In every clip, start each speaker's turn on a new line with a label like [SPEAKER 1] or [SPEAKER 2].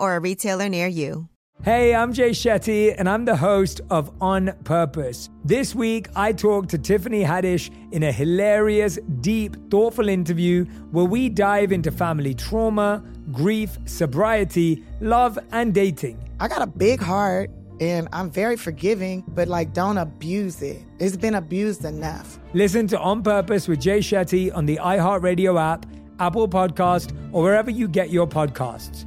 [SPEAKER 1] or a retailer near you.
[SPEAKER 2] Hey, I'm Jay Shetty, and I'm the host of On Purpose. This week, I talked to Tiffany Haddish in a hilarious, deep, thoughtful interview where we dive into family trauma, grief, sobriety, love, and dating.
[SPEAKER 3] I got a big heart, and I'm very forgiving, but like, don't abuse it. It's been abused enough.
[SPEAKER 2] Listen to On Purpose with Jay Shetty on the iHeartRadio app, Apple Podcast, or wherever you get your podcasts.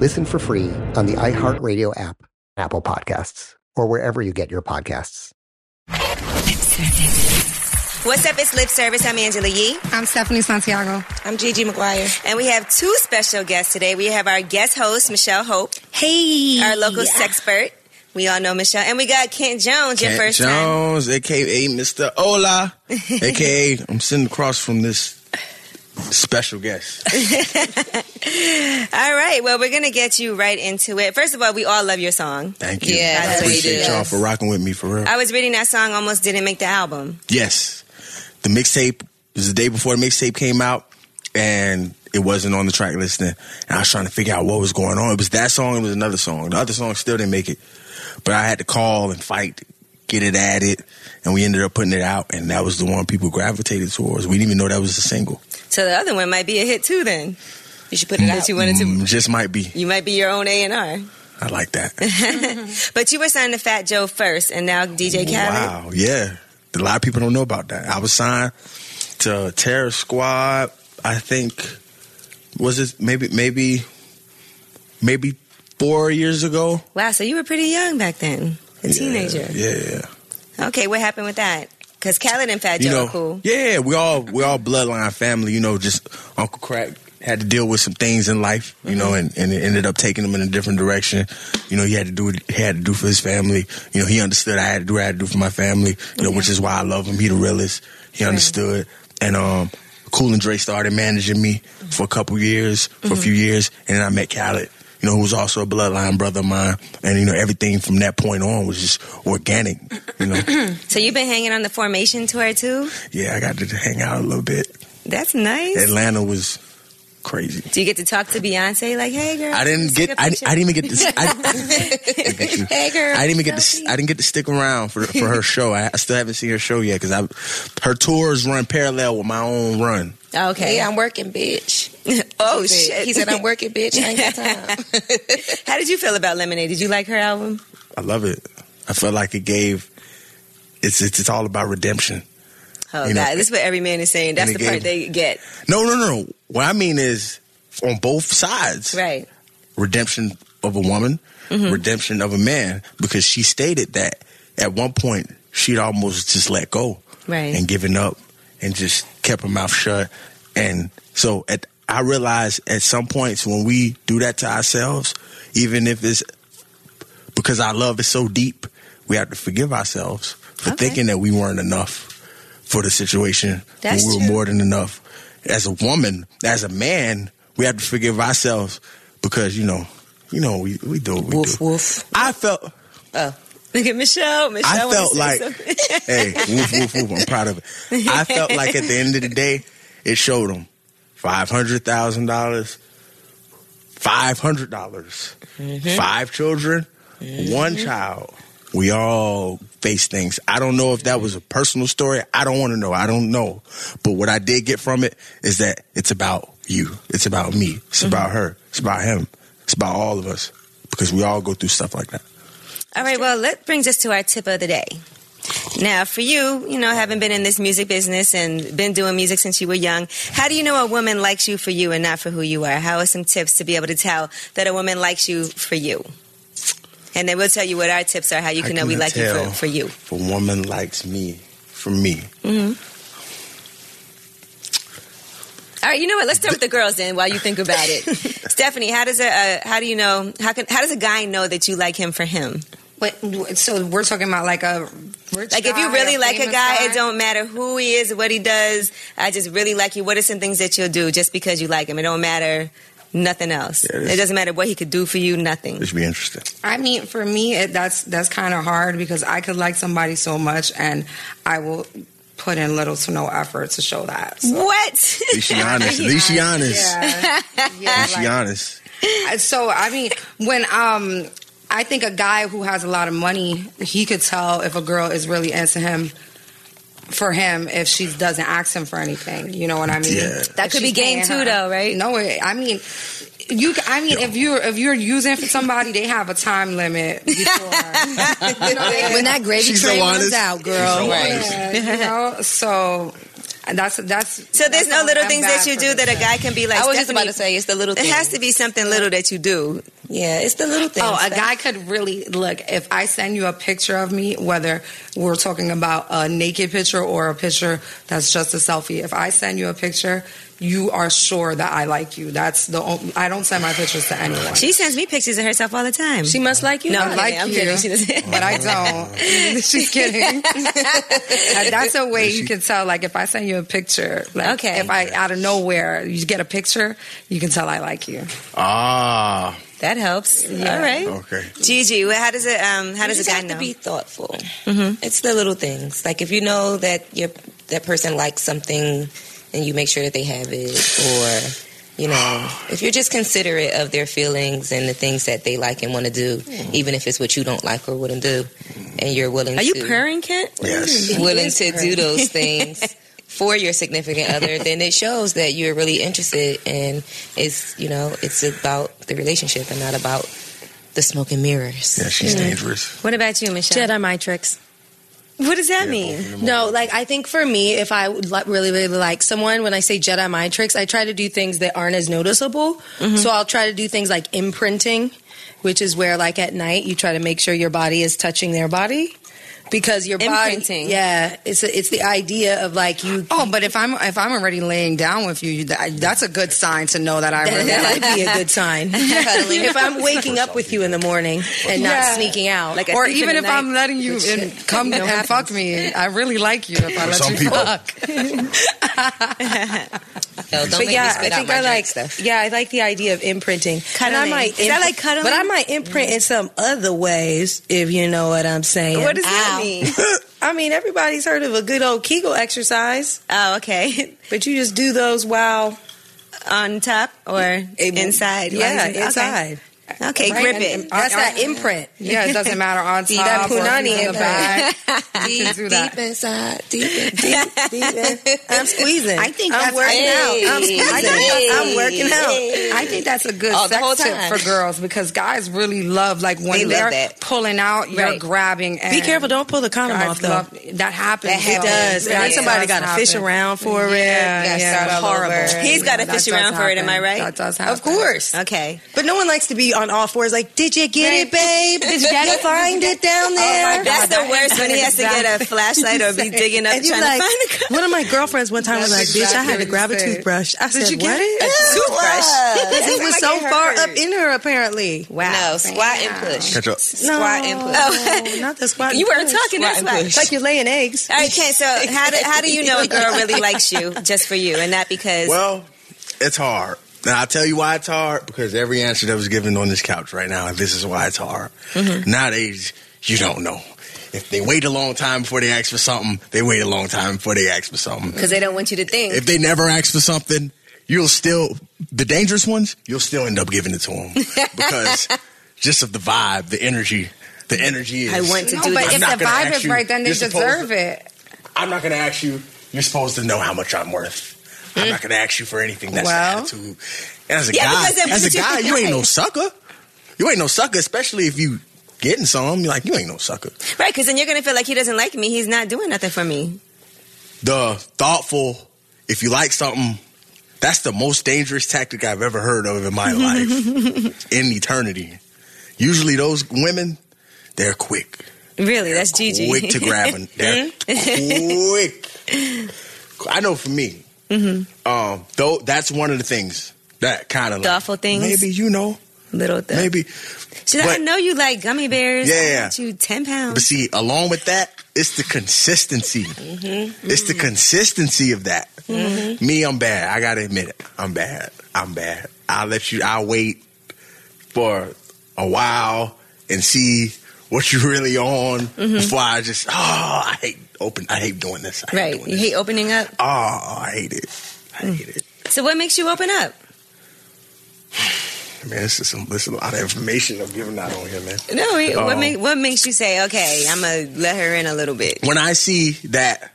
[SPEAKER 4] Listen for free on the iHeartRadio app, Apple Podcasts, or wherever you get your podcasts.
[SPEAKER 1] What's up? It's Lip Service. I'm Angela Yee.
[SPEAKER 5] I'm Stephanie Santiago.
[SPEAKER 6] I'm Gigi McGuire.
[SPEAKER 1] And we have two special guests today. We have our guest host, Michelle Hope.
[SPEAKER 5] Hey.
[SPEAKER 1] Our local sexpert. We all know Michelle. And we got Kent Jones, your
[SPEAKER 7] Kent
[SPEAKER 1] first time.
[SPEAKER 7] Jones, aka Mr. Ola, aka I'm sitting across from this special guest.
[SPEAKER 1] All right. Well, we're going to get you right into it. First of all, we all love your song.
[SPEAKER 7] Thank you.
[SPEAKER 6] Yeah,
[SPEAKER 7] I
[SPEAKER 6] that's what he
[SPEAKER 7] appreciate
[SPEAKER 6] does.
[SPEAKER 7] y'all for rocking with me for real.
[SPEAKER 1] I was reading that song almost didn't make the album.
[SPEAKER 7] yes, the mixtape it was the day before the mixtape came out, and it wasn't on the track list. Then, and I was trying to figure out what was going on. It was that song. It was another song. The other song still didn't make it, but I had to call and fight. Get it at it, and we ended up putting it out, and that was the one people gravitated towards. We didn't even know that was a single.
[SPEAKER 1] So the other one might be a hit too then.
[SPEAKER 6] You should put it out.
[SPEAKER 1] You wanted to
[SPEAKER 7] Mm, just might be.
[SPEAKER 1] you might be your own A&R.
[SPEAKER 7] I like that.
[SPEAKER 1] But you were signed to Fat Joe first and now DJ Khaled.
[SPEAKER 7] Wow, yeah. A lot of people don't know about that. I was signed to Terror Squad. I think was it maybe maybe maybe four years ago.
[SPEAKER 1] Wow, so you were pretty young back then, a teenager.
[SPEAKER 7] Yeah, yeah.
[SPEAKER 1] Okay, what happened with that? Because Khaled and Fat Joe
[SPEAKER 7] You know,
[SPEAKER 1] are cool.
[SPEAKER 7] yeah. We all we all bloodline family. You know, just Uncle Crack had to deal with some things in life. You know, and, and it ended up taking him in a different direction. You know, he had to do what he had to do for his family. You know, he understood I had to do what I had to do for my family. You know, which is why I love him. He the realest. He understood. And um, Cool and Dre started managing me for a couple years, for a few years, and then I met Khaled. You know, who was also a bloodline brother of mine, and you know everything from that point on was just organic. You know,
[SPEAKER 1] So you've been hanging on the formation tour too?
[SPEAKER 7] yeah, I got to hang out a little bit.
[SPEAKER 1] That's nice.
[SPEAKER 7] Atlanta was crazy.
[SPEAKER 1] Do you get to talk to Beyonce like, hey girl?
[SPEAKER 7] I didn't
[SPEAKER 1] let's
[SPEAKER 7] get.
[SPEAKER 1] a
[SPEAKER 7] I, I
[SPEAKER 1] picture?
[SPEAKER 7] didn't even get this. I, hey
[SPEAKER 6] girl,
[SPEAKER 7] I didn't even get this. I didn't get to stick around for for her show. I, I still haven't seen her show yet because I her tours run parallel with my own run.
[SPEAKER 1] Okay.
[SPEAKER 6] Yeah, I'm working, bitch.
[SPEAKER 1] oh
[SPEAKER 6] He said-
[SPEAKER 1] shit.
[SPEAKER 6] He said, I'm working, bitch. I ain't got time.
[SPEAKER 1] How did you feel about Lemonade? Did you like her album?
[SPEAKER 7] I love it. I felt like it gave. It's it's, it's all about redemption.
[SPEAKER 1] Oh
[SPEAKER 7] You know,
[SPEAKER 1] god, this is what every man is saying. That's
[SPEAKER 7] and
[SPEAKER 1] the
[SPEAKER 7] it
[SPEAKER 1] part
[SPEAKER 7] gave-
[SPEAKER 1] they get.
[SPEAKER 7] No, no, no. What I mean is on both sides.
[SPEAKER 1] Right.
[SPEAKER 7] redemption of a woman, redemption of a man, because she stated that at one point she'd almost just let go
[SPEAKER 1] Right.
[SPEAKER 7] and given up and just kept her mouth shut. And so at I realized at some points when we do that to ourselves, even if it's because our love is so deep, we have to forgive ourselves for
[SPEAKER 1] Okay.
[SPEAKER 7] thinking that we weren't enough for the situation
[SPEAKER 1] That's
[SPEAKER 7] when we were
[SPEAKER 1] true.
[SPEAKER 7] more than enough. As a woman, as a man, we have to forgive ourselves because you know, you know, we we do what we
[SPEAKER 6] Woof,
[SPEAKER 7] do.
[SPEAKER 6] woof.
[SPEAKER 7] I felt,
[SPEAKER 1] Look at Michelle. Michelle
[SPEAKER 7] I
[SPEAKER 1] wanna
[SPEAKER 7] felt
[SPEAKER 1] say
[SPEAKER 7] like,
[SPEAKER 1] something.
[SPEAKER 7] hey, woof, woof, woof. I'm proud of it. I felt like at the end of the day, it showed them five hundred thousand dollars, five hundred dollars, five children, one child. We all face things. I don't know if that was a personal story. I don't want to know. I don't know. But what I did get from it is that it's about you. It's about me. It's about her. It's about him. It's about all of us because we all go through stuff like that.
[SPEAKER 1] All right, well, that brings us to our tip of the day. Now, for you, you know, having been in this music business and been doing music since you were young, how do you know a woman likes you for you and not for who you are? How are some tips to be able to tell that a woman likes you for you? And then we'll tell you what our tips are, how you
[SPEAKER 7] How
[SPEAKER 1] can know we
[SPEAKER 7] I
[SPEAKER 1] like you
[SPEAKER 7] tell
[SPEAKER 1] for, for you.
[SPEAKER 7] If a woman likes me for me.
[SPEAKER 1] All right, you know what? Let's start with the girls then while you think about it. Stephanie, how does a, uh, how do you know, how can, how does a guy know that you like him for him?
[SPEAKER 6] What, so we're talking about like a rich
[SPEAKER 1] Like if
[SPEAKER 6] guy,
[SPEAKER 1] you really like a
[SPEAKER 6] famous
[SPEAKER 1] guy, it don't matter who he is, what he does. I just really like you. What are some things that you'll do just because you like him? It don't matter nothing else.
[SPEAKER 7] Yeah, it is.
[SPEAKER 1] it doesn't matter what he could do for you. Nothing.
[SPEAKER 7] This should be interesting.
[SPEAKER 6] I mean, for me, it, that's that's kind of hard because I could like somebody so much, and I will put in little to no effort to show that. So,
[SPEAKER 1] What?
[SPEAKER 7] At least she honest. At least she honest.
[SPEAKER 6] yeah,
[SPEAKER 7] At
[SPEAKER 6] yeah.
[SPEAKER 7] least she
[SPEAKER 6] like-
[SPEAKER 7] honest.
[SPEAKER 6] so I mean, when um, I think a guy who has a lot of money, he could tell if a girl is really into him. For him, if she doesn't ask him for anything, you know what I mean.
[SPEAKER 7] Yeah.
[SPEAKER 1] That
[SPEAKER 6] If
[SPEAKER 1] could be
[SPEAKER 6] she's
[SPEAKER 1] game
[SPEAKER 6] paying
[SPEAKER 1] two,
[SPEAKER 6] her.
[SPEAKER 1] though, right?
[SPEAKER 6] No, it, I mean, you. c- I mean, if you're if you're using for somebody, they have a time limit. Before, you know, they-
[SPEAKER 1] that gravy
[SPEAKER 7] She's so train runs honest. out, girl. She's so Right. honest.
[SPEAKER 6] Yeah, you know, so that's that's.
[SPEAKER 1] So there's
[SPEAKER 6] that's
[SPEAKER 1] no
[SPEAKER 6] all-
[SPEAKER 1] little
[SPEAKER 6] I'm
[SPEAKER 1] things
[SPEAKER 6] bad
[SPEAKER 1] that you
[SPEAKER 6] for
[SPEAKER 1] do that a
[SPEAKER 6] this.
[SPEAKER 1] guy can be like.
[SPEAKER 8] I was just about
[SPEAKER 1] "Stephanie,
[SPEAKER 8] to say it's the little
[SPEAKER 1] It
[SPEAKER 8] thing.
[SPEAKER 1] has to be something little that you do.
[SPEAKER 8] Yeah, it's the little things.
[SPEAKER 6] Oh, a
[SPEAKER 8] that-
[SPEAKER 6] guy could really look. If I send you a picture of me, whether we're talking about a naked picture or a picture that's just a selfie, if I send you a picture, you are sure that I like you. That's the. Only, I don't send my pictures to anyone.
[SPEAKER 1] She sends me pictures of herself all the time.
[SPEAKER 8] She must like you.
[SPEAKER 1] no,
[SPEAKER 6] I
[SPEAKER 1] I'm
[SPEAKER 6] like
[SPEAKER 1] kidding. I'm
[SPEAKER 6] you,
[SPEAKER 1] kidding. She doesn't.
[SPEAKER 6] but I don't. She's kidding. And that's a way you can tell. Like if I send you a picture, like
[SPEAKER 1] Okay.
[SPEAKER 6] if I out of nowhere you get a picture, you can tell I like you.
[SPEAKER 7] Ah,
[SPEAKER 1] that helps. All right.
[SPEAKER 7] okay.
[SPEAKER 1] Oh. Gigi, well, how does it? Um, how
[SPEAKER 8] You
[SPEAKER 1] does a
[SPEAKER 8] just
[SPEAKER 1] guy
[SPEAKER 8] have to
[SPEAKER 1] know? Mm-hmm.
[SPEAKER 8] be thoughtful. It's the little things. Like if you know that your that person likes something, and you make sure that they have it, or you know, if you're just considerate of their feelings and the things that they like and want to do, even if it's what you don't like or wouldn't do, and you're willing.
[SPEAKER 1] Mm. Are you
[SPEAKER 8] to,
[SPEAKER 1] purring, Kent?
[SPEAKER 7] Yes.
[SPEAKER 8] willing to do those things for your significant other, then it shows that you're really interested and it's you know, it's about the relationship and not about the smoke and mirrors.
[SPEAKER 7] Yeah, she's dangerous.
[SPEAKER 1] What about you, Michelle?
[SPEAKER 9] Jedi mind tricks.
[SPEAKER 1] What does that mean?
[SPEAKER 9] No, like I think for me, if I would li- really, really like someone, when I say Jedi mind tricks, I try to do things that aren't as noticeable. So I'll try to do things like imprinting, which is where like at night you try to make sure your body is touching their body because your
[SPEAKER 1] Imprinting.
[SPEAKER 9] body, yeah, it's it's the idea of like you.
[SPEAKER 6] Oh, but if I'm if I'm already laying down with you, you, that, that's a good sign to know that I really.
[SPEAKER 9] That
[SPEAKER 6] like
[SPEAKER 9] would be a good sign. if I'm waking up with you in the morning and not
[SPEAKER 6] Yeah.
[SPEAKER 9] sneaking out, like a
[SPEAKER 6] or
[SPEAKER 9] thief in
[SPEAKER 6] even
[SPEAKER 9] the
[SPEAKER 6] if
[SPEAKER 9] night.
[SPEAKER 6] I'm letting you in, come
[SPEAKER 9] you know,
[SPEAKER 6] and fuck me, I really like you if I let
[SPEAKER 7] some
[SPEAKER 6] you
[SPEAKER 7] people.
[SPEAKER 6] fuck.
[SPEAKER 8] So don't
[SPEAKER 9] But
[SPEAKER 8] make me
[SPEAKER 9] yeah,
[SPEAKER 8] spit
[SPEAKER 9] I
[SPEAKER 8] out
[SPEAKER 9] think
[SPEAKER 8] my
[SPEAKER 9] I
[SPEAKER 8] drink
[SPEAKER 9] like
[SPEAKER 8] stuff.
[SPEAKER 9] yeah, I like the idea of imprinting. And I
[SPEAKER 1] Cuddling.
[SPEAKER 9] might
[SPEAKER 1] Is that like
[SPEAKER 9] But I
[SPEAKER 1] cuddling?
[SPEAKER 9] might imprint in some other ways, if you know what I'm saying.
[SPEAKER 1] What does that
[SPEAKER 9] Ow.
[SPEAKER 1] mean?
[SPEAKER 9] I mean, everybody's heard of a good old Kegel exercise,
[SPEAKER 1] Oh, okay.
[SPEAKER 9] but you just do those while
[SPEAKER 1] On top or
[SPEAKER 9] Able-
[SPEAKER 1] inside?
[SPEAKER 9] yeah,
[SPEAKER 1] Okay.
[SPEAKER 9] inside.
[SPEAKER 1] Okay,
[SPEAKER 6] Right,
[SPEAKER 1] grip
[SPEAKER 6] and-
[SPEAKER 1] it.
[SPEAKER 6] and-
[SPEAKER 9] That's
[SPEAKER 6] I-
[SPEAKER 9] that
[SPEAKER 6] I-
[SPEAKER 9] imprint.
[SPEAKER 6] Yeah, it doesn't matter on
[SPEAKER 9] See, that
[SPEAKER 6] top or
[SPEAKER 9] punani
[SPEAKER 6] in the
[SPEAKER 9] impact.
[SPEAKER 6] back.
[SPEAKER 8] deep,
[SPEAKER 6] do that.
[SPEAKER 8] deep inside, deep in, deep.
[SPEAKER 9] I'm squeezing.
[SPEAKER 6] I think
[SPEAKER 9] I'm
[SPEAKER 6] that's-
[SPEAKER 9] working
[SPEAKER 6] Hey.
[SPEAKER 9] out. I'm squeezing.
[SPEAKER 6] I think that's-
[SPEAKER 9] I'm working out.
[SPEAKER 6] I think that's a good
[SPEAKER 8] Oh, the whole
[SPEAKER 6] sex tip
[SPEAKER 8] time.
[SPEAKER 6] for girls because guys really love like when
[SPEAKER 8] They love
[SPEAKER 6] are
[SPEAKER 8] that.
[SPEAKER 6] pulling out, you're
[SPEAKER 1] Right.
[SPEAKER 6] grabbing. And
[SPEAKER 9] Be careful, don't pull the condom
[SPEAKER 6] guys
[SPEAKER 9] off though.
[SPEAKER 6] love- that happens.
[SPEAKER 9] It does. And then somebody got to fish around for it.
[SPEAKER 6] Yeah,
[SPEAKER 9] Yeah,
[SPEAKER 6] yeah,
[SPEAKER 9] horrible.
[SPEAKER 1] He's got to
[SPEAKER 6] Yeah, that
[SPEAKER 1] fish
[SPEAKER 6] does
[SPEAKER 1] around for it. Am I
[SPEAKER 6] happen.
[SPEAKER 1] right?
[SPEAKER 6] That does
[SPEAKER 9] Of
[SPEAKER 6] happen.
[SPEAKER 9] course.
[SPEAKER 1] Okay.
[SPEAKER 9] But no one likes to be on all fours like, did you get it, babe? Did you find it Oh down there?
[SPEAKER 1] Oh, That's the worst when he has to get a flashlight or be digging up
[SPEAKER 9] And you're
[SPEAKER 1] trying
[SPEAKER 9] like,
[SPEAKER 1] to find a
[SPEAKER 9] one of my girlfriends one time was like,
[SPEAKER 6] That's
[SPEAKER 9] bitch, I
[SPEAKER 6] exactly
[SPEAKER 9] had to
[SPEAKER 6] what
[SPEAKER 9] grab a
[SPEAKER 6] he said.
[SPEAKER 9] toothbrush. I said,
[SPEAKER 6] you get
[SPEAKER 9] what?
[SPEAKER 6] it?
[SPEAKER 9] A
[SPEAKER 1] toothbrush.
[SPEAKER 9] Because it was
[SPEAKER 8] like
[SPEAKER 9] so
[SPEAKER 8] it
[SPEAKER 9] far
[SPEAKER 8] hurt.
[SPEAKER 9] up in her, apparently.
[SPEAKER 1] Wow.
[SPEAKER 8] No, squat and push.
[SPEAKER 7] Catch up.
[SPEAKER 9] No,
[SPEAKER 8] Squat and push.
[SPEAKER 9] Oh, not the squat. and
[SPEAKER 1] You weren't
[SPEAKER 9] push.
[SPEAKER 1] talking, that's
[SPEAKER 8] Squat and
[SPEAKER 1] why.
[SPEAKER 8] push.
[SPEAKER 9] It's like you're laying eggs.
[SPEAKER 1] All right, Ken, so how do, how do you know a girl really likes you just for you and not because
[SPEAKER 7] Well, it's hard. Now I'll tell you why it's hard because every answer that was given on this couch right now, this is why it's hard.
[SPEAKER 1] Mm-hmm.
[SPEAKER 7] Nowadays, you don't know. If they wait a long time before they ask for something, they wait a long time before they ask for something.
[SPEAKER 1] because they don't want you to think?
[SPEAKER 7] If they never ask for something, you'll still the dangerous ones. You'll still end up giving it to them because just of the vibe, the energy, the energy. Is,
[SPEAKER 1] I want to
[SPEAKER 6] No,
[SPEAKER 1] do
[SPEAKER 6] but
[SPEAKER 1] this.
[SPEAKER 7] I'm
[SPEAKER 6] if
[SPEAKER 7] not
[SPEAKER 6] the
[SPEAKER 7] gonna
[SPEAKER 6] vibe
[SPEAKER 7] ask
[SPEAKER 6] is
[SPEAKER 7] you.
[SPEAKER 6] right, then they
[SPEAKER 7] You're supposed
[SPEAKER 6] deserve it.
[SPEAKER 7] I'm not gonna ask you. You're supposed to know how much I'm worth. I'm not gonna ask you for anything. That's
[SPEAKER 6] Well.
[SPEAKER 7] the attitude. As a
[SPEAKER 1] Yeah,
[SPEAKER 7] guy,
[SPEAKER 1] because that
[SPEAKER 7] as a
[SPEAKER 1] puts you
[SPEAKER 7] guy, you ain't no
[SPEAKER 1] right.
[SPEAKER 7] sucker. You ain't no sucker, especially if you getting some. You're like, you ain't no sucker.
[SPEAKER 1] Right, because then you're going to feel like he doesn't like me. He's not doing nothing for me.
[SPEAKER 7] The thoughtful, if you like something, that's the most dangerous tactic I've ever heard of in my life in eternity. Usually those women, they're quick.
[SPEAKER 1] Really, that's Gigi.
[SPEAKER 7] Quick to grab and they're quick. I know for me,
[SPEAKER 1] Mm-hmm.
[SPEAKER 7] um, though that's one of the things that kind of
[SPEAKER 1] Thoughtful things?
[SPEAKER 7] Maybe you know,
[SPEAKER 1] Little thing.
[SPEAKER 7] maybe.
[SPEAKER 1] She's like, I
[SPEAKER 7] but-
[SPEAKER 1] know you like gummy bears.
[SPEAKER 7] Yeah,
[SPEAKER 1] I
[SPEAKER 7] yeah.
[SPEAKER 1] want you 10 pounds.
[SPEAKER 7] But see, along with that, it's the consistency.
[SPEAKER 1] Mm-hmm.
[SPEAKER 7] It's the consistency of that. Me, I'm bad. I gotta admit it. I'm bad. I'm bad. I'll let you. I'll wait for a while and see what you really on
[SPEAKER 1] Mm-hmm.
[SPEAKER 7] before I just. Oh, I hate open. I hate doing this. I hate
[SPEAKER 1] right.
[SPEAKER 7] doing
[SPEAKER 1] You
[SPEAKER 7] this.
[SPEAKER 1] hate Mm. opening up.
[SPEAKER 7] Oh, I hate it. I hate it.
[SPEAKER 1] So what makes you open up?
[SPEAKER 7] Man, this is some. This is a lot of information I'm giving out on here, man.
[SPEAKER 1] No, wait, what,
[SPEAKER 7] Um,
[SPEAKER 1] make, what makes you say, okay, I'm going to let her in a little bit?
[SPEAKER 7] When I see that,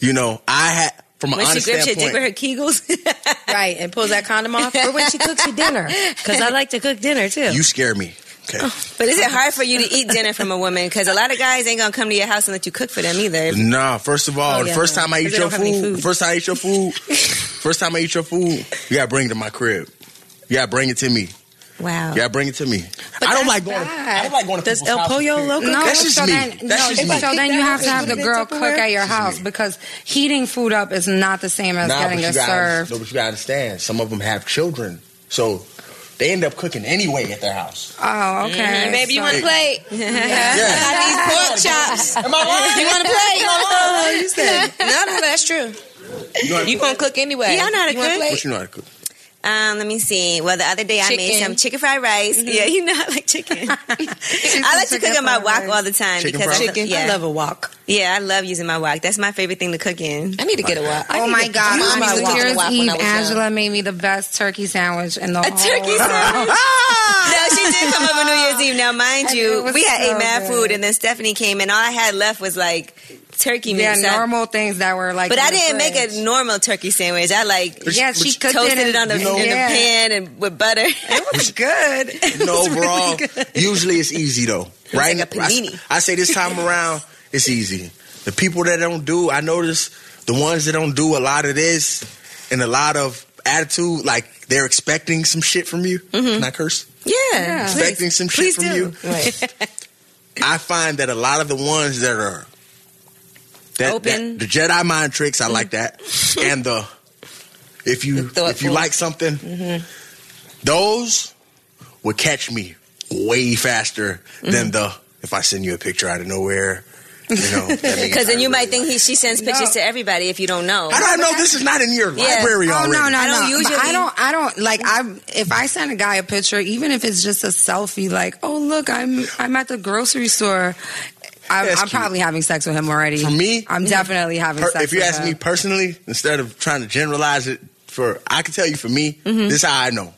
[SPEAKER 7] you know, I had from an
[SPEAKER 1] When she
[SPEAKER 7] honest
[SPEAKER 1] grips your dick
[SPEAKER 7] standpoint.
[SPEAKER 1] with her kegels?
[SPEAKER 9] right, and pulls that condom off, or when she cooks you dinner, because I like to cook dinner too.
[SPEAKER 7] You scare me. Okay.
[SPEAKER 1] But is it hard for you to eat dinner from a woman? Because a lot of guys ain't gonna come to your house and let you cook for them either.
[SPEAKER 7] Nah, first of all,
[SPEAKER 9] Oh,
[SPEAKER 7] the
[SPEAKER 9] yeah,
[SPEAKER 7] first
[SPEAKER 9] no.
[SPEAKER 7] time I eat
[SPEAKER 9] Because they
[SPEAKER 7] your
[SPEAKER 9] don't have any
[SPEAKER 7] food,
[SPEAKER 9] food.
[SPEAKER 7] the first time I eat your food, first time I eat your food, you gotta bring it to my crib. You gotta bring it to me.
[SPEAKER 1] Wow.
[SPEAKER 7] You gotta bring it to me. I don't like going. I don't like going to
[SPEAKER 9] Does
[SPEAKER 7] people's
[SPEAKER 9] El
[SPEAKER 7] houses,
[SPEAKER 9] Pollo
[SPEAKER 7] period.
[SPEAKER 9] Loco
[SPEAKER 6] No,
[SPEAKER 7] That's just
[SPEAKER 6] so
[SPEAKER 7] me.
[SPEAKER 6] then
[SPEAKER 7] That's
[SPEAKER 6] no,
[SPEAKER 7] just me.
[SPEAKER 6] so then you have to have the
[SPEAKER 3] Put it in
[SPEAKER 6] girl
[SPEAKER 3] Tupperware.
[SPEAKER 6] cook at your house because heating food up is not the same as
[SPEAKER 7] Nah, but
[SPEAKER 6] getting
[SPEAKER 7] you
[SPEAKER 6] it
[SPEAKER 7] gotta,
[SPEAKER 6] served.
[SPEAKER 7] no, but you gotta understand. Some of them have children, so they end up cooking anyway at their house.
[SPEAKER 6] Oh, okay.
[SPEAKER 1] Mm-hmm.
[SPEAKER 9] Baby, you
[SPEAKER 6] so-
[SPEAKER 9] want to play?
[SPEAKER 7] Yeah.
[SPEAKER 1] pork chops.
[SPEAKER 7] Am I lying?
[SPEAKER 9] You want to play?
[SPEAKER 7] You said.
[SPEAKER 9] no, no, that's true.
[SPEAKER 7] You know how to
[SPEAKER 9] You
[SPEAKER 7] cook?
[SPEAKER 9] gonna cook anyway?
[SPEAKER 1] Yeah, I know how to
[SPEAKER 9] You wanna
[SPEAKER 1] cook.
[SPEAKER 9] play?
[SPEAKER 7] What you know how to cook?
[SPEAKER 1] Um, let me see. Well, the other day I made
[SPEAKER 9] Chicken.
[SPEAKER 1] some chicken fried rice. Yeah, you know I like chicken. I like to cook
[SPEAKER 6] Mm-hmm. chicken
[SPEAKER 1] in my
[SPEAKER 6] fried
[SPEAKER 1] wok
[SPEAKER 6] rice.
[SPEAKER 1] all the time
[SPEAKER 7] Chicken
[SPEAKER 1] because
[SPEAKER 7] fried
[SPEAKER 1] I, yeah,
[SPEAKER 9] I love a walk.
[SPEAKER 1] yeah, I love using my wok. That's my favorite thing to cook in.
[SPEAKER 9] I need to get a walk. I
[SPEAKER 6] Oh
[SPEAKER 9] need
[SPEAKER 6] my
[SPEAKER 9] to
[SPEAKER 6] God!
[SPEAKER 9] use
[SPEAKER 6] On
[SPEAKER 9] my
[SPEAKER 6] New
[SPEAKER 9] walk.
[SPEAKER 6] Year's
[SPEAKER 9] Walk when I
[SPEAKER 6] Eve,
[SPEAKER 9] was young.
[SPEAKER 6] Angela made me the best turkey sandwich in the
[SPEAKER 1] A
[SPEAKER 6] whole
[SPEAKER 1] turkey sandwich.
[SPEAKER 9] Oh,
[SPEAKER 1] no, she did come over New Year's Eve. Now, mind
[SPEAKER 6] And
[SPEAKER 1] you,
[SPEAKER 6] it was
[SPEAKER 1] we had
[SPEAKER 6] so
[SPEAKER 1] ate mad
[SPEAKER 6] good.
[SPEAKER 1] food, and then Stephanie came, and all I had left was like turkey meat.
[SPEAKER 6] Yeah,
[SPEAKER 1] So I-
[SPEAKER 6] normal things that were like.
[SPEAKER 1] But
[SPEAKER 6] in
[SPEAKER 1] I
[SPEAKER 6] the
[SPEAKER 1] didn't make
[SPEAKER 6] fridge.
[SPEAKER 1] a normal turkey sandwich. I like
[SPEAKER 6] Yeah, she cooked
[SPEAKER 1] toasted
[SPEAKER 6] it
[SPEAKER 1] it,
[SPEAKER 6] in-
[SPEAKER 1] on the,
[SPEAKER 6] you know-
[SPEAKER 1] in the
[SPEAKER 6] Yeah.
[SPEAKER 1] pan and with butter.
[SPEAKER 6] It was good.
[SPEAKER 7] You know, overall, usually it's easy though. Right?
[SPEAKER 1] like a
[SPEAKER 7] I-
[SPEAKER 1] panini.
[SPEAKER 7] I, say this time around, it's easy. The people that don't do, I notice the ones that don't do a lot of this and a lot of attitude, like they're expecting some shit from you.
[SPEAKER 1] Mm-hmm.
[SPEAKER 7] Can I curse?
[SPEAKER 1] yeah,
[SPEAKER 7] Expecting some shit
[SPEAKER 1] Please
[SPEAKER 7] from
[SPEAKER 1] do.
[SPEAKER 7] you. I find that a lot of the ones that are that,
[SPEAKER 1] Open. Mm-hmm.
[SPEAKER 7] that- the Jedi mind tricks, I like that, and the if you if you
[SPEAKER 1] thoughtful. Mm-hmm.
[SPEAKER 7] like something, those would catch me way faster
[SPEAKER 1] Mm-hmm.
[SPEAKER 7] than the if I send you a picture out of nowhere, you know,
[SPEAKER 1] Because
[SPEAKER 7] because
[SPEAKER 1] then you might think he, she sends pictures to everybody if you don't know.
[SPEAKER 7] How do I know this is not in your
[SPEAKER 1] Yeah.
[SPEAKER 7] library
[SPEAKER 6] Oh
[SPEAKER 7] already?
[SPEAKER 6] no, no,
[SPEAKER 1] I don't
[SPEAKER 6] no.
[SPEAKER 1] usually-
[SPEAKER 6] But I don't. I don't like. I if I send a guy a picture, even if it's just a selfie, like, oh look, I'm I'm at the grocery store. I'm,
[SPEAKER 7] That's
[SPEAKER 6] I'm
[SPEAKER 7] cute.
[SPEAKER 6] probably having sex with him already.
[SPEAKER 7] For me?
[SPEAKER 6] I'm definitely having
[SPEAKER 7] Per-
[SPEAKER 6] sex.
[SPEAKER 7] if you
[SPEAKER 6] with
[SPEAKER 7] ask
[SPEAKER 6] him.
[SPEAKER 7] me personally, instead of trying to generalize it for, I can tell you for me,
[SPEAKER 9] Mm-hmm.
[SPEAKER 7] this is how I know.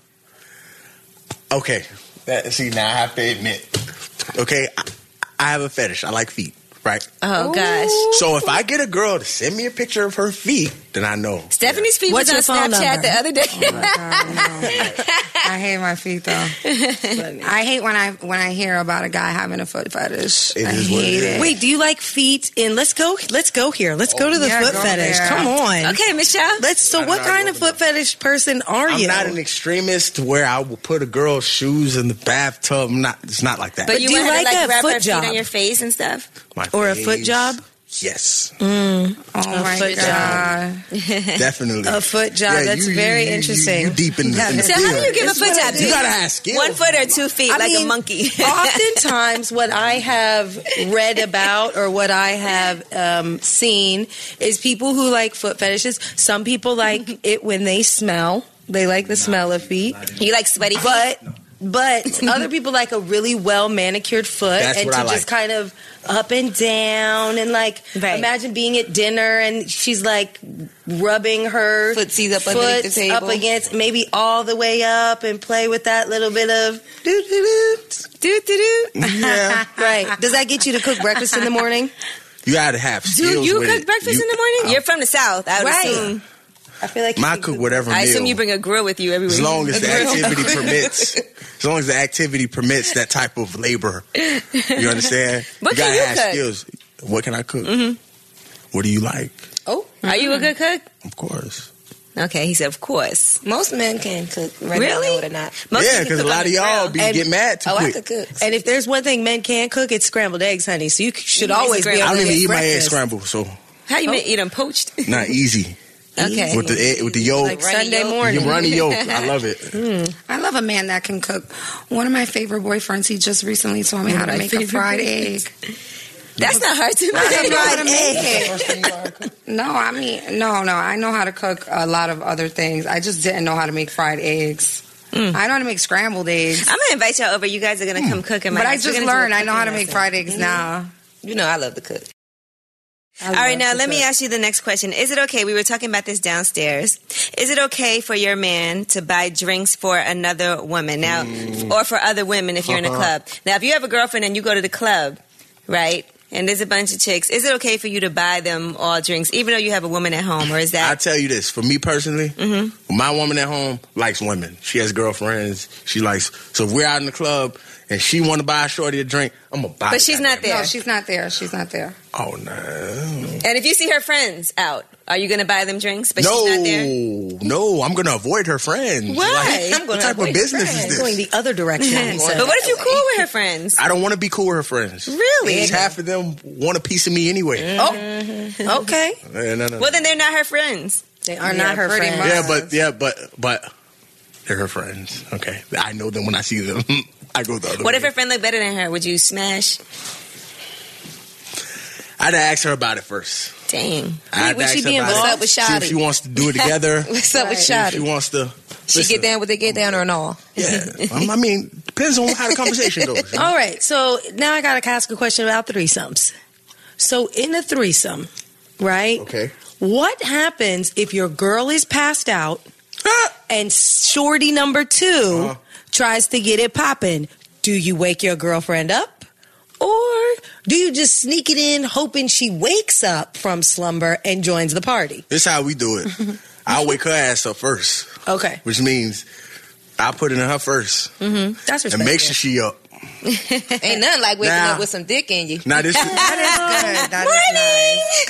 [SPEAKER 7] Okay, that, see now I have to admit. Okay, I, I have a fetish. I like feet, right?
[SPEAKER 9] Uh-huh.
[SPEAKER 1] oh gosh,
[SPEAKER 7] So if I get a girl to send me a picture of her feet, then I know.
[SPEAKER 1] Stephanie's feet
[SPEAKER 9] What's
[SPEAKER 1] was
[SPEAKER 9] your
[SPEAKER 1] on
[SPEAKER 9] phone
[SPEAKER 1] Snapchat
[SPEAKER 9] number?
[SPEAKER 1] the other day.
[SPEAKER 7] Oh,
[SPEAKER 6] I hate my feet though. I hate when I when I hear about a guy having a foot fetish.
[SPEAKER 7] It
[SPEAKER 6] I
[SPEAKER 7] is
[SPEAKER 6] hate
[SPEAKER 7] what it is.
[SPEAKER 6] it.
[SPEAKER 9] Wait, do you like feet? In let's go. Let's go here. Let's
[SPEAKER 7] Oh,
[SPEAKER 9] go to the
[SPEAKER 6] Yeah,
[SPEAKER 9] foot
[SPEAKER 6] go
[SPEAKER 9] fetish.
[SPEAKER 6] there.
[SPEAKER 9] Come on.
[SPEAKER 1] okay, Michelle.
[SPEAKER 9] Let's. So,
[SPEAKER 7] I'm
[SPEAKER 9] what
[SPEAKER 7] not
[SPEAKER 9] kind of
[SPEAKER 7] going
[SPEAKER 9] foot fetish person are
[SPEAKER 7] I'm
[SPEAKER 9] you?
[SPEAKER 7] not an extremist to where I will put a girl's shoes in the bathtub. I'm not. It's not like that.
[SPEAKER 1] but you
[SPEAKER 9] do you
[SPEAKER 1] want her to,
[SPEAKER 9] like
[SPEAKER 1] like
[SPEAKER 9] a
[SPEAKER 1] wrap
[SPEAKER 9] foot
[SPEAKER 1] her
[SPEAKER 9] job?
[SPEAKER 1] feet on your face and stuff.
[SPEAKER 7] My
[SPEAKER 9] or a foot
[SPEAKER 7] face-
[SPEAKER 9] job?
[SPEAKER 7] Yes,
[SPEAKER 6] Oh my
[SPEAKER 9] foot
[SPEAKER 6] god.
[SPEAKER 9] job.
[SPEAKER 7] definitely.
[SPEAKER 9] A foot job.
[SPEAKER 7] Yeah,
[SPEAKER 9] That's
[SPEAKER 7] you-
[SPEAKER 9] very
[SPEAKER 7] you- you-
[SPEAKER 9] interesting.
[SPEAKER 7] You deep in the, in the
[SPEAKER 1] So how do you
[SPEAKER 7] field.
[SPEAKER 1] give a foot job? Do
[SPEAKER 7] You gotta have skill.
[SPEAKER 1] One foot or two feet,
[SPEAKER 9] I
[SPEAKER 1] like a
[SPEAKER 9] mean,
[SPEAKER 1] monkey.
[SPEAKER 9] oftentimes, what I have read about or what I have um, seen is people who like foot fetishes. Some people like it when they smell. They like the smell of feet,
[SPEAKER 1] you like sweaty feet?
[SPEAKER 9] but. But other people like a really well manicured foot
[SPEAKER 7] That's
[SPEAKER 9] and
[SPEAKER 7] what
[SPEAKER 9] to
[SPEAKER 7] I
[SPEAKER 9] just
[SPEAKER 7] like.
[SPEAKER 9] kind of up and down and like
[SPEAKER 1] Right.
[SPEAKER 9] imagine being at dinner and she's like rubbing her
[SPEAKER 8] Footsies up underneath the
[SPEAKER 9] foots
[SPEAKER 8] table.
[SPEAKER 9] up against maybe all the way up and play with that little bit of doo doo doo doo doo doo.
[SPEAKER 7] Yeah.
[SPEAKER 9] Right. Does that get you to cook breakfast in the morning?
[SPEAKER 7] You gotta have
[SPEAKER 1] do
[SPEAKER 7] skills.
[SPEAKER 1] you
[SPEAKER 7] with
[SPEAKER 1] cook
[SPEAKER 7] it.
[SPEAKER 1] breakfast
[SPEAKER 7] You-
[SPEAKER 1] in the morning? You're from the south, I would
[SPEAKER 9] Right.
[SPEAKER 1] assume.
[SPEAKER 9] I feel like
[SPEAKER 7] my
[SPEAKER 9] you
[SPEAKER 7] cook
[SPEAKER 9] could-
[SPEAKER 7] whatever
[SPEAKER 1] I
[SPEAKER 7] meal.
[SPEAKER 1] assume you bring a grill with you everywhere.
[SPEAKER 7] as long as
[SPEAKER 1] A
[SPEAKER 7] the
[SPEAKER 1] grill.
[SPEAKER 7] activity permits, as long as the activity permits that type of labor, you understand.
[SPEAKER 1] What
[SPEAKER 7] you gotta
[SPEAKER 1] can you
[SPEAKER 7] have
[SPEAKER 1] cook? Mm-hmm.
[SPEAKER 7] skills. What can I cook? What do you like?
[SPEAKER 8] Oh,
[SPEAKER 1] Are you a good cook?
[SPEAKER 7] Of course.
[SPEAKER 1] Okay, he said, of course.
[SPEAKER 8] most men can cook. Whether
[SPEAKER 1] Really?
[SPEAKER 8] They know it or not.
[SPEAKER 1] Most
[SPEAKER 7] yeah,
[SPEAKER 1] people
[SPEAKER 7] because a
[SPEAKER 1] cook on
[SPEAKER 7] lot
[SPEAKER 1] the
[SPEAKER 7] of y'all
[SPEAKER 1] grill.
[SPEAKER 7] be
[SPEAKER 8] And-
[SPEAKER 7] get mad too
[SPEAKER 8] oh, I
[SPEAKER 7] quick.
[SPEAKER 8] could cook.
[SPEAKER 9] And if there's one thing men can cook, it's scrambled eggs, honey. So you c- should
[SPEAKER 1] Yes,
[SPEAKER 9] always be.
[SPEAKER 1] scrambled
[SPEAKER 7] I
[SPEAKER 9] able
[SPEAKER 7] don't
[SPEAKER 9] to
[SPEAKER 7] even
[SPEAKER 9] get
[SPEAKER 7] eat my egg
[SPEAKER 9] breakfast.
[SPEAKER 7] scrambled, so
[SPEAKER 1] How
[SPEAKER 6] Oh.
[SPEAKER 1] you mean eat them poached?
[SPEAKER 7] not easy.
[SPEAKER 1] Okay.
[SPEAKER 7] With the egg, with the yolk,
[SPEAKER 9] Like
[SPEAKER 8] Runny
[SPEAKER 9] Sunday
[SPEAKER 8] yolk.
[SPEAKER 7] you
[SPEAKER 9] morning.
[SPEAKER 7] runny yolk. I love it.
[SPEAKER 6] I love a man that can cook. One of my favorite boyfriends, he just recently taught me how to
[SPEAKER 1] my
[SPEAKER 6] make a
[SPEAKER 1] favorite
[SPEAKER 6] fried
[SPEAKER 1] boyfriends.
[SPEAKER 6] egg.
[SPEAKER 1] That's not hard to
[SPEAKER 6] I know how to
[SPEAKER 1] make.
[SPEAKER 6] make it. No, I mean, no, no. I know how to cook a lot of other things. I just didn't know how to make fried eggs. I know how to make scrambled eggs,
[SPEAKER 1] I'm gonna invite y'all over. You guys are gonna
[SPEAKER 7] Hmm.
[SPEAKER 1] come cook in my
[SPEAKER 6] but I
[SPEAKER 1] house. We're
[SPEAKER 6] just
[SPEAKER 1] gonna do a
[SPEAKER 6] learned I know how to
[SPEAKER 1] cooking
[SPEAKER 6] make
[SPEAKER 1] lesson.
[SPEAKER 6] fried eggs now.
[SPEAKER 8] You know, I love to cook.
[SPEAKER 1] All right, now let me ask you the next question. Is it okay? We were talking about this downstairs. Is it okay for your man to buy drinks for another woman now,
[SPEAKER 7] Hmm.
[SPEAKER 1] or for other women if you're
[SPEAKER 7] Uh-huh.
[SPEAKER 1] in a club? Now, if you have a girlfriend and you go to the club, right? And there's a bunch of chicks. Is it okay for you to buy them all drinks, even though you have a woman at home, or is
[SPEAKER 7] I
[SPEAKER 1] that
[SPEAKER 7] tell you this, for me personally,
[SPEAKER 1] Mm-hmm.
[SPEAKER 7] my woman at home likes women. She has girlfriends. She likes. So if we're out in the club and she want to buy a shorty a drink, I'm gonna buy.
[SPEAKER 1] But
[SPEAKER 7] the
[SPEAKER 1] she's not
[SPEAKER 7] goddamn-
[SPEAKER 6] No, she's not there. She's not there.
[SPEAKER 7] Oh no.
[SPEAKER 1] And if you see her friends out, are you going to buy them drinks? But she's not there.
[SPEAKER 7] No, no, I'm gonna avoid her friends.
[SPEAKER 1] Why?
[SPEAKER 7] Like,
[SPEAKER 1] I'm
[SPEAKER 7] what
[SPEAKER 1] gonna
[SPEAKER 7] type of
[SPEAKER 1] avoid
[SPEAKER 7] business
[SPEAKER 9] It's
[SPEAKER 7] is
[SPEAKER 9] going
[SPEAKER 7] this?
[SPEAKER 9] the other direction. he said.
[SPEAKER 1] but what if you're cool with her friends?
[SPEAKER 7] I don't want to be cool with her friends.
[SPEAKER 1] Really? Mm.
[SPEAKER 7] Half of them want a piece of me anyway.
[SPEAKER 9] Oh, okay.
[SPEAKER 7] Eh, no, no, no.
[SPEAKER 1] Well, then they're not her friends.
[SPEAKER 9] They
[SPEAKER 6] Yeah,
[SPEAKER 9] are not her
[SPEAKER 6] pretty
[SPEAKER 9] friends.
[SPEAKER 6] much.
[SPEAKER 7] Yeah, but yeah, but but they're her friends. Okay, I know them when I see them. I go the other.
[SPEAKER 1] What
[SPEAKER 7] way.
[SPEAKER 1] if her friend looked better than her? Would you smash?
[SPEAKER 7] I'd ask her about it first.
[SPEAKER 1] Dang.
[SPEAKER 7] I'd
[SPEAKER 9] would
[SPEAKER 7] ask
[SPEAKER 9] she
[SPEAKER 7] her
[SPEAKER 9] be
[SPEAKER 7] about
[SPEAKER 9] involved
[SPEAKER 7] it.
[SPEAKER 9] with
[SPEAKER 7] See if
[SPEAKER 9] Shotty?
[SPEAKER 7] she wants to do it together.
[SPEAKER 9] What's up with
[SPEAKER 7] She
[SPEAKER 9] Shotty?
[SPEAKER 7] wants to.
[SPEAKER 8] She
[SPEAKER 7] Listen,
[SPEAKER 8] get down with it, get down or no?
[SPEAKER 7] Yeah, Um, I mean, depends on how the conversation goes.
[SPEAKER 9] All right. So now I got to ask a question about threesomes. So in a threesome, right?
[SPEAKER 7] Okay.
[SPEAKER 9] What happens if your girl is passed out and shorty number 2
[SPEAKER 7] Uh-huh.
[SPEAKER 9] tries to get it popping? Do you wake your girlfriend up? Or do you just sneak it in hoping she wakes up from slumber and joins the party?
[SPEAKER 7] This is how we do it. I wake her ass up first,
[SPEAKER 9] Okay. Mm-hmm.
[SPEAKER 7] which means I put it in her first
[SPEAKER 9] That's
[SPEAKER 7] and
[SPEAKER 9] respectful.
[SPEAKER 7] make sure she up.
[SPEAKER 8] Ain't nothing like waking
[SPEAKER 7] Nah.
[SPEAKER 8] up with some dick in you.
[SPEAKER 7] Now this,
[SPEAKER 6] That is good. That is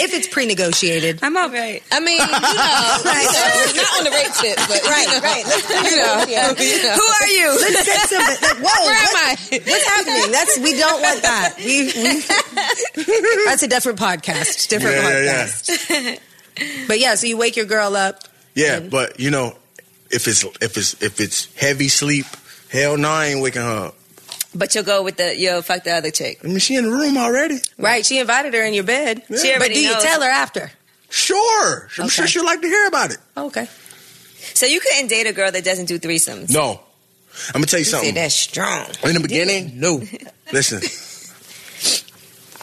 [SPEAKER 6] nice.
[SPEAKER 9] if it's pre-negotiated.
[SPEAKER 6] I'm okay.
[SPEAKER 8] I mean, you know, you know, not on the rape tip, but right, right. You know, you know.
[SPEAKER 1] Who are you?
[SPEAKER 9] Let's get some. Like, whoa,
[SPEAKER 8] Where am
[SPEAKER 9] what-
[SPEAKER 8] I?
[SPEAKER 9] What's happening? That's we don't want that. We, we- that's a different podcast. Different
[SPEAKER 7] Yeah, yeah,
[SPEAKER 9] podcast. But yeah, so you wake your girl up.
[SPEAKER 7] yeah, but you know, if it's if it's if it's heavy sleep, hell no, I ain't waking her up.
[SPEAKER 1] But you'll go with the you'll fuck the other chick.
[SPEAKER 7] I mean, she in the room already.
[SPEAKER 9] Right, she invited her in your bed.
[SPEAKER 1] She
[SPEAKER 9] But
[SPEAKER 1] already
[SPEAKER 9] do you
[SPEAKER 1] knows.
[SPEAKER 9] tell her after?
[SPEAKER 7] Sure, I'm sure
[SPEAKER 9] Okay.
[SPEAKER 7] she'll like to hear about it.
[SPEAKER 9] Okay.
[SPEAKER 1] So you couldn't date a girl that doesn't do threesomes.
[SPEAKER 7] No, I'm gonna tell you
[SPEAKER 8] See,
[SPEAKER 7] something.
[SPEAKER 8] that's strong.
[SPEAKER 7] In the beginning, no. Listen,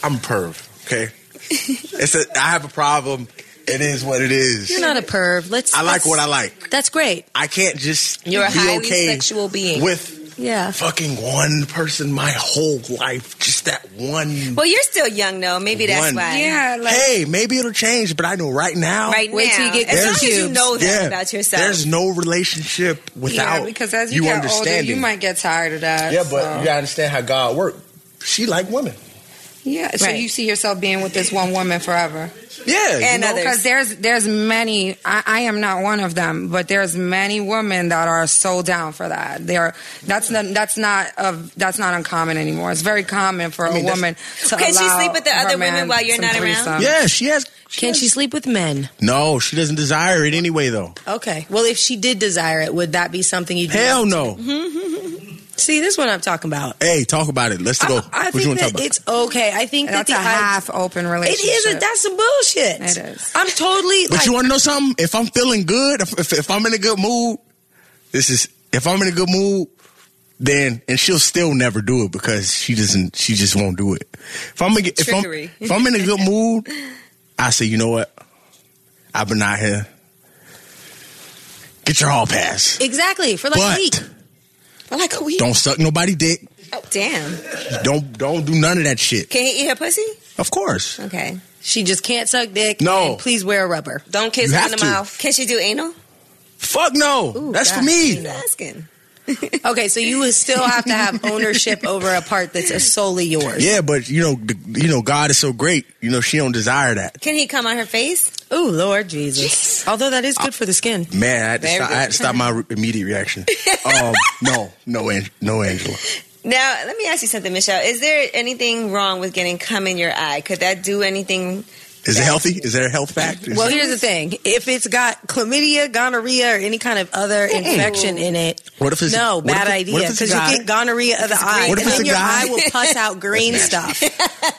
[SPEAKER 7] I'm a perv. Okay, it's a. I have a problem. It is what it
[SPEAKER 9] You're
[SPEAKER 7] is.
[SPEAKER 9] not a perv. Let's.
[SPEAKER 7] I like
[SPEAKER 9] let's-
[SPEAKER 7] what I like.
[SPEAKER 9] That's great.
[SPEAKER 7] I can't just
[SPEAKER 8] You're a
[SPEAKER 7] be
[SPEAKER 8] highly
[SPEAKER 7] okay
[SPEAKER 8] sexual being.
[SPEAKER 7] with
[SPEAKER 9] Yeah.
[SPEAKER 7] fucking one person my whole life. Just that one.
[SPEAKER 1] Well, you're still young though. Maybe that's
[SPEAKER 7] One.
[SPEAKER 1] why.
[SPEAKER 6] Yeah, like
[SPEAKER 7] hey, maybe it'll change, but I know right now.
[SPEAKER 1] Right
[SPEAKER 9] Wait
[SPEAKER 1] now,
[SPEAKER 9] till you get
[SPEAKER 1] as
[SPEAKER 9] the
[SPEAKER 1] long as you
[SPEAKER 9] cubes.
[SPEAKER 1] know that
[SPEAKER 7] yeah,
[SPEAKER 1] about yourself.
[SPEAKER 7] There's no relationship without
[SPEAKER 6] yeah, because as you, get older,
[SPEAKER 7] understanding.
[SPEAKER 6] you might get tired of that.
[SPEAKER 7] yeah, but
[SPEAKER 6] so.
[SPEAKER 7] you gotta understand how God worked. She like women.
[SPEAKER 6] yeah. So
[SPEAKER 1] Right.
[SPEAKER 6] you see yourself being with this one woman forever.
[SPEAKER 7] Yeah, you
[SPEAKER 1] And
[SPEAKER 7] know,
[SPEAKER 1] others.
[SPEAKER 6] because there's there's many I, I am not one of them but there's many women that are so down for that they are that's not that's not of that's not uncommon anymore it's very common for
[SPEAKER 7] mean,
[SPEAKER 6] a
[SPEAKER 7] that's-
[SPEAKER 6] woman to
[SPEAKER 1] Can she
[SPEAKER 6] allow
[SPEAKER 1] sleep with the
[SPEAKER 6] her
[SPEAKER 1] other women
[SPEAKER 6] man
[SPEAKER 1] while you're
[SPEAKER 6] some
[SPEAKER 1] not around?
[SPEAKER 6] threesome.
[SPEAKER 7] Yeah, she has.
[SPEAKER 9] Can she sleep with men?
[SPEAKER 7] No, she doesn't desire it anyway, though.
[SPEAKER 9] Okay. Well, if she did desire it, would that be something you'd? do?
[SPEAKER 7] Hell no.
[SPEAKER 9] hmm? See, this is what I'm talking about.
[SPEAKER 7] Hey, talk about it. Let's go.
[SPEAKER 9] I, I
[SPEAKER 7] what you want
[SPEAKER 9] think
[SPEAKER 7] to talk
[SPEAKER 9] that
[SPEAKER 7] about?
[SPEAKER 9] it's okay. I think
[SPEAKER 6] that's a
[SPEAKER 9] that the idea-
[SPEAKER 6] half open
[SPEAKER 9] It
[SPEAKER 6] relationship
[SPEAKER 9] is. A, that's some bullshit.
[SPEAKER 6] It is.
[SPEAKER 9] I'm totally.
[SPEAKER 7] But
[SPEAKER 9] like,
[SPEAKER 7] you want to know something? If I'm feeling good, if, if, if I'm in a good mood, this is. If I'm in a good mood, then and she'll still never do it because she doesn't. She just won't do it. If I'm a- if I'm,
[SPEAKER 1] Trickery.
[SPEAKER 7] if I'm in a good mood, I say, you know what? I've been out here. Get your hall pass,
[SPEAKER 9] exactly for like a week.
[SPEAKER 7] but
[SPEAKER 8] I like who we.
[SPEAKER 7] don't suck nobody dick.
[SPEAKER 1] oh, damn.
[SPEAKER 7] Don't don't do none of that shit.
[SPEAKER 1] Can he eat her pussy?
[SPEAKER 7] Of course.
[SPEAKER 1] Okay.
[SPEAKER 9] She just can't suck dick.
[SPEAKER 7] No.
[SPEAKER 9] and please wear a rubber.
[SPEAKER 10] Don't kiss
[SPEAKER 7] You
[SPEAKER 10] me in
[SPEAKER 7] have
[SPEAKER 10] the
[SPEAKER 7] to.
[SPEAKER 10] mouth.
[SPEAKER 1] Can she do anal?
[SPEAKER 7] Fuck no. That's for me.
[SPEAKER 1] Just asking.
[SPEAKER 9] Okay, so you would still have to have ownership over a part that's solely yours.
[SPEAKER 7] Yeah, but you know, the, you know, God is so great. You know, she don't desire that.
[SPEAKER 1] Can he come on her face?
[SPEAKER 9] Oh Lord Jesus! Although that is good for the skin.
[SPEAKER 7] Man, I had to,
[SPEAKER 1] Very
[SPEAKER 7] stop, I
[SPEAKER 1] good.
[SPEAKER 7] had to stop my re- immediate reaction. um, no, no, Ang- no, Angela.
[SPEAKER 1] Now, let me ask you something, Michelle. Is there anything wrong with getting cum in your eye? Could that do anything?
[SPEAKER 7] Is it healthy? Is there a health factor?
[SPEAKER 9] Well, here's the thing: if it's got chlamydia, gonorrhea, or any kind of other infection in it,
[SPEAKER 7] What if it's-
[SPEAKER 9] no
[SPEAKER 7] what if
[SPEAKER 9] bad
[SPEAKER 7] it-
[SPEAKER 9] idea
[SPEAKER 7] what if it's a
[SPEAKER 9] because you
[SPEAKER 7] guy?
[SPEAKER 9] get gonorrhea of the eye,
[SPEAKER 7] What if
[SPEAKER 9] and
[SPEAKER 7] it's
[SPEAKER 9] then
[SPEAKER 7] a
[SPEAKER 9] your
[SPEAKER 7] guy?
[SPEAKER 9] eye will puss out green stuff.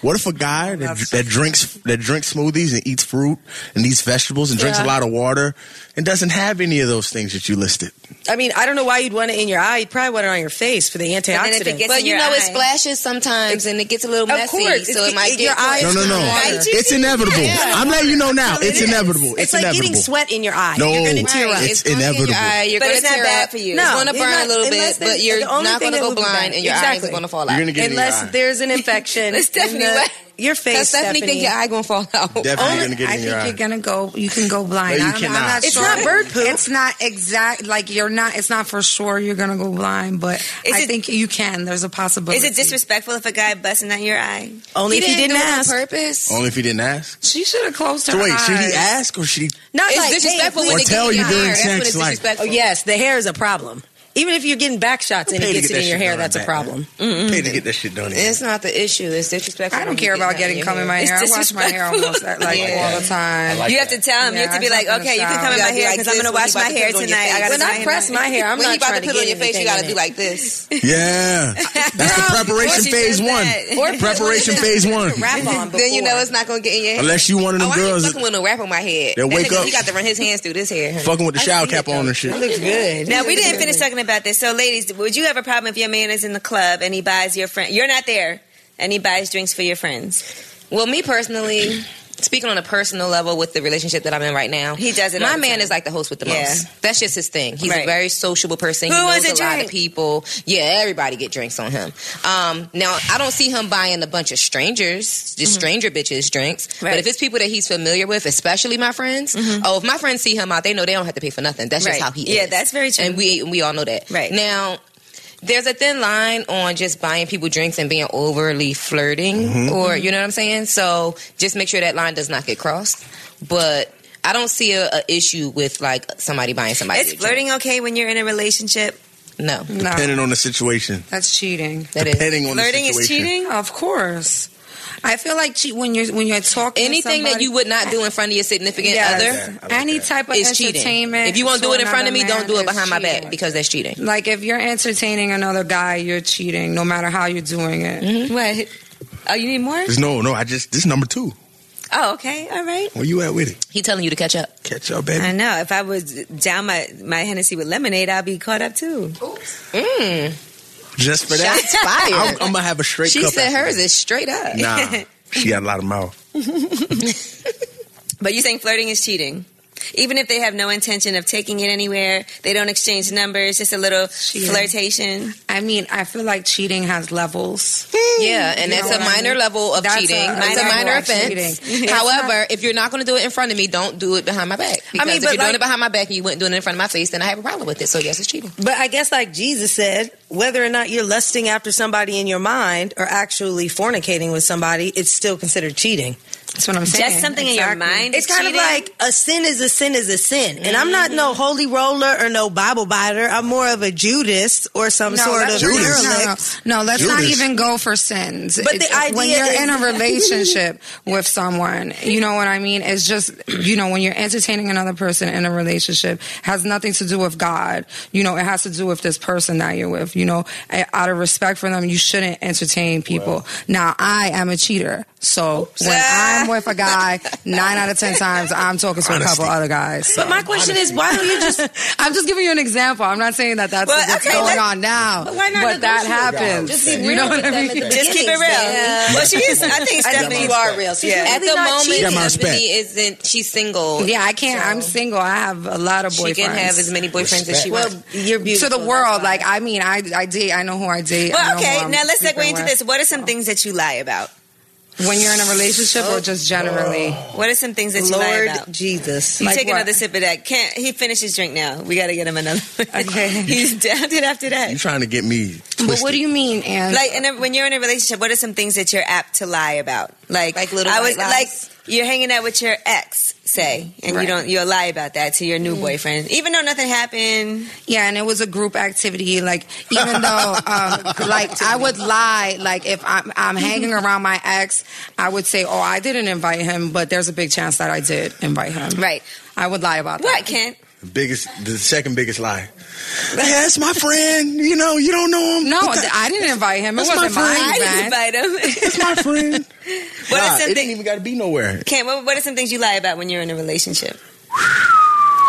[SPEAKER 7] what if a guy that, that drinks that drinks smoothies and eats fruit and eats vegetables and drinks a
[SPEAKER 9] Yeah.
[SPEAKER 7] lot of water and doesn't have any of those things that you listed?
[SPEAKER 9] I mean, I don't know why you'd want it in your eye. You'd probably want it on your face for the antioxidant.
[SPEAKER 1] if it gets-
[SPEAKER 10] But
[SPEAKER 1] in
[SPEAKER 10] you
[SPEAKER 1] your
[SPEAKER 10] know it
[SPEAKER 1] eye.
[SPEAKER 10] splashes sometimes and it gets a little
[SPEAKER 9] Of
[SPEAKER 10] messy,
[SPEAKER 9] course.
[SPEAKER 10] so
[SPEAKER 9] It's-
[SPEAKER 10] it might
[SPEAKER 9] it-
[SPEAKER 10] get
[SPEAKER 9] your eyes-
[SPEAKER 7] No, no, no.
[SPEAKER 9] Water.
[SPEAKER 7] It's inevitable. I'm letting you know now.
[SPEAKER 9] It
[SPEAKER 7] It's
[SPEAKER 9] is.
[SPEAKER 7] inevitable. It's,
[SPEAKER 9] It's, like
[SPEAKER 7] inevitable.
[SPEAKER 9] getting sweat in your eye.
[SPEAKER 7] No,
[SPEAKER 9] You're gonna tear up.
[SPEAKER 7] It's
[SPEAKER 10] gonna get in your
[SPEAKER 7] inevitable.
[SPEAKER 10] eye, You're
[SPEAKER 1] But
[SPEAKER 10] gonna
[SPEAKER 1] it's not
[SPEAKER 10] tear
[SPEAKER 1] bad
[SPEAKER 10] up.
[SPEAKER 1] for you.
[SPEAKER 10] It's
[SPEAKER 9] No,
[SPEAKER 10] gonna
[SPEAKER 9] it's
[SPEAKER 10] burn
[SPEAKER 9] not-
[SPEAKER 10] a little
[SPEAKER 9] unless
[SPEAKER 10] bit,
[SPEAKER 9] there's-
[SPEAKER 10] but you're
[SPEAKER 9] the only
[SPEAKER 10] not
[SPEAKER 9] thing
[SPEAKER 10] gonna
[SPEAKER 9] that
[SPEAKER 10] go
[SPEAKER 9] would be
[SPEAKER 10] blind
[SPEAKER 9] bad.
[SPEAKER 10] and your eyes
[SPEAKER 9] Exactly.
[SPEAKER 10] are gonna fall
[SPEAKER 7] You're
[SPEAKER 10] out.
[SPEAKER 7] gonna get in your
[SPEAKER 9] Unless
[SPEAKER 7] eye.
[SPEAKER 9] there's an infection,
[SPEAKER 10] Let's
[SPEAKER 9] in
[SPEAKER 10] Stephanie
[SPEAKER 9] the-
[SPEAKER 10] laugh.
[SPEAKER 9] your face,
[SPEAKER 10] Stephanie think your eye gonna fall out.
[SPEAKER 7] Definitely
[SPEAKER 6] Only-
[SPEAKER 7] gonna get
[SPEAKER 6] I
[SPEAKER 7] in your
[SPEAKER 6] think
[SPEAKER 7] eye.
[SPEAKER 6] you're gonna go. You can go blind.
[SPEAKER 7] No, you
[SPEAKER 6] I'm, I'm
[SPEAKER 7] cannot.
[SPEAKER 6] not
[SPEAKER 7] It's
[SPEAKER 6] sure.
[SPEAKER 9] not bird poop.
[SPEAKER 6] It's not exact. Like you're not. It's not for sure you're gonna go blind. But
[SPEAKER 1] Is
[SPEAKER 6] I
[SPEAKER 1] it-
[SPEAKER 6] think you can. There's a possibility.
[SPEAKER 1] Is it disrespectful if a guy busting out your eye?
[SPEAKER 9] Only if he didn't
[SPEAKER 10] do it on
[SPEAKER 9] ask.
[SPEAKER 10] purpose.
[SPEAKER 7] Only if he didn't ask.
[SPEAKER 6] She should have closed her
[SPEAKER 7] So wait, should he
[SPEAKER 6] eyes.
[SPEAKER 7] ask or should he?
[SPEAKER 9] Not
[SPEAKER 10] It's
[SPEAKER 9] like,
[SPEAKER 10] disrespectful
[SPEAKER 9] damn,
[SPEAKER 10] when
[SPEAKER 7] Or
[SPEAKER 10] they
[SPEAKER 7] tell
[SPEAKER 10] get in
[SPEAKER 7] you
[SPEAKER 10] your
[SPEAKER 7] during
[SPEAKER 10] hair. That's when
[SPEAKER 7] sex,
[SPEAKER 10] it's
[SPEAKER 7] like-
[SPEAKER 9] Oh
[SPEAKER 10] disrespectful.
[SPEAKER 9] yes, the hair is a problem. Even if you're getting back shots and
[SPEAKER 7] Pay
[SPEAKER 9] it
[SPEAKER 7] to
[SPEAKER 9] gets
[SPEAKER 7] get
[SPEAKER 9] it
[SPEAKER 7] that
[SPEAKER 9] in your
[SPEAKER 7] shit
[SPEAKER 9] hair,
[SPEAKER 7] done
[SPEAKER 9] that's a
[SPEAKER 7] back.
[SPEAKER 9] problem.
[SPEAKER 7] Pay to get that shit done.
[SPEAKER 10] It's not the issue. It's disrespectful.
[SPEAKER 6] I don't
[SPEAKER 10] when you
[SPEAKER 6] care
[SPEAKER 10] get
[SPEAKER 6] about
[SPEAKER 10] that
[SPEAKER 6] getting
[SPEAKER 10] your
[SPEAKER 6] cum in my hair. I wash my hair almost uh, like all the time.
[SPEAKER 7] like
[SPEAKER 1] you have to tell him. you
[SPEAKER 6] Yeah,
[SPEAKER 1] have to be
[SPEAKER 6] it's
[SPEAKER 1] like,
[SPEAKER 6] not gonna
[SPEAKER 1] okay, you can
[SPEAKER 6] sound-
[SPEAKER 1] come in my
[SPEAKER 6] You gotta be
[SPEAKER 1] hair
[SPEAKER 10] like
[SPEAKER 1] because
[SPEAKER 10] this
[SPEAKER 1] I'm gonna
[SPEAKER 10] when
[SPEAKER 1] wash
[SPEAKER 10] you
[SPEAKER 1] my
[SPEAKER 10] about to
[SPEAKER 1] hair
[SPEAKER 10] put it on your
[SPEAKER 1] tonight.
[SPEAKER 10] face.
[SPEAKER 1] I gotta
[SPEAKER 9] When
[SPEAKER 1] dye
[SPEAKER 9] I
[SPEAKER 1] my
[SPEAKER 9] press
[SPEAKER 1] hair.
[SPEAKER 9] my hair, I'm
[SPEAKER 10] when
[SPEAKER 9] not
[SPEAKER 10] you about
[SPEAKER 9] trying
[SPEAKER 10] to
[SPEAKER 9] to
[SPEAKER 10] put it on
[SPEAKER 9] get
[SPEAKER 10] your face, you
[SPEAKER 9] anything
[SPEAKER 10] gotta
[SPEAKER 9] in
[SPEAKER 10] be
[SPEAKER 9] it.
[SPEAKER 10] like this.
[SPEAKER 7] Yeah, that's the preparation
[SPEAKER 1] she
[SPEAKER 7] phase
[SPEAKER 1] does
[SPEAKER 7] one.
[SPEAKER 1] that.
[SPEAKER 9] Or put
[SPEAKER 7] Preparation
[SPEAKER 9] one-
[SPEAKER 7] phase one.
[SPEAKER 9] Wrap on
[SPEAKER 10] Then you know
[SPEAKER 9] before.
[SPEAKER 10] it's not gonna get in your hair.
[SPEAKER 7] Unless you one of
[SPEAKER 10] Oh,
[SPEAKER 7] them
[SPEAKER 10] I ain't
[SPEAKER 7] girls
[SPEAKER 10] fucking with no wrap on my head.
[SPEAKER 7] That wake
[SPEAKER 10] nigga,
[SPEAKER 7] up.
[SPEAKER 10] He got to run his hands through this hair.
[SPEAKER 7] fucking with the shower cap on and
[SPEAKER 10] It
[SPEAKER 7] shit.
[SPEAKER 10] looks good.
[SPEAKER 1] Now we didn't finish talking about this. So, ladies, would you have a problem if your man is in the club and he buys your friend? You're not there, and he buys drinks for your friends.
[SPEAKER 10] Well, me personally, speaking on a personal level with the relationship that I'm in right now,
[SPEAKER 1] He does it all
[SPEAKER 10] My
[SPEAKER 1] the
[SPEAKER 10] man
[SPEAKER 1] time.
[SPEAKER 10] is like the host with the
[SPEAKER 1] Yeah.
[SPEAKER 10] most. That's just his thing. He's
[SPEAKER 1] Right.
[SPEAKER 10] a very sociable person.
[SPEAKER 1] Who
[SPEAKER 10] he
[SPEAKER 1] wants
[SPEAKER 10] knows a
[SPEAKER 1] a
[SPEAKER 10] lot
[SPEAKER 1] drink?
[SPEAKER 10] of people. Yeah, everybody get drinks on him. Um, now I don't see him buying a bunch of strangers, just stranger bitches drinks.
[SPEAKER 1] Mm-hmm. Right. Mm-hmm.
[SPEAKER 10] But if it's people that he's familiar with, especially my friends, oh, if my friends see him out, they know they don't have to pay for nothing. That's
[SPEAKER 1] Right.
[SPEAKER 10] just how he
[SPEAKER 1] Yeah,
[SPEAKER 10] is.
[SPEAKER 1] that's very true.
[SPEAKER 10] And we and we all know that.
[SPEAKER 1] Right.
[SPEAKER 10] now. There's a thin line on just buying people drinks and being overly flirting, or you know what I'm saying. So just make sure that line does not get crossed. But I don't see a, a issue with like somebody buying somebody.
[SPEAKER 1] Is
[SPEAKER 10] a drink.
[SPEAKER 1] flirting okay when you're in a relationship?
[SPEAKER 10] No,
[SPEAKER 6] No,
[SPEAKER 7] Depending on the situation.
[SPEAKER 6] that's cheating.
[SPEAKER 10] that is
[SPEAKER 7] Depending on
[SPEAKER 1] Flirting
[SPEAKER 7] the
[SPEAKER 1] is
[SPEAKER 7] situation.
[SPEAKER 1] cheating.
[SPEAKER 6] Of course. I feel like che- when you're when you're talking to
[SPEAKER 10] anything that
[SPEAKER 6] somebody-
[SPEAKER 10] you would not do in front of your significant
[SPEAKER 6] Yes.
[SPEAKER 10] other
[SPEAKER 6] any type of
[SPEAKER 10] is cheating.
[SPEAKER 6] entertainment.
[SPEAKER 10] If you won't do
[SPEAKER 6] to
[SPEAKER 10] it in front of me,
[SPEAKER 6] another
[SPEAKER 10] don't do
[SPEAKER 6] man
[SPEAKER 10] it
[SPEAKER 6] is
[SPEAKER 10] behind my
[SPEAKER 6] cheating.
[SPEAKER 10] back because that's cheating.
[SPEAKER 6] Like if you're entertaining another guy, you're cheating, no matter how you're doing it.
[SPEAKER 10] Mm-hmm.
[SPEAKER 1] What? Oh, you need more?
[SPEAKER 7] There's no, no. I just this number two.
[SPEAKER 1] Oh, okay, all right.
[SPEAKER 7] Where you at with it?
[SPEAKER 10] He telling you to catch up.
[SPEAKER 7] Catch up,
[SPEAKER 1] I
[SPEAKER 7] baby.
[SPEAKER 1] know. If I was down my my Hennessy with lemonade, I'd be caught up too.
[SPEAKER 10] Mm.
[SPEAKER 7] Just for that,
[SPEAKER 10] Shots fired.
[SPEAKER 7] I'm, I'm gonna have a straight.
[SPEAKER 10] she
[SPEAKER 7] cup
[SPEAKER 10] said
[SPEAKER 7] after
[SPEAKER 10] hers
[SPEAKER 7] that.
[SPEAKER 10] is straight up.
[SPEAKER 7] Nah, she got a lot of mouth.
[SPEAKER 1] But you're saying flirting is cheating. Even if they have no intention of taking it anywhere, they don't exchange numbers, just a little
[SPEAKER 6] Cheating.
[SPEAKER 1] flirtation.
[SPEAKER 6] I mean, I feel like cheating has levels.
[SPEAKER 10] Yeah, and
[SPEAKER 6] You
[SPEAKER 10] that's
[SPEAKER 6] know
[SPEAKER 10] a
[SPEAKER 6] what I
[SPEAKER 10] minor
[SPEAKER 6] mean?
[SPEAKER 10] level of
[SPEAKER 6] That's a-
[SPEAKER 10] cheating.
[SPEAKER 6] a
[SPEAKER 10] That's a
[SPEAKER 6] level
[SPEAKER 10] minor
[SPEAKER 6] of
[SPEAKER 10] offense.
[SPEAKER 6] cheating. It's
[SPEAKER 10] However, if you're not going to do it in front of me, don't do it behind my back. Because
[SPEAKER 9] mean,
[SPEAKER 10] if
[SPEAKER 9] but
[SPEAKER 10] you're
[SPEAKER 9] like-
[SPEAKER 10] doing it behind my back and you wouldn't do it in front of my face, then I have a problem with it. So yes, it's cheating.
[SPEAKER 9] But I guess, like Jesus said, whether or not you're lusting after somebody in your mind or actually fornicating with somebody, it's still considered cheating.
[SPEAKER 6] That's what I'm saying.
[SPEAKER 1] Just something in your mind.
[SPEAKER 9] It's
[SPEAKER 1] is
[SPEAKER 9] kind
[SPEAKER 1] cheating?
[SPEAKER 9] of like a sin is a sin is a sin. And I'm not no holy roller or no Bible biter. I'm more of a Judas or some sort of
[SPEAKER 6] that's- no,
[SPEAKER 7] Judas.
[SPEAKER 6] No,
[SPEAKER 9] derelict.
[SPEAKER 6] no, no, let's not
[SPEAKER 7] Judas.
[SPEAKER 6] even go for sins.
[SPEAKER 9] But
[SPEAKER 6] It's- uh,
[SPEAKER 9] the idea
[SPEAKER 6] when you're
[SPEAKER 9] is-
[SPEAKER 6] in a relationship with someone, you know what I mean? It's just, you know, when you're entertaining another person in a relationship, has nothing to do with God. You know, it has to do with this person that you're with. You know, A- out of respect for them, you shouldn't entertain people. now, I am a cheater. So when I'm with a guy, nine out of ten times, I'm talking to a
[SPEAKER 7] Honesty.
[SPEAKER 6] couple other guys. So.
[SPEAKER 9] My question is, why don't you just
[SPEAKER 6] I'm just giving you an example. I'm not saying that that's
[SPEAKER 1] Well,
[SPEAKER 6] what's
[SPEAKER 1] okay,
[SPEAKER 6] going
[SPEAKER 1] let's-
[SPEAKER 6] on now, but,
[SPEAKER 1] why not
[SPEAKER 6] that
[SPEAKER 1] negotiate?
[SPEAKER 6] happens.
[SPEAKER 10] Just be
[SPEAKER 6] you
[SPEAKER 10] real
[SPEAKER 6] know what
[SPEAKER 10] with
[SPEAKER 6] I
[SPEAKER 10] them
[SPEAKER 6] mean?
[SPEAKER 10] at the
[SPEAKER 1] Just keep it real.
[SPEAKER 10] beginning, Steph.
[SPEAKER 1] Well, she is. I think
[SPEAKER 9] I
[SPEAKER 1] Stephanie.
[SPEAKER 9] think you are real? She's
[SPEAKER 1] Yeah.
[SPEAKER 9] really
[SPEAKER 10] At the
[SPEAKER 9] not
[SPEAKER 10] moment,
[SPEAKER 9] cheating.
[SPEAKER 7] got my respect.
[SPEAKER 10] Stephanie isn't. She's single.
[SPEAKER 6] Yeah, I can't. I'm single. I have a lot of boyfriends.
[SPEAKER 10] She can have as many boyfriends as she
[SPEAKER 7] Respect.
[SPEAKER 10] wants.
[SPEAKER 9] Well, you're
[SPEAKER 6] to
[SPEAKER 9] beautiful.
[SPEAKER 6] the world.
[SPEAKER 9] that's why.
[SPEAKER 6] Like I mean, I I date. I know who I date. I
[SPEAKER 1] Well,
[SPEAKER 6] know who
[SPEAKER 1] okay.
[SPEAKER 6] I'm
[SPEAKER 1] Now let's
[SPEAKER 6] sleeping
[SPEAKER 1] segue into
[SPEAKER 6] with.
[SPEAKER 1] this. What are some things that you lie about?
[SPEAKER 6] When you're in a relationship or just generally?
[SPEAKER 1] What are some things that you lie
[SPEAKER 8] Lord
[SPEAKER 1] about?
[SPEAKER 8] Jesus.
[SPEAKER 1] You
[SPEAKER 6] Like
[SPEAKER 1] take
[SPEAKER 6] what?
[SPEAKER 1] another sip of that. Can't he finish his drink now? We got to get him another.
[SPEAKER 6] Okay.
[SPEAKER 1] he's downed it after
[SPEAKER 7] You
[SPEAKER 1] that.
[SPEAKER 7] trying to get me twisted.
[SPEAKER 6] But what do you mean, and
[SPEAKER 1] Like, and then when you're in a relationship, what are some things that you're apt to lie about? Like,
[SPEAKER 8] Like little
[SPEAKER 1] I was
[SPEAKER 8] white
[SPEAKER 1] like,
[SPEAKER 8] lies?
[SPEAKER 1] you're hanging out with your ex, say, and you
[SPEAKER 6] Right.
[SPEAKER 1] don't, you'll lie about that to your new
[SPEAKER 8] Mm.
[SPEAKER 1] boyfriend, even though nothing happened.
[SPEAKER 6] Yeah, and it was a group activity. Like even though, um, like I would lie. Like if I'm, I'm hanging around my ex, I would say, "Oh, I didn't invite him," but there's a big chance that I did invite him.
[SPEAKER 1] Right.
[SPEAKER 6] I would lie about
[SPEAKER 1] What,
[SPEAKER 8] Uh,
[SPEAKER 6] that.
[SPEAKER 1] Kent?
[SPEAKER 7] The biggest, the second biggest lie. Yeah, it's my friend. You know, you don't know him.
[SPEAKER 6] No,
[SPEAKER 7] What the-
[SPEAKER 6] th- I didn't invite him. It
[SPEAKER 7] That's my
[SPEAKER 6] wasn't
[SPEAKER 7] friend.
[SPEAKER 6] my
[SPEAKER 1] I didn't
[SPEAKER 6] event.
[SPEAKER 1] invite him.
[SPEAKER 7] it's my friend.
[SPEAKER 1] What
[SPEAKER 7] nah,
[SPEAKER 1] are some
[SPEAKER 7] it didn't
[SPEAKER 1] things?
[SPEAKER 7] even got to be nowhere.
[SPEAKER 1] Kent, what, what are some things you lie about when you're in a relationship?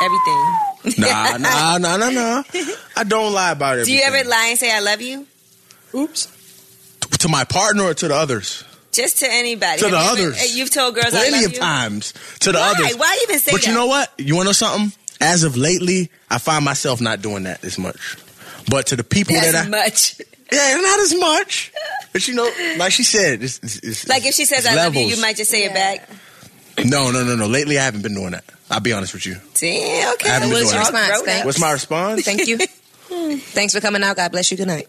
[SPEAKER 1] Everything.
[SPEAKER 7] Nah, nah, nah, nah, nah. I don't lie about it.
[SPEAKER 1] Do you ever lie and say I love you?
[SPEAKER 7] Oops. To my partner or to the others?
[SPEAKER 1] Just to anybody.
[SPEAKER 7] To the
[SPEAKER 1] Have you ever-
[SPEAKER 7] others.
[SPEAKER 1] you've told girls I
[SPEAKER 7] Plenty
[SPEAKER 1] love
[SPEAKER 7] of
[SPEAKER 1] you.
[SPEAKER 7] times to the
[SPEAKER 1] Why?
[SPEAKER 7] others.
[SPEAKER 1] Why even say
[SPEAKER 7] But you
[SPEAKER 1] that?
[SPEAKER 7] know what? You want to know something? As of lately, I find myself not doing that as much. But to the people
[SPEAKER 1] That's
[SPEAKER 7] that I,
[SPEAKER 1] much.
[SPEAKER 7] yeah, not as much. But you know, like she said, it's, it's, it's
[SPEAKER 1] Like if she says
[SPEAKER 7] it's
[SPEAKER 1] I love you,
[SPEAKER 7] levels.
[SPEAKER 1] you might just say it back.
[SPEAKER 7] No, no, no, no. Lately, I haven't been doing that. I'll be honest with you.
[SPEAKER 1] Damn, okay.
[SPEAKER 7] I haven't
[SPEAKER 8] What
[SPEAKER 7] been doing
[SPEAKER 8] was your
[SPEAKER 7] that.
[SPEAKER 1] Grown
[SPEAKER 8] response?
[SPEAKER 1] up.
[SPEAKER 8] Thank-
[SPEAKER 7] What's my response?
[SPEAKER 8] Thank you. Thanks for coming out. God bless you. Good night.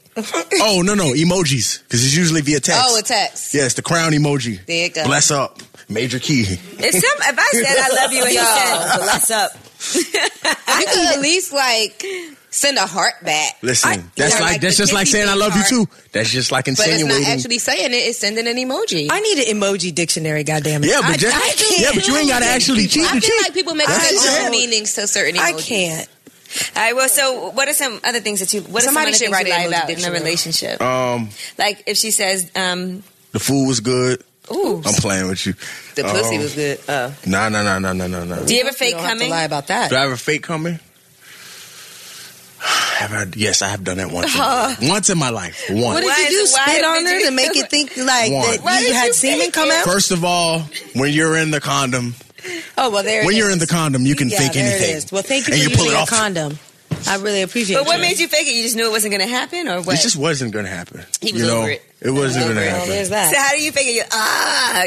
[SPEAKER 7] oh no, no emojis because it's usually via text.
[SPEAKER 8] Oh, a text.
[SPEAKER 7] Yes, the crown emoji.
[SPEAKER 8] There you go.
[SPEAKER 7] Bless up, major key.
[SPEAKER 1] If some if I said I love you and you
[SPEAKER 8] Yo.
[SPEAKER 1] said bless up.
[SPEAKER 8] You could at least like send a heart back.
[SPEAKER 7] Listen,
[SPEAKER 8] I-
[SPEAKER 7] that's
[SPEAKER 8] or,
[SPEAKER 7] like, that's
[SPEAKER 8] the
[SPEAKER 7] just like
[SPEAKER 8] kissy
[SPEAKER 7] saying I
[SPEAKER 8] thing
[SPEAKER 7] love you
[SPEAKER 8] heart,
[SPEAKER 7] too. That's just like
[SPEAKER 8] But it's
[SPEAKER 7] insinuating.
[SPEAKER 8] not actually saying it. It's sending an emoji.
[SPEAKER 9] I need an emoji dictionary, goddammit.
[SPEAKER 7] yeah, but
[SPEAKER 8] I-
[SPEAKER 7] just,
[SPEAKER 8] I can't.
[SPEAKER 7] yeah, but you ain't gotta actually cheat
[SPEAKER 8] I
[SPEAKER 7] to
[SPEAKER 8] feel
[SPEAKER 7] cheat.
[SPEAKER 8] like people make
[SPEAKER 7] That's
[SPEAKER 8] their
[SPEAKER 7] what she
[SPEAKER 8] own
[SPEAKER 7] said.
[SPEAKER 8] meanings to certain
[SPEAKER 9] I
[SPEAKER 8] emojis.
[SPEAKER 9] can't.
[SPEAKER 1] All right, well, so what are some other things that you what are some
[SPEAKER 8] Somebody
[SPEAKER 1] other
[SPEAKER 8] should
[SPEAKER 1] things
[SPEAKER 8] write
[SPEAKER 1] you
[SPEAKER 8] an emoji
[SPEAKER 1] lie about in a
[SPEAKER 8] dictionary.
[SPEAKER 1] relationship?
[SPEAKER 7] um,
[SPEAKER 1] Like if she says, um,
[SPEAKER 7] the food was good.
[SPEAKER 1] ooh.
[SPEAKER 7] I'm playing with you.
[SPEAKER 8] The pussy
[SPEAKER 7] Um,
[SPEAKER 8] was good. Oh.
[SPEAKER 7] Nah, nah, nah, nah, nah, nah, nah.
[SPEAKER 1] Do you ever fake
[SPEAKER 8] don't have to
[SPEAKER 1] coming?
[SPEAKER 8] lie about that.
[SPEAKER 7] Do I have a fake coming? Have I? Yes, I have done that once. in my life. once in my life. Once.
[SPEAKER 9] Uh-huh. What did
[SPEAKER 1] Why
[SPEAKER 9] you do?
[SPEAKER 1] is- why
[SPEAKER 9] Spit on
[SPEAKER 1] did
[SPEAKER 9] her
[SPEAKER 1] you
[SPEAKER 9] to make
[SPEAKER 1] do
[SPEAKER 9] it
[SPEAKER 1] it?
[SPEAKER 9] think like
[SPEAKER 7] Why? Why
[SPEAKER 9] that you
[SPEAKER 1] did
[SPEAKER 9] had
[SPEAKER 1] you
[SPEAKER 9] semen
[SPEAKER 1] think
[SPEAKER 9] come
[SPEAKER 1] it?
[SPEAKER 9] out?
[SPEAKER 7] First of all, when you're in the condom,
[SPEAKER 9] Oh well, there.
[SPEAKER 7] when
[SPEAKER 9] it
[SPEAKER 7] you're
[SPEAKER 9] is.
[SPEAKER 7] in the condom, you can
[SPEAKER 9] yeah,
[SPEAKER 7] fake
[SPEAKER 9] there
[SPEAKER 7] anything.
[SPEAKER 9] It is. Well, thank you
[SPEAKER 7] and
[SPEAKER 9] for
[SPEAKER 7] you pull it
[SPEAKER 9] using your
[SPEAKER 7] off.
[SPEAKER 9] condom. I really appreciate.
[SPEAKER 1] But what
[SPEAKER 9] you.
[SPEAKER 1] made you fake it? You just knew it wasn't gonna happen or what?
[SPEAKER 7] It just wasn't going to happen.
[SPEAKER 8] He was
[SPEAKER 7] you know,
[SPEAKER 8] over it.
[SPEAKER 7] wasn't going to
[SPEAKER 8] Well,
[SPEAKER 7] happen.
[SPEAKER 8] there's that.
[SPEAKER 1] so how do you fake it? You, ah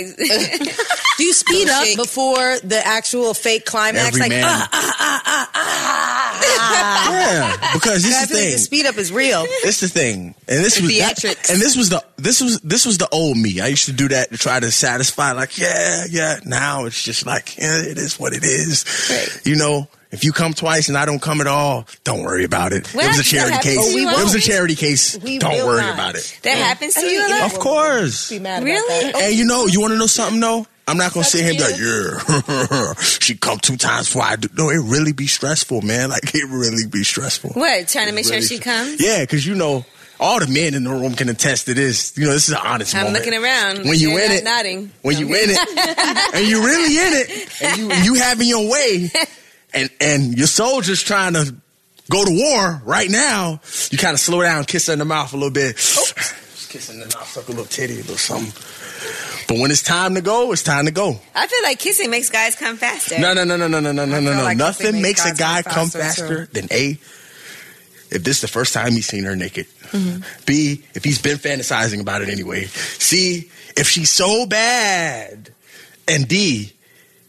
[SPEAKER 9] Do you speed up
[SPEAKER 8] Shake.
[SPEAKER 9] before the actual fake climax?
[SPEAKER 7] Every
[SPEAKER 9] like,
[SPEAKER 7] man.
[SPEAKER 9] ah, ah, ah, ah, ah, ah.
[SPEAKER 7] Yeah, because this
[SPEAKER 9] I
[SPEAKER 7] is the
[SPEAKER 9] feel like
[SPEAKER 7] thing.
[SPEAKER 9] the speed up is real.
[SPEAKER 7] It's the thing, and this
[SPEAKER 8] The
[SPEAKER 7] was that-
[SPEAKER 8] theatrics.
[SPEAKER 7] and this was the this was this was the old me. I used to do that to try to satisfy, like yeah, yeah. Now it's just like yeah, it is what it is.
[SPEAKER 8] Right.
[SPEAKER 7] You know, if you come twice and I don't come at all, don't worry about it.
[SPEAKER 1] Well,
[SPEAKER 7] it was a
[SPEAKER 1] that
[SPEAKER 7] charity
[SPEAKER 1] happens
[SPEAKER 7] case.
[SPEAKER 1] to you
[SPEAKER 7] it was a
[SPEAKER 1] all.
[SPEAKER 7] charity case.
[SPEAKER 9] We
[SPEAKER 7] don't
[SPEAKER 9] will
[SPEAKER 7] worry
[SPEAKER 9] not.
[SPEAKER 7] about it.
[SPEAKER 1] that happens to
[SPEAKER 9] And you
[SPEAKER 1] you.
[SPEAKER 9] know-
[SPEAKER 7] Of course.
[SPEAKER 9] Be mad about
[SPEAKER 1] Really?
[SPEAKER 9] that.
[SPEAKER 7] And you know, you want to know something though? I'm not gonna
[SPEAKER 9] That's
[SPEAKER 7] sit here and be like, yeah, she come two times before I do. No, it really be stressful, man. Like it really be stressful.
[SPEAKER 1] What? Trying to
[SPEAKER 7] It's
[SPEAKER 1] make sure
[SPEAKER 7] really
[SPEAKER 1] she
[SPEAKER 7] str-
[SPEAKER 1] comes?
[SPEAKER 7] Yeah, because you know, all the men in the room can attest to this. You know, this is an honest
[SPEAKER 1] I'm
[SPEAKER 7] moment.
[SPEAKER 1] looking around.
[SPEAKER 7] when you
[SPEAKER 1] You're
[SPEAKER 7] in
[SPEAKER 1] not
[SPEAKER 7] it,
[SPEAKER 1] nodding.
[SPEAKER 7] when you in it, and you really in it, and you you having your way, and and your soldiers trying to go to war right now. You kind of slow down, kiss her in the mouth a little bit.
[SPEAKER 1] Oh.
[SPEAKER 7] Just kiss her in the mouth, suck a little titty, a little something. But when it's time to go, it's time to go.
[SPEAKER 1] I feel like kissing makes guys come faster.
[SPEAKER 7] No, no, no, no, no, no, no, no,
[SPEAKER 6] feel
[SPEAKER 7] no.
[SPEAKER 6] like
[SPEAKER 7] Nothing
[SPEAKER 6] something
[SPEAKER 7] makes
[SPEAKER 6] makes
[SPEAKER 7] a guy
[SPEAKER 6] guys
[SPEAKER 7] come
[SPEAKER 6] come
[SPEAKER 7] faster
[SPEAKER 6] faster,
[SPEAKER 7] than A, if this is the first time he's seen her naked. B, if he's been fantasizing about it anyway. C, if she's so bad. And D,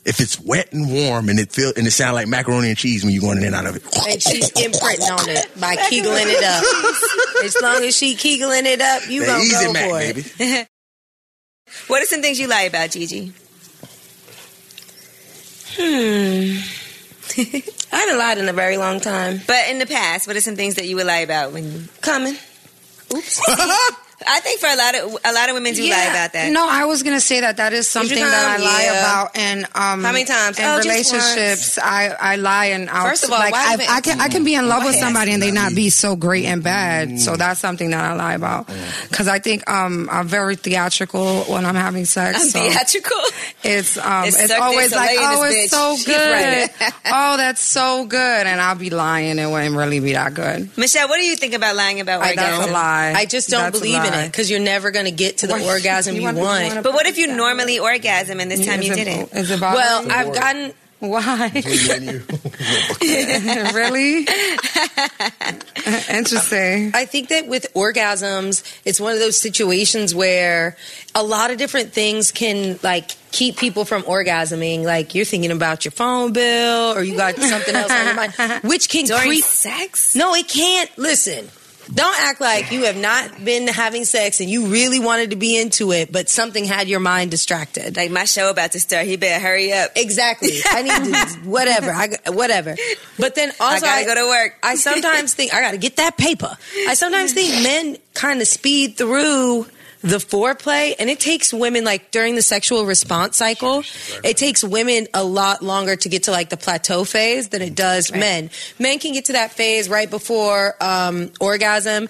[SPEAKER 7] if it's wet and warm and it feel and it sound like macaroni and cheese when you're going in and out of it.
[SPEAKER 9] And she's imprinting on it by kegeling it up. As long as she kegeling it up, you
[SPEAKER 7] That
[SPEAKER 9] gonna
[SPEAKER 7] easy
[SPEAKER 9] go
[SPEAKER 7] mac,
[SPEAKER 9] for
[SPEAKER 7] baby.
[SPEAKER 9] it.
[SPEAKER 1] What are some things you lie about, Gigi? Hmm.
[SPEAKER 8] I haven't lied in a very long time.
[SPEAKER 1] But in the past, what are some things that you would lie about when you?
[SPEAKER 8] Coming.
[SPEAKER 1] I think for a lot of a lot of women do lie about that.
[SPEAKER 6] No, I was gonna say that that is something that I
[SPEAKER 8] come,
[SPEAKER 6] lie
[SPEAKER 8] yeah.
[SPEAKER 6] about, and um,
[SPEAKER 8] How many times?
[SPEAKER 6] in
[SPEAKER 8] Oh, just
[SPEAKER 6] relationships? I I lie and out.
[SPEAKER 8] First of all,
[SPEAKER 6] like
[SPEAKER 8] why
[SPEAKER 6] I,
[SPEAKER 8] even-
[SPEAKER 6] I can I can be in love
[SPEAKER 8] Why
[SPEAKER 6] with somebody and they
[SPEAKER 7] asking
[SPEAKER 6] not
[SPEAKER 7] me?
[SPEAKER 6] be so great and bad. So that's something that I lie about because I think um I'm very theatrical when I'm having sex.
[SPEAKER 1] I'm
[SPEAKER 6] so.
[SPEAKER 1] theatrical.
[SPEAKER 6] It's um,
[SPEAKER 1] It's
[SPEAKER 6] it's,
[SPEAKER 1] suck
[SPEAKER 6] always
[SPEAKER 1] dicks,
[SPEAKER 6] like,
[SPEAKER 1] Elaine
[SPEAKER 6] oh,
[SPEAKER 1] is
[SPEAKER 6] it's
[SPEAKER 1] bitch.
[SPEAKER 6] so
[SPEAKER 1] She's
[SPEAKER 6] good.
[SPEAKER 1] right.
[SPEAKER 6] oh, that's so good, and I'll be lying. It wouldn't really be that good.
[SPEAKER 1] Michelle, what do you think about lying about
[SPEAKER 6] I,
[SPEAKER 1] orgasm?
[SPEAKER 6] that's a lie.
[SPEAKER 9] I just don't
[SPEAKER 6] That's a
[SPEAKER 9] believe in
[SPEAKER 6] lie.
[SPEAKER 9] it because you're never gonna get to the
[SPEAKER 6] Why-
[SPEAKER 9] orgasm you,
[SPEAKER 6] wanna-
[SPEAKER 9] want.
[SPEAKER 6] wanna-
[SPEAKER 1] But what if you normally orgasm and this time
[SPEAKER 6] Is
[SPEAKER 1] you
[SPEAKER 6] it-
[SPEAKER 1] didn't?
[SPEAKER 6] Is it bothering
[SPEAKER 9] well,
[SPEAKER 6] you?
[SPEAKER 9] I've gotten
[SPEAKER 6] why?
[SPEAKER 7] Between you and you.
[SPEAKER 6] really? Interesting.
[SPEAKER 10] I think that with orgasms, it's one of those situations where a lot of different things can like keep people from orgasming. Like you're thinking about your phone bill or you got something else on your mind, which can
[SPEAKER 1] During
[SPEAKER 10] creep.
[SPEAKER 1] sex?
[SPEAKER 10] No, it can't. Listen. Don't act like you have not been having sex and you really wanted to be into it, but something had your mind distracted.
[SPEAKER 1] Like my show about to start. He better hurry up.
[SPEAKER 10] Exactly. I need to, whatever. I g- whatever. But then also
[SPEAKER 1] I gotta go to work.
[SPEAKER 10] I sometimes think I gotta get that paper. I sometimes think men kind of speed through the foreplay, and it takes women like during the sexual response cycle, it takes women a lot longer to get to like the plateau phase than it does men. Men can get to that phase right before um, orgasm.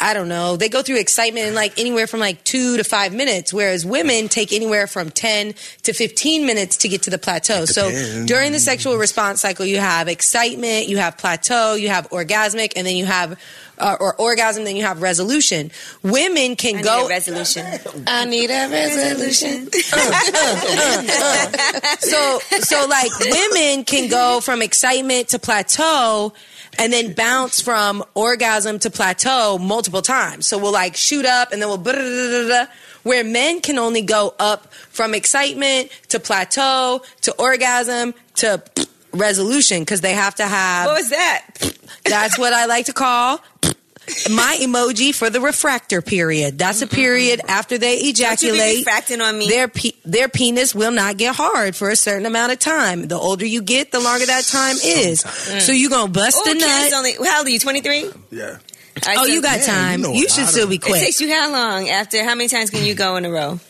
[SPEAKER 10] I don't know. They go through excitement in like anywhere from like two to five minutes, whereas women take anywhere from ten to fifteen minutes to get to the plateau. So
[SPEAKER 7] depends.
[SPEAKER 10] during during the sexual response cycle, you have excitement, you have plateau, you have orgasmic, and then you have uh, or orgasm, then you have resolution. Women can
[SPEAKER 1] I
[SPEAKER 10] go
[SPEAKER 1] need a resolution. Uh,
[SPEAKER 9] I need a resolution.
[SPEAKER 10] so so like women can go from excitement to plateau and then bounce from orgasm to plateau multiple times. So we'll like shoot up and then we'll blah, blah, blah, blah, blah, where men can only go up from excitement to plateau to orgasm to resolution because they have to have
[SPEAKER 1] What was that?
[SPEAKER 10] That's what I like to call my emoji for the refractor period. That's a period after they
[SPEAKER 1] you be
[SPEAKER 10] ejaculate.
[SPEAKER 1] refracting on me.
[SPEAKER 10] Their pe- their penis will not get hard for a certain amount of time. The older you get, the longer that time is. So you gonna bust
[SPEAKER 1] Oh,
[SPEAKER 10] a
[SPEAKER 1] Kenny's
[SPEAKER 10] nut.
[SPEAKER 1] only. How old are you? Twenty three.
[SPEAKER 7] Yeah.
[SPEAKER 10] oh, you got
[SPEAKER 7] Yeah,
[SPEAKER 10] time.
[SPEAKER 7] you
[SPEAKER 10] You,
[SPEAKER 7] know a
[SPEAKER 10] should
[SPEAKER 7] lot
[SPEAKER 10] still
[SPEAKER 7] of-
[SPEAKER 10] be
[SPEAKER 1] It
[SPEAKER 10] quick.
[SPEAKER 1] takes you how long? After how many times can you go in a row?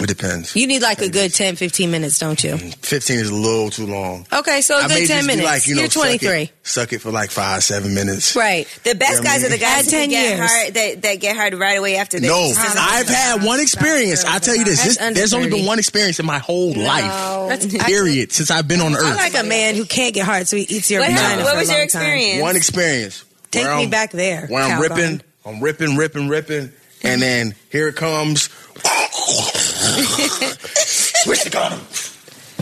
[SPEAKER 7] It depends.
[SPEAKER 10] you need like a good 10, 15 minutes, don't you?
[SPEAKER 7] 15 is a little too long.
[SPEAKER 10] Okay, so a
[SPEAKER 7] Mm-hmm. I may
[SPEAKER 10] Oh, good
[SPEAKER 7] just
[SPEAKER 10] ten
[SPEAKER 7] be
[SPEAKER 10] minutes.
[SPEAKER 7] Like, you know,
[SPEAKER 10] are twenty
[SPEAKER 7] Suck
[SPEAKER 10] three,
[SPEAKER 7] it, suck it for like five, seven minutes.
[SPEAKER 10] right?
[SPEAKER 1] The best
[SPEAKER 7] Yeah,
[SPEAKER 1] guys
[SPEAKER 7] I mean-
[SPEAKER 1] are the guys
[SPEAKER 10] Add
[SPEAKER 1] that
[SPEAKER 10] 10
[SPEAKER 1] get
[SPEAKER 10] years.
[SPEAKER 1] hard. That, that get hard right away after. They
[SPEAKER 7] No,
[SPEAKER 1] just-
[SPEAKER 7] I've had one experience. I'll tell you this.
[SPEAKER 10] That's
[SPEAKER 7] this
[SPEAKER 10] under
[SPEAKER 7] there's only
[SPEAKER 10] 30.
[SPEAKER 7] been one experience in my whole life. Period. Since I've been on earth.
[SPEAKER 10] I like a man who can't get hard, so he eats your
[SPEAKER 1] What,
[SPEAKER 10] vagina
[SPEAKER 1] happened?
[SPEAKER 10] for
[SPEAKER 1] what
[SPEAKER 10] a
[SPEAKER 1] was your
[SPEAKER 10] long time.
[SPEAKER 1] experience?
[SPEAKER 7] One experience.
[SPEAKER 10] Take
[SPEAKER 7] where
[SPEAKER 10] me
[SPEAKER 7] I'm-
[SPEAKER 10] back there,
[SPEAKER 7] Where I'm
[SPEAKER 10] Calgon.
[SPEAKER 7] ripping, I'm ripping, ripping, ripping, and then here it comes. Switch the condom.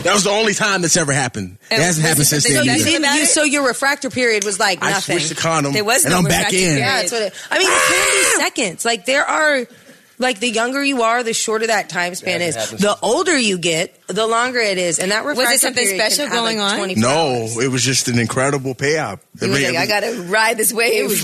[SPEAKER 7] That was the only time that's ever happened. It
[SPEAKER 1] And
[SPEAKER 7] hasn't
[SPEAKER 1] was
[SPEAKER 7] happened
[SPEAKER 1] it
[SPEAKER 7] since
[SPEAKER 1] the
[SPEAKER 7] then.
[SPEAKER 1] thing
[SPEAKER 10] You
[SPEAKER 1] Nothing
[SPEAKER 7] either.
[SPEAKER 10] didn't-
[SPEAKER 1] about
[SPEAKER 10] you-
[SPEAKER 1] it?
[SPEAKER 10] so your refractor period was like
[SPEAKER 7] I
[SPEAKER 10] nothing.
[SPEAKER 7] switched the condom,
[SPEAKER 1] There was
[SPEAKER 7] and
[SPEAKER 1] no
[SPEAKER 7] I'm back
[SPEAKER 1] refractory
[SPEAKER 7] in.
[SPEAKER 1] period.
[SPEAKER 10] Yeah, that's what it. I mean, it can be seconds. Like there are, like the younger you are, the shorter that time span
[SPEAKER 7] Yeah, it
[SPEAKER 10] is.
[SPEAKER 7] happens.
[SPEAKER 10] The older you get, the longer it is, and that refractor
[SPEAKER 1] something
[SPEAKER 10] period can
[SPEAKER 1] special
[SPEAKER 10] have, like,
[SPEAKER 1] going on?
[SPEAKER 10] 24
[SPEAKER 7] No,
[SPEAKER 10] hours.
[SPEAKER 7] it was just an incredible payout. I
[SPEAKER 1] You was
[SPEAKER 7] mean,
[SPEAKER 1] like, I gotta ride this wave.
[SPEAKER 10] it was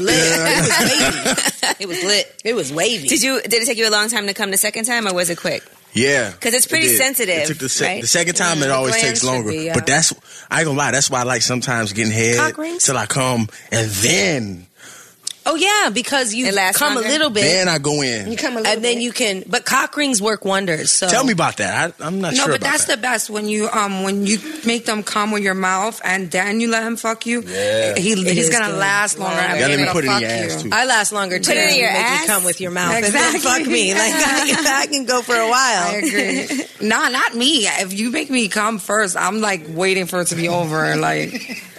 [SPEAKER 10] lit.
[SPEAKER 1] It was lit.
[SPEAKER 10] It was wavy.
[SPEAKER 1] Did you? Did it take you a long time to come the second time, or was it quick?
[SPEAKER 7] Yeah,
[SPEAKER 1] 'Cause it's pretty
[SPEAKER 7] It did.
[SPEAKER 1] sensitive,
[SPEAKER 7] It took the, se-
[SPEAKER 1] right?
[SPEAKER 7] the second time it
[SPEAKER 10] the
[SPEAKER 7] always
[SPEAKER 10] glands
[SPEAKER 7] takes
[SPEAKER 10] should
[SPEAKER 7] longer.
[SPEAKER 10] be, yeah.
[SPEAKER 7] But that's I ain't gonna lie. That's why I like sometimes getting head
[SPEAKER 10] Cock rings?
[SPEAKER 7] till I come, and then
[SPEAKER 10] oh yeah, because you
[SPEAKER 1] It lasts
[SPEAKER 10] come
[SPEAKER 1] longer?
[SPEAKER 10] a little bit,
[SPEAKER 7] then I go in.
[SPEAKER 10] and then you can. But cock rings work wonders. So
[SPEAKER 7] Tell me about that. I, I'm not
[SPEAKER 6] No,
[SPEAKER 7] sure.
[SPEAKER 6] but
[SPEAKER 7] about
[SPEAKER 6] that's
[SPEAKER 7] that.
[SPEAKER 6] the best when you um when you make them come with your mouth and then you let him fuck you.
[SPEAKER 7] Yeah.
[SPEAKER 6] He, he's
[SPEAKER 10] is
[SPEAKER 6] gonna
[SPEAKER 10] good.
[SPEAKER 6] last longer.
[SPEAKER 1] Longer.
[SPEAKER 6] and
[SPEAKER 1] Gotta
[SPEAKER 6] he's
[SPEAKER 1] even
[SPEAKER 6] gonna
[SPEAKER 7] put it in
[SPEAKER 6] fuck
[SPEAKER 7] your ass,
[SPEAKER 6] you.
[SPEAKER 7] too.
[SPEAKER 10] I last longer too.
[SPEAKER 1] it in
[SPEAKER 10] You
[SPEAKER 1] your
[SPEAKER 10] make
[SPEAKER 1] ass?
[SPEAKER 10] me come with your mouth
[SPEAKER 6] Exactly.
[SPEAKER 10] and then fuck me. Like I, I can go for a while.
[SPEAKER 6] I agree. no, not me. If you make me come first, I'm like waiting for it to be over. Like,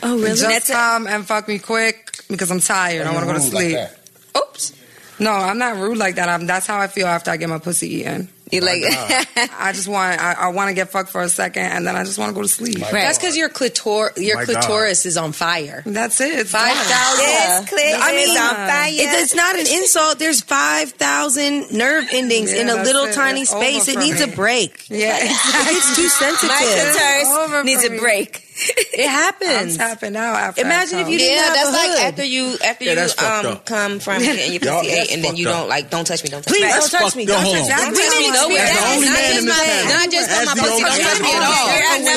[SPEAKER 10] Oh really?
[SPEAKER 6] just come and fuck me quick because I'm tired. I want to go to sleep. Oops. No, I'm not rude like that. I'm, that's how I feel after I get my pussy eaten.
[SPEAKER 1] You like?
[SPEAKER 6] I just want I, I want to get fucked for a second and then I just want to go to sleep.
[SPEAKER 10] That's because your clitor your
[SPEAKER 7] My God.
[SPEAKER 10] clitoris is on fire.
[SPEAKER 6] That's it. It's
[SPEAKER 10] Five
[SPEAKER 6] done.
[SPEAKER 10] thousand.
[SPEAKER 1] clip
[SPEAKER 10] I mean,
[SPEAKER 1] is on fire.
[SPEAKER 10] it- it's not an insult. There's five thousand nerve endings
[SPEAKER 6] Yeah,
[SPEAKER 10] in a
[SPEAKER 6] that's
[SPEAKER 10] little
[SPEAKER 6] it.
[SPEAKER 10] tiny
[SPEAKER 6] It's
[SPEAKER 10] space.
[SPEAKER 6] over
[SPEAKER 10] It
[SPEAKER 6] for
[SPEAKER 10] needs
[SPEAKER 6] me.
[SPEAKER 10] a break.
[SPEAKER 6] Yeah, exactly.
[SPEAKER 10] It's too
[SPEAKER 1] My
[SPEAKER 10] sensitive.
[SPEAKER 1] clitoris
[SPEAKER 6] over
[SPEAKER 1] needs
[SPEAKER 6] for
[SPEAKER 1] a
[SPEAKER 6] me.
[SPEAKER 1] break.
[SPEAKER 10] It
[SPEAKER 6] I'm
[SPEAKER 10] happens.
[SPEAKER 6] tapping out. After
[SPEAKER 10] Imagine
[SPEAKER 6] I
[SPEAKER 10] if you didn't
[SPEAKER 9] Yeah,
[SPEAKER 10] have
[SPEAKER 9] that's
[SPEAKER 10] a hood.
[SPEAKER 9] like after you after
[SPEAKER 7] Yeah, that's fucked
[SPEAKER 9] you um
[SPEAKER 7] up.
[SPEAKER 9] come from getting your
[SPEAKER 7] Y'all-
[SPEAKER 9] pussy
[SPEAKER 7] that's
[SPEAKER 9] ate and then you
[SPEAKER 7] fucked up.
[SPEAKER 9] don't like don't touch me, don't touch
[SPEAKER 10] Please
[SPEAKER 9] me.
[SPEAKER 10] don't
[SPEAKER 7] That's
[SPEAKER 10] touch
[SPEAKER 7] fucked
[SPEAKER 10] me.
[SPEAKER 7] up.
[SPEAKER 10] Don't
[SPEAKER 7] Hold on.
[SPEAKER 10] touch me. Don't
[SPEAKER 6] That's
[SPEAKER 10] touch me.
[SPEAKER 6] how
[SPEAKER 10] Nowhere.
[SPEAKER 6] it's
[SPEAKER 7] That's the only
[SPEAKER 10] Not
[SPEAKER 7] man
[SPEAKER 10] just
[SPEAKER 7] in this
[SPEAKER 10] my-
[SPEAKER 7] family.
[SPEAKER 10] Not just on
[SPEAKER 7] That's
[SPEAKER 10] my
[SPEAKER 7] the
[SPEAKER 10] pussy.
[SPEAKER 7] only
[SPEAKER 10] Don't
[SPEAKER 7] man
[SPEAKER 10] touch me
[SPEAKER 7] in
[SPEAKER 10] at
[SPEAKER 7] this
[SPEAKER 10] all.
[SPEAKER 7] family.
[SPEAKER 10] Don't
[SPEAKER 1] Don't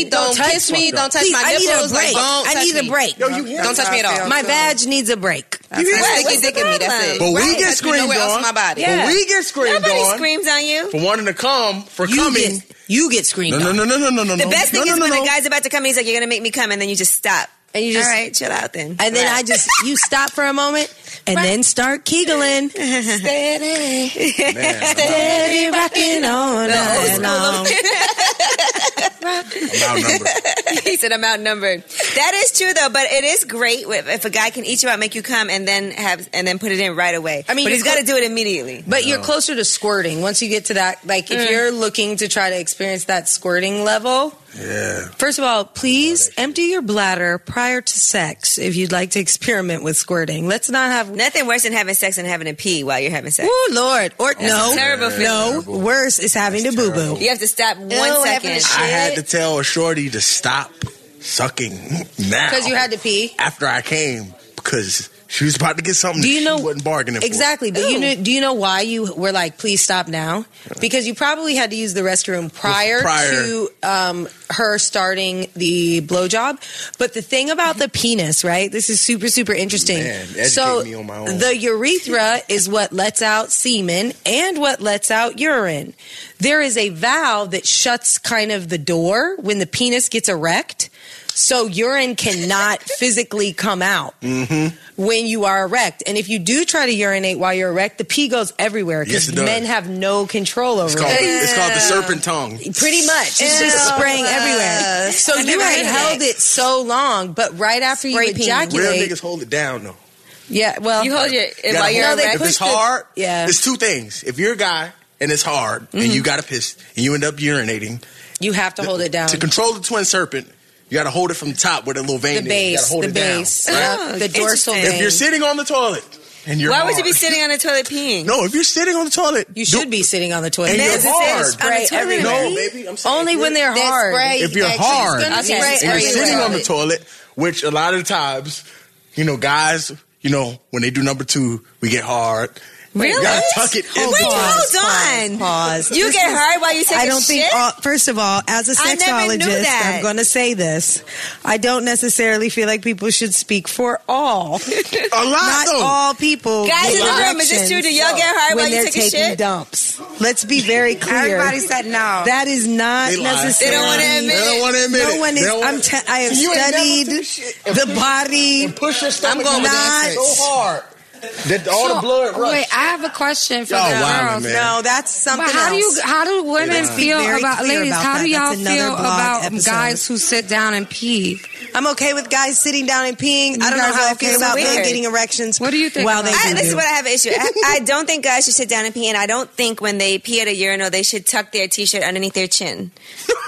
[SPEAKER 1] touch
[SPEAKER 10] me. Don't touch me. Don't touch
[SPEAKER 9] Please,
[SPEAKER 10] my
[SPEAKER 9] I need a
[SPEAKER 10] nipples. Like,
[SPEAKER 9] break.
[SPEAKER 10] don't
[SPEAKER 9] I
[SPEAKER 10] touch
[SPEAKER 9] need a
[SPEAKER 10] me.
[SPEAKER 9] break.
[SPEAKER 6] Don't touch me at all.
[SPEAKER 10] My badge needs a break.
[SPEAKER 1] What?
[SPEAKER 9] Stick
[SPEAKER 1] What's the
[SPEAKER 9] your dick in me. That's
[SPEAKER 1] problem?
[SPEAKER 9] it.
[SPEAKER 7] But we
[SPEAKER 9] Right.
[SPEAKER 7] get
[SPEAKER 9] Touch me
[SPEAKER 7] screamed
[SPEAKER 9] nowhere else
[SPEAKER 7] on.
[SPEAKER 9] in my body.
[SPEAKER 7] But we get screamed
[SPEAKER 1] Nobody
[SPEAKER 7] on
[SPEAKER 1] screams on you.
[SPEAKER 7] for wanting to come for
[SPEAKER 10] You
[SPEAKER 7] coming.
[SPEAKER 10] get, you get screened
[SPEAKER 7] no, no,
[SPEAKER 10] on.
[SPEAKER 7] no, no, no, no, no.
[SPEAKER 1] The best thing
[SPEAKER 7] no,
[SPEAKER 1] is
[SPEAKER 7] no,
[SPEAKER 1] when
[SPEAKER 7] no,
[SPEAKER 1] the
[SPEAKER 7] no.
[SPEAKER 1] guy's about to come, he's like, "You're gonna make me come," and then you just stop.
[SPEAKER 10] And you just-
[SPEAKER 1] all right, chill out then.
[SPEAKER 10] And then
[SPEAKER 1] Right.
[SPEAKER 10] I just you stop for a moment and then start kegeling. Steady, steady rocking on and
[SPEAKER 1] Um,
[SPEAKER 10] on.
[SPEAKER 7] I'm outnumbered.
[SPEAKER 1] he said, "I'm outnumbered." That is true though, but it is great if, if a guy can eat you out, make you come, and then have and then put it in right away.
[SPEAKER 10] I mean,
[SPEAKER 1] but
[SPEAKER 10] you
[SPEAKER 1] he's got to
[SPEAKER 10] could-
[SPEAKER 1] do it immediately.
[SPEAKER 10] But you're Mm. closer to squirting once you get to that. Like if you're looking to try to experience that squirting level,
[SPEAKER 7] Yeah.
[SPEAKER 9] First of all, please empty your bladder prior to sex if you'd like to experiment with squirting. Let's not have.
[SPEAKER 1] Nothing worse than having sex and having to pee while you're having sex.
[SPEAKER 9] Oh Lord! Or no,
[SPEAKER 1] a terrible feeling.
[SPEAKER 9] no.
[SPEAKER 7] Terrible.
[SPEAKER 9] Worse is having
[SPEAKER 7] That's
[SPEAKER 9] the boo
[SPEAKER 7] terrible.
[SPEAKER 9] boo.
[SPEAKER 1] You have to stop one
[SPEAKER 10] Oh,
[SPEAKER 9] having
[SPEAKER 1] second.
[SPEAKER 9] to shit.
[SPEAKER 7] I had to tell a shorty to stop sucking now.
[SPEAKER 9] Because you had to pee.
[SPEAKER 7] After I came, because she was about to get something
[SPEAKER 9] Do you
[SPEAKER 7] that
[SPEAKER 9] know
[SPEAKER 7] she wasn't bargaining
[SPEAKER 9] Exactly, but you
[SPEAKER 1] Ew.
[SPEAKER 9] know, do you know why you were like, please stop now? Because you probably had to use the restroom prior,
[SPEAKER 7] Prior.
[SPEAKER 9] to um, her starting the blowjob. But the thing about the penis, right? This is super, super interesting.
[SPEAKER 7] Man, educate
[SPEAKER 9] so
[SPEAKER 7] me on my own.
[SPEAKER 9] the urethra is what lets out semen and what lets out urine. There is a valve that shuts kind of the door when the penis gets erect. So urine cannot physically come out when you are erect. And if you do try to urinate while you're erect, the pee goes everywhere
[SPEAKER 7] Yes,
[SPEAKER 9] because
[SPEAKER 7] it does.
[SPEAKER 9] men have no control over
[SPEAKER 7] for. It's called,
[SPEAKER 9] it.
[SPEAKER 7] it's called the serpent tongue.
[SPEAKER 9] Pretty much. It's just
[SPEAKER 1] Ew.
[SPEAKER 9] spraying everywhere. So
[SPEAKER 1] I
[SPEAKER 9] you
[SPEAKER 1] never
[SPEAKER 9] had
[SPEAKER 1] heard of
[SPEAKER 9] held
[SPEAKER 1] that.
[SPEAKER 9] it so long, but right after you
[SPEAKER 1] Spray peeing.
[SPEAKER 7] Real
[SPEAKER 9] ejaculate.
[SPEAKER 7] niggas hold it down though.
[SPEAKER 9] Yeah, well.
[SPEAKER 1] You hold your
[SPEAKER 7] You gotta
[SPEAKER 1] while you're
[SPEAKER 7] hold-
[SPEAKER 9] No, they
[SPEAKER 1] erect.
[SPEAKER 7] if
[SPEAKER 9] push
[SPEAKER 7] it's
[SPEAKER 9] the-
[SPEAKER 7] hard,
[SPEAKER 9] yeah. Mm-hmm.
[SPEAKER 7] it's two things. If you're a guy and it's hard and you gotta piss and you end up urinating,
[SPEAKER 9] You have to hold it down.
[SPEAKER 7] to control the twin serpent, you gotta hold it from the top with a little vein.
[SPEAKER 9] the
[SPEAKER 7] in it.
[SPEAKER 9] base,
[SPEAKER 7] you gotta hold
[SPEAKER 9] the
[SPEAKER 7] it down,
[SPEAKER 9] base,
[SPEAKER 7] right?
[SPEAKER 9] uh, the dorsal
[SPEAKER 1] Interesting.
[SPEAKER 9] vein.
[SPEAKER 7] If you're sitting on the toilet and you're
[SPEAKER 1] Why would you be
[SPEAKER 7] hard-
[SPEAKER 1] sitting on a toilet peeing?
[SPEAKER 7] No, if you're sitting on the toilet,
[SPEAKER 9] you
[SPEAKER 7] do-
[SPEAKER 9] should be sitting on the toilet.
[SPEAKER 7] And you're
[SPEAKER 9] That's the same
[SPEAKER 7] hard.
[SPEAKER 9] spray
[SPEAKER 1] On the toilet.
[SPEAKER 9] everywhere.
[SPEAKER 7] No, baby, I'm saying
[SPEAKER 9] Only
[SPEAKER 7] if
[SPEAKER 9] when
[SPEAKER 7] you're-
[SPEAKER 9] they're hard.
[SPEAKER 7] If you're hard and
[SPEAKER 1] Okay.
[SPEAKER 9] Spray
[SPEAKER 7] you're
[SPEAKER 9] everywhere.
[SPEAKER 7] sitting on the toilet, which a lot of times, you know, guys, you know, when they do number two, we get hard.
[SPEAKER 1] Really?
[SPEAKER 7] You gotta tuck it in.
[SPEAKER 1] Wait, hold on.
[SPEAKER 10] Oh, Pause.
[SPEAKER 1] You
[SPEAKER 10] This
[SPEAKER 1] get
[SPEAKER 10] is-
[SPEAKER 1] hard while you take
[SPEAKER 10] I
[SPEAKER 1] a
[SPEAKER 10] don't
[SPEAKER 1] shit?
[SPEAKER 10] think. All, first of all, as a
[SPEAKER 1] I never knew
[SPEAKER 10] sexologist,
[SPEAKER 1] that.
[SPEAKER 10] I'm going to say this. I don't necessarily feel like people should speak for all,
[SPEAKER 7] A lot
[SPEAKER 10] not
[SPEAKER 7] though.
[SPEAKER 10] all people.
[SPEAKER 1] Guys
[SPEAKER 10] get
[SPEAKER 1] in the room, is this
[SPEAKER 10] erections
[SPEAKER 1] true? Do y'all get hard
[SPEAKER 10] when
[SPEAKER 1] while you
[SPEAKER 10] they're
[SPEAKER 1] take a
[SPEAKER 10] taking
[SPEAKER 1] shit?
[SPEAKER 10] dumps? Let's be very clear.
[SPEAKER 6] Everybody said no.
[SPEAKER 10] That is not
[SPEAKER 7] They lie.
[SPEAKER 10] necessarily.
[SPEAKER 1] They don't wanna admit
[SPEAKER 7] They don't want to admit it.
[SPEAKER 10] No one
[SPEAKER 7] They
[SPEAKER 10] is.
[SPEAKER 7] don't wanna-
[SPEAKER 10] I'm. T- I have
[SPEAKER 7] You ain't never
[SPEAKER 10] studied
[SPEAKER 7] do shit. And
[SPEAKER 10] the
[SPEAKER 7] push-
[SPEAKER 10] body.
[SPEAKER 7] and push your stomach
[SPEAKER 10] going with that
[SPEAKER 7] so
[SPEAKER 10] sex.
[SPEAKER 7] hard that all the blood rush.
[SPEAKER 6] Wait, I have a question for
[SPEAKER 7] Y'all
[SPEAKER 6] the
[SPEAKER 7] wildin',
[SPEAKER 6] girls.
[SPEAKER 7] man.
[SPEAKER 10] No, that's something.
[SPEAKER 6] But how do you
[SPEAKER 10] else.
[SPEAKER 6] how do women
[SPEAKER 10] Let's be
[SPEAKER 6] feel
[SPEAKER 10] very
[SPEAKER 6] about
[SPEAKER 10] clear
[SPEAKER 6] ladies?
[SPEAKER 10] about
[SPEAKER 6] how
[SPEAKER 10] that.
[SPEAKER 6] do y'all
[SPEAKER 10] That's another
[SPEAKER 6] feel
[SPEAKER 10] blog
[SPEAKER 6] about
[SPEAKER 10] episode.
[SPEAKER 6] guys who sit down and pee?
[SPEAKER 10] I'm okay with guys sitting down and peeing. I don't know
[SPEAKER 6] guys
[SPEAKER 10] how
[SPEAKER 6] are
[SPEAKER 10] I feel
[SPEAKER 6] okay
[SPEAKER 10] about
[SPEAKER 1] with
[SPEAKER 10] men
[SPEAKER 1] it?
[SPEAKER 10] getting erections.
[SPEAKER 6] What do you think
[SPEAKER 10] While
[SPEAKER 6] about
[SPEAKER 10] they
[SPEAKER 6] that?
[SPEAKER 1] I,
[SPEAKER 10] do
[SPEAKER 1] this is
[SPEAKER 10] do.
[SPEAKER 1] what I have an issue. I, I don't think guys should sit down and pee, and I don't think when they pee at a urinal, they should tuck their t-shirt underneath their chin.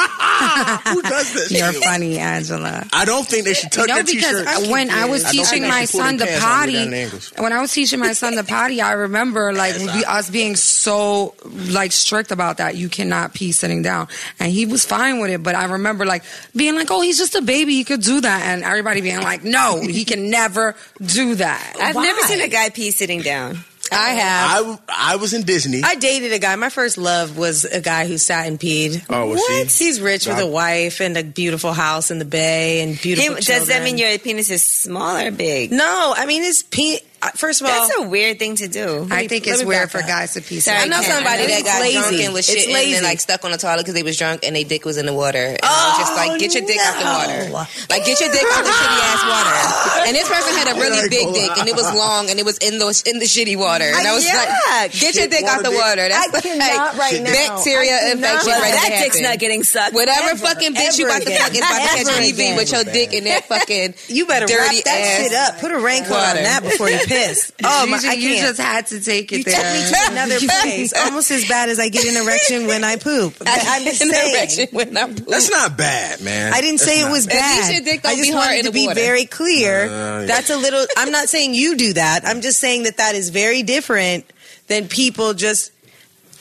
[SPEAKER 7] Who does this?
[SPEAKER 6] You're
[SPEAKER 7] to you?
[SPEAKER 6] funny, Angela.
[SPEAKER 7] I don't think they should tuck
[SPEAKER 6] no,
[SPEAKER 7] their t-shirt.
[SPEAKER 6] because I- when I was
[SPEAKER 7] I don't
[SPEAKER 6] teaching
[SPEAKER 7] think
[SPEAKER 6] my
[SPEAKER 7] they should pull
[SPEAKER 6] son
[SPEAKER 7] their
[SPEAKER 6] to
[SPEAKER 7] pants all the way
[SPEAKER 6] potty,
[SPEAKER 7] down to ankles.
[SPEAKER 6] when I was teaching my son to potty, I remember like we, us being so like strict about that. You cannot pee sitting down, and he was fine with it. But I remember like being like, "Oh, he's just a baby; he could do that," and everybody being like, "No, he can never do that."
[SPEAKER 1] I've never seen a guy pee sitting down.
[SPEAKER 9] I have.
[SPEAKER 7] I, w- I was in Disney.
[SPEAKER 9] I dated a guy. My first love was a guy who sat and peed.
[SPEAKER 7] Oh, well, see?
[SPEAKER 9] what? He's rich with
[SPEAKER 7] Nah.
[SPEAKER 9] a wife and a beautiful house in the bay and beautiful.
[SPEAKER 1] Him- does that
[SPEAKER 9] children.
[SPEAKER 1] mean your penis is small or big?
[SPEAKER 9] No, I mean his pe. uh, First of all,
[SPEAKER 1] That's a weird thing to do.
[SPEAKER 6] I think
[SPEAKER 9] let
[SPEAKER 6] it's
[SPEAKER 9] me
[SPEAKER 6] weird
[SPEAKER 9] back
[SPEAKER 6] for
[SPEAKER 9] up.
[SPEAKER 6] guys to pee.
[SPEAKER 1] Sorry,
[SPEAKER 6] sitting
[SPEAKER 1] I know
[SPEAKER 6] down.
[SPEAKER 1] somebody
[SPEAKER 9] that
[SPEAKER 8] that got
[SPEAKER 9] lazy.
[SPEAKER 8] drunk and was
[SPEAKER 9] It's
[SPEAKER 8] shit and
[SPEAKER 9] lazy.
[SPEAKER 8] then like stuck on the toilet because they was drunk and they dick was in the water. And I was just like, get your dick out the
[SPEAKER 9] no.
[SPEAKER 8] water. Like, get your dick out the shitty ass water. And this person had a really
[SPEAKER 7] like,
[SPEAKER 8] big
[SPEAKER 7] hold
[SPEAKER 8] dick
[SPEAKER 7] on.
[SPEAKER 8] and it was long and it was in the in the shitty water. And I was like,
[SPEAKER 1] Yuck.
[SPEAKER 8] get your dick out the
[SPEAKER 7] Shit water
[SPEAKER 8] water. That's like bacteria infection
[SPEAKER 1] Well,
[SPEAKER 8] right
[SPEAKER 1] that
[SPEAKER 8] there
[SPEAKER 1] dick's not
[SPEAKER 8] happened.
[SPEAKER 1] getting sucked.
[SPEAKER 8] Whatever fucking bitch you about
[SPEAKER 10] ever
[SPEAKER 8] to
[SPEAKER 10] again.
[SPEAKER 8] fuck is about to catch
[SPEAKER 10] Ever
[SPEAKER 8] TV
[SPEAKER 10] again.
[SPEAKER 8] with your dick in that fucking
[SPEAKER 10] You better wrap
[SPEAKER 8] dirty
[SPEAKER 10] that
[SPEAKER 8] ass.
[SPEAKER 10] shit up. Put a raincoat on
[SPEAKER 8] water.
[SPEAKER 10] that before you piss. Oh,
[SPEAKER 6] you,
[SPEAKER 10] my,
[SPEAKER 6] ju-
[SPEAKER 10] I
[SPEAKER 6] you
[SPEAKER 10] can't.
[SPEAKER 6] just had to take it
[SPEAKER 10] You took
[SPEAKER 6] there.
[SPEAKER 10] me to another
[SPEAKER 8] Oh
[SPEAKER 10] place. Almost as bad as I get an erection when I poop. But I'm just
[SPEAKER 8] in the erection
[SPEAKER 10] saying.
[SPEAKER 8] when I'm pooping.
[SPEAKER 7] That's not bad, man.
[SPEAKER 10] I didn't
[SPEAKER 7] That's
[SPEAKER 10] say it
[SPEAKER 7] not
[SPEAKER 10] was
[SPEAKER 7] bad.
[SPEAKER 10] bad.
[SPEAKER 8] least your dick don't
[SPEAKER 10] I just
[SPEAKER 8] be hard
[SPEAKER 10] wanted
[SPEAKER 8] in
[SPEAKER 10] to
[SPEAKER 8] the
[SPEAKER 10] be
[SPEAKER 8] water.
[SPEAKER 10] very clear.
[SPEAKER 7] Uh, yeah.
[SPEAKER 10] That's a little. I'm not saying you do that. I'm just saying that that is very different than people just.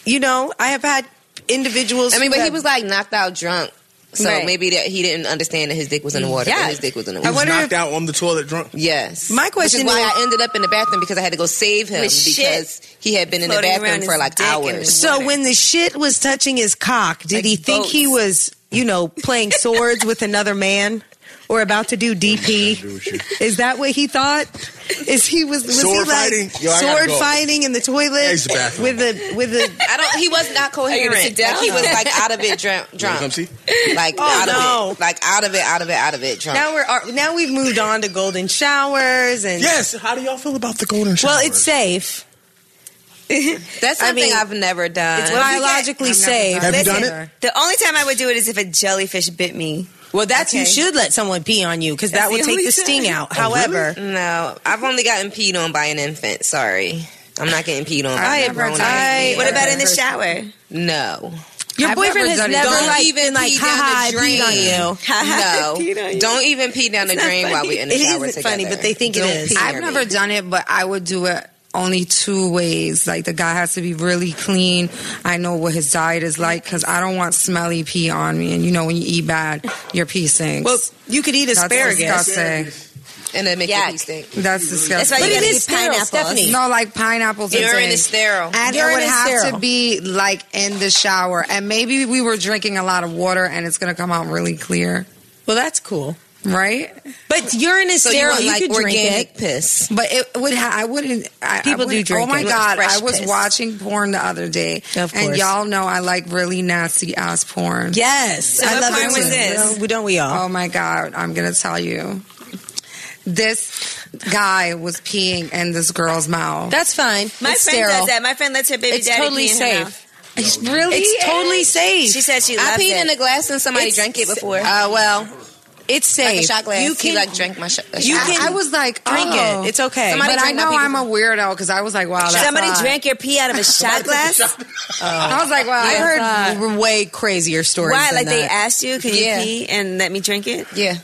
[SPEAKER 10] You know, I have had individuals.
[SPEAKER 8] I mean,
[SPEAKER 10] who
[SPEAKER 8] but he
[SPEAKER 10] have-
[SPEAKER 8] was like knocked out drunk. So
[SPEAKER 1] Right.
[SPEAKER 8] maybe that he didn't understand that his dick was in the water. Yeah.
[SPEAKER 1] Yeah.
[SPEAKER 8] His dick was in the
[SPEAKER 7] He was
[SPEAKER 8] water.
[SPEAKER 10] wonder
[SPEAKER 7] Uh, knocked out on the toilet drunk.
[SPEAKER 8] Yes.
[SPEAKER 10] My question
[SPEAKER 8] Which is why
[SPEAKER 10] is-
[SPEAKER 8] I ended up in the bathroom because I had to go save him
[SPEAKER 1] With shit
[SPEAKER 8] because he had been in the
[SPEAKER 1] floating around
[SPEAKER 8] bathroom
[SPEAKER 1] his
[SPEAKER 8] for like
[SPEAKER 1] dick and-
[SPEAKER 8] hours.
[SPEAKER 10] So
[SPEAKER 1] water.
[SPEAKER 10] when the shit was touching his cock, did
[SPEAKER 1] Like
[SPEAKER 10] he think he
[SPEAKER 1] boats.
[SPEAKER 10] was, you know, playing swords with another man or about to do
[SPEAKER 7] do
[SPEAKER 10] DP?
[SPEAKER 7] with you.
[SPEAKER 10] Is that what he thought? Is he was, was he
[SPEAKER 7] Sword
[SPEAKER 10] like
[SPEAKER 7] fighting? Yo, I gotta
[SPEAKER 10] sword
[SPEAKER 7] go.
[SPEAKER 10] fighting in the toilet
[SPEAKER 7] Here's the bathroom.
[SPEAKER 10] with a with a
[SPEAKER 8] I don't. He was not coherent.
[SPEAKER 1] sit down?
[SPEAKER 8] Like, he was like out of it, drunk.
[SPEAKER 7] wanna come
[SPEAKER 8] drunk.
[SPEAKER 7] see?
[SPEAKER 8] Like
[SPEAKER 10] Oh,
[SPEAKER 8] out
[SPEAKER 10] no.
[SPEAKER 8] of it. Like out of it. Out of it. Out of it. Drunk.
[SPEAKER 10] now we're ar- now we've moved on to golden showers and
[SPEAKER 7] Yes. How do y'all feel about the golden shower?
[SPEAKER 10] well it's safe
[SPEAKER 8] That's something I
[SPEAKER 10] mean,
[SPEAKER 8] have never done.
[SPEAKER 1] it's
[SPEAKER 8] I,
[SPEAKER 1] what-
[SPEAKER 10] biologically
[SPEAKER 6] I've never
[SPEAKER 10] safe.
[SPEAKER 6] done
[SPEAKER 7] Have you done
[SPEAKER 10] Listen,
[SPEAKER 7] it?
[SPEAKER 1] the only time I would do it is if a jellyfish bit me.
[SPEAKER 10] Well, that's you
[SPEAKER 1] Okay.
[SPEAKER 10] should let someone pee on you because that
[SPEAKER 1] That's
[SPEAKER 10] would
[SPEAKER 1] the
[SPEAKER 10] take
[SPEAKER 1] only
[SPEAKER 10] the sting
[SPEAKER 1] time.
[SPEAKER 10] out.
[SPEAKER 9] Oh,
[SPEAKER 10] However,
[SPEAKER 8] no, I've only gotten peed on by an infant. Sorry, I'm not getting peed on by
[SPEAKER 6] I've
[SPEAKER 8] a
[SPEAKER 6] never
[SPEAKER 8] grown
[SPEAKER 6] done
[SPEAKER 8] ass
[SPEAKER 6] it.
[SPEAKER 8] man.
[SPEAKER 1] What about in the
[SPEAKER 8] First-
[SPEAKER 1] shower?
[SPEAKER 8] No.
[SPEAKER 11] Your
[SPEAKER 10] I've
[SPEAKER 11] boyfriend has
[SPEAKER 10] done it.
[SPEAKER 11] never
[SPEAKER 10] Don't
[SPEAKER 11] like,
[SPEAKER 10] even
[SPEAKER 11] been like,
[SPEAKER 10] pee
[SPEAKER 11] ha ha, I
[SPEAKER 10] down the drain.
[SPEAKER 11] peed on you.
[SPEAKER 10] No, don't even pee down the drain while we're in the
[SPEAKER 9] It
[SPEAKER 10] shower
[SPEAKER 9] isn't funny,
[SPEAKER 10] together.
[SPEAKER 9] but they think it
[SPEAKER 10] Don't
[SPEAKER 9] is.
[SPEAKER 10] pee
[SPEAKER 9] I've
[SPEAKER 10] near
[SPEAKER 6] I've
[SPEAKER 10] me.
[SPEAKER 6] never done it, but I would do it only two ways. Like the guy has to be really clean. I know what his diet is like because I don't want smelly pee on me. And you know when you eat bad, your pee sinks.
[SPEAKER 9] Well, you could eat
[SPEAKER 6] That's
[SPEAKER 9] asparagus.
[SPEAKER 6] disgusting.
[SPEAKER 10] and it makes
[SPEAKER 1] Yuck.
[SPEAKER 10] you stink.
[SPEAKER 1] That's
[SPEAKER 6] That's
[SPEAKER 1] why
[SPEAKER 6] disgusting.
[SPEAKER 1] you
[SPEAKER 9] it
[SPEAKER 1] gotta
[SPEAKER 9] is
[SPEAKER 1] eat
[SPEAKER 9] sterile,
[SPEAKER 1] pineapples.
[SPEAKER 9] Stephanie.
[SPEAKER 6] no, like pineapples. and
[SPEAKER 10] Urine is
[SPEAKER 6] things.
[SPEAKER 10] sterile.
[SPEAKER 6] And
[SPEAKER 9] Urine
[SPEAKER 6] it would
[SPEAKER 9] is
[SPEAKER 6] have
[SPEAKER 9] sterile.
[SPEAKER 6] to be like in the shower. And maybe we were drinking a lot of water and it's going to come out really clear,
[SPEAKER 9] Well, that's cool.
[SPEAKER 6] right?
[SPEAKER 9] But urine is
[SPEAKER 10] So you
[SPEAKER 9] sterile.
[SPEAKER 10] want
[SPEAKER 9] You,
[SPEAKER 10] like
[SPEAKER 9] could drink
[SPEAKER 10] organic
[SPEAKER 9] it.
[SPEAKER 10] piss?
[SPEAKER 6] But it would. Ha- I wouldn't. I, I
[SPEAKER 10] People do
[SPEAKER 6] wouldn't-
[SPEAKER 10] drink
[SPEAKER 6] Oh my
[SPEAKER 10] it.
[SPEAKER 6] god!
[SPEAKER 10] Fresh
[SPEAKER 6] I was
[SPEAKER 10] piss.
[SPEAKER 6] watching porn the other day,
[SPEAKER 9] Of
[SPEAKER 6] and
[SPEAKER 9] course.
[SPEAKER 6] y'all know I like really nasty ass porn.
[SPEAKER 9] Yes, I
[SPEAKER 10] what
[SPEAKER 9] love
[SPEAKER 10] kind
[SPEAKER 9] it
[SPEAKER 10] was
[SPEAKER 9] too.
[SPEAKER 10] this?
[SPEAKER 9] Don't- Don't we all?
[SPEAKER 6] Oh my god! I'm gonna tell you. This guy was peeing in this girl's mouth.
[SPEAKER 11] That's fine.
[SPEAKER 1] My
[SPEAKER 11] it's
[SPEAKER 1] friend
[SPEAKER 11] sterile.
[SPEAKER 1] does that. My friend lets her baby
[SPEAKER 11] It's
[SPEAKER 1] daddy
[SPEAKER 11] totally
[SPEAKER 1] pee in her
[SPEAKER 11] safe.
[SPEAKER 1] mouth.
[SPEAKER 6] That's really.
[SPEAKER 9] It's totally safe.
[SPEAKER 1] She said she
[SPEAKER 10] I
[SPEAKER 1] loved
[SPEAKER 10] peed
[SPEAKER 1] it.
[SPEAKER 10] in a glass and somebody
[SPEAKER 11] It's-
[SPEAKER 10] drank it before.
[SPEAKER 11] Uh, well, it's safe.
[SPEAKER 10] like a shot glass.
[SPEAKER 9] you
[SPEAKER 10] You
[SPEAKER 9] can-
[SPEAKER 10] he like drank my shot.
[SPEAKER 9] you
[SPEAKER 6] I-
[SPEAKER 9] can
[SPEAKER 6] I, was like,
[SPEAKER 9] drink
[SPEAKER 6] oh.
[SPEAKER 9] it. It's okay.
[SPEAKER 10] Somebody
[SPEAKER 6] but I
[SPEAKER 10] drink my
[SPEAKER 6] know
[SPEAKER 10] pee
[SPEAKER 6] I'm a weirdo because I was like, wow. That's
[SPEAKER 1] Somebody
[SPEAKER 6] odd.
[SPEAKER 1] drank your pee out of a shot glass?
[SPEAKER 6] I was like, wow.
[SPEAKER 9] I've
[SPEAKER 6] that's odd.
[SPEAKER 9] heard w- way crazier stories.
[SPEAKER 1] Why?
[SPEAKER 9] than
[SPEAKER 1] Like they
[SPEAKER 9] that.
[SPEAKER 1] asked you, can you
[SPEAKER 10] Yeah.
[SPEAKER 1] pee and let me drink it?
[SPEAKER 10] yeah.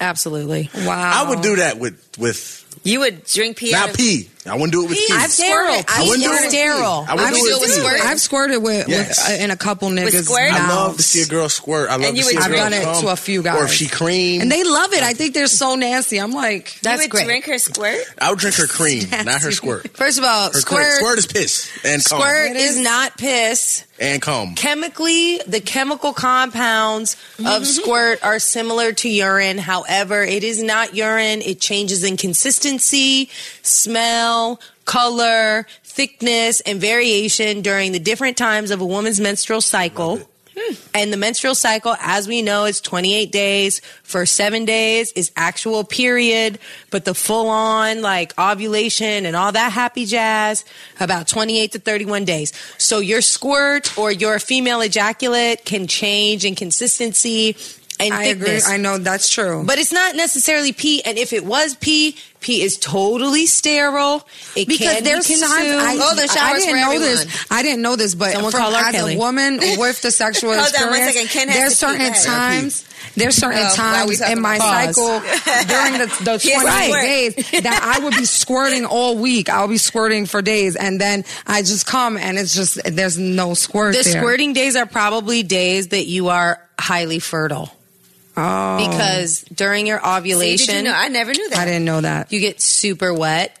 [SPEAKER 9] Absolutely.
[SPEAKER 6] Wow.
[SPEAKER 7] I would do that with with
[SPEAKER 1] You would drink pee out
[SPEAKER 7] not
[SPEAKER 1] of
[SPEAKER 7] pee. I wouldn't do it with pee.
[SPEAKER 9] I've sterile.
[SPEAKER 10] squirted. I
[SPEAKER 9] Pee
[SPEAKER 7] wouldn't do
[SPEAKER 9] is
[SPEAKER 7] it with
[SPEAKER 9] sterile.
[SPEAKER 7] pee. I wouldn't
[SPEAKER 6] I've,
[SPEAKER 7] do it with
[SPEAKER 10] with pee.
[SPEAKER 6] squirted.
[SPEAKER 10] squirt.
[SPEAKER 6] I've squirted with,
[SPEAKER 7] Yes.
[SPEAKER 6] with uh, in a couple niggas.
[SPEAKER 1] squirt?
[SPEAKER 7] I
[SPEAKER 6] mouths.
[SPEAKER 7] love to see a girl squirt. I love
[SPEAKER 1] And
[SPEAKER 7] to
[SPEAKER 1] you
[SPEAKER 7] see a
[SPEAKER 1] would
[SPEAKER 7] girl
[SPEAKER 6] I've done it
[SPEAKER 7] come.
[SPEAKER 6] to a few
[SPEAKER 7] Or if
[SPEAKER 6] guys.
[SPEAKER 7] she cream,
[SPEAKER 6] And they love it. I think they're so nasty. I'm like,
[SPEAKER 1] You
[SPEAKER 9] That's
[SPEAKER 1] would
[SPEAKER 9] great.
[SPEAKER 1] drink her squirt?
[SPEAKER 7] I would drink her cream, not her squirt.
[SPEAKER 11] First of all,
[SPEAKER 7] Her squirt.
[SPEAKER 11] squirt.
[SPEAKER 7] Squirt is piss and cum.
[SPEAKER 9] Squirt is not piss.
[SPEAKER 7] and cum.
[SPEAKER 9] Chemically, the chemical compounds
[SPEAKER 6] Mm-hmm.
[SPEAKER 9] of squirt are similar to urine. However, it is not urine. It changes in consistency, smell, color, thickness, and variation during the different times of a woman's menstrual cycle. And the menstrual cycle, as we know, is 28 days. First seven days is actual period, but the full on like ovulation and all that happy jazz about 28 to 31 days. So your squirt or your female ejaculate can change in consistency and
[SPEAKER 6] I agree.
[SPEAKER 9] thickness.
[SPEAKER 6] I know that's true.
[SPEAKER 9] But it's not necessarily pee. And if it was pee, pee is totally sterile. It
[SPEAKER 6] because
[SPEAKER 9] can
[SPEAKER 6] there's
[SPEAKER 9] be
[SPEAKER 6] times
[SPEAKER 9] consumed.
[SPEAKER 6] I,
[SPEAKER 10] Oh, there's
[SPEAKER 6] I
[SPEAKER 10] showers
[SPEAKER 6] didn't
[SPEAKER 10] for
[SPEAKER 6] know
[SPEAKER 10] everyone.
[SPEAKER 6] this. I didn't know this, but
[SPEAKER 9] Someone
[SPEAKER 6] from,
[SPEAKER 9] call R.
[SPEAKER 6] as
[SPEAKER 9] Kelly.
[SPEAKER 6] a woman with the sexual
[SPEAKER 1] Hold on one
[SPEAKER 6] experience,
[SPEAKER 1] second. Ken has
[SPEAKER 6] there's
[SPEAKER 1] to pee. Go
[SPEAKER 6] certain
[SPEAKER 1] ahead.
[SPEAKER 6] times, there's certain
[SPEAKER 10] Oh, wow, we
[SPEAKER 6] times
[SPEAKER 10] talking
[SPEAKER 6] in my
[SPEAKER 9] about-
[SPEAKER 6] cycle during the, the
[SPEAKER 1] He has to
[SPEAKER 6] 28
[SPEAKER 1] squirt.
[SPEAKER 6] days that I would be squirting all week. I'll be squirting for days, and then I just come and it's just there's no squirt.
[SPEAKER 9] the
[SPEAKER 6] there.
[SPEAKER 9] squirting days are probably days that you are highly fertile
[SPEAKER 6] Oh,
[SPEAKER 9] because during your
[SPEAKER 1] See,
[SPEAKER 9] ovulation,
[SPEAKER 1] Did you know? I never knew that.
[SPEAKER 6] I didn't know that.
[SPEAKER 9] you get super wet.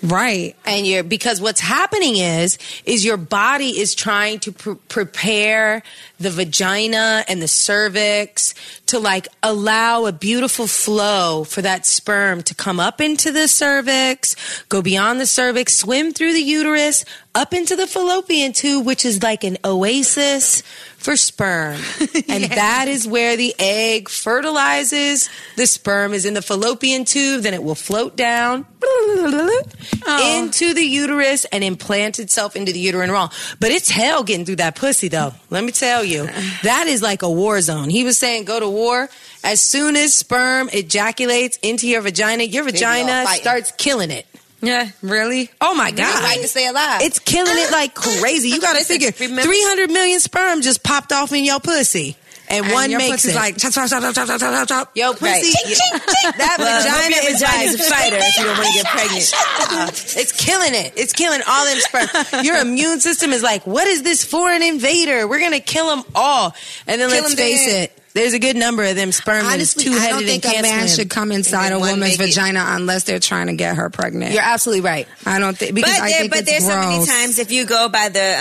[SPEAKER 6] Right.
[SPEAKER 9] and you're because what's happening is is your body is trying to pr- prepare the vagina and the cervix to like allow a beautiful flow for that sperm to come up into the cervix go beyond the cervix swim through the uterus up into the fallopian tube which is like an oasis for sperm and that is where the egg fertilizes the sperm is in the fallopian tube then it will float down into the uterus and implant itself into the uterine wall. But it's hell getting through that pussy though. Let me tell you. That is like a war zone. He was saying go to war. As soon as sperm ejaculates into your vagina, your
[SPEAKER 10] be all
[SPEAKER 9] vagina
[SPEAKER 10] fighting.
[SPEAKER 9] starts killing it.
[SPEAKER 6] Yeah. Really?
[SPEAKER 9] Oh my
[SPEAKER 10] I
[SPEAKER 9] God.
[SPEAKER 10] like to stay alive.
[SPEAKER 9] It's killing it like crazy. You gotta figure
[SPEAKER 10] Remember-
[SPEAKER 9] 300 million sperm just popped off in your pussy. And,
[SPEAKER 6] And
[SPEAKER 9] one
[SPEAKER 6] your
[SPEAKER 9] makes
[SPEAKER 6] pussy's
[SPEAKER 9] it.
[SPEAKER 6] like chop chop chop chop chop chop chop chop.
[SPEAKER 9] Yo, pussy.
[SPEAKER 1] Right.
[SPEAKER 9] That vagina
[SPEAKER 1] hope your
[SPEAKER 9] is
[SPEAKER 1] vagina is
[SPEAKER 9] like
[SPEAKER 1] a fighter if you don't wanna get pregnant.
[SPEAKER 9] Uh-uh. it's killing it. It's killing all them sperm. Your immune system is like, what is this foreign invader? We're gonna kill them all. And then
[SPEAKER 10] Kill
[SPEAKER 9] let's
[SPEAKER 10] 'em
[SPEAKER 9] face
[SPEAKER 10] dead.
[SPEAKER 9] it. There's a good number of them sperm that is
[SPEAKER 6] Honestly, I don't
[SPEAKER 9] two-headed and
[SPEAKER 6] think a
[SPEAKER 9] can't
[SPEAKER 6] man
[SPEAKER 9] swim.
[SPEAKER 6] should come inside a
[SPEAKER 10] And then one
[SPEAKER 6] woman's
[SPEAKER 10] make it.
[SPEAKER 6] vagina unless they're trying to get her pregnant.
[SPEAKER 9] You're absolutely right.
[SPEAKER 6] I don't think because
[SPEAKER 1] But
[SPEAKER 6] I
[SPEAKER 1] there,
[SPEAKER 6] think
[SPEAKER 1] but
[SPEAKER 6] it's
[SPEAKER 1] there's
[SPEAKER 6] gross.
[SPEAKER 1] so many times if you go by the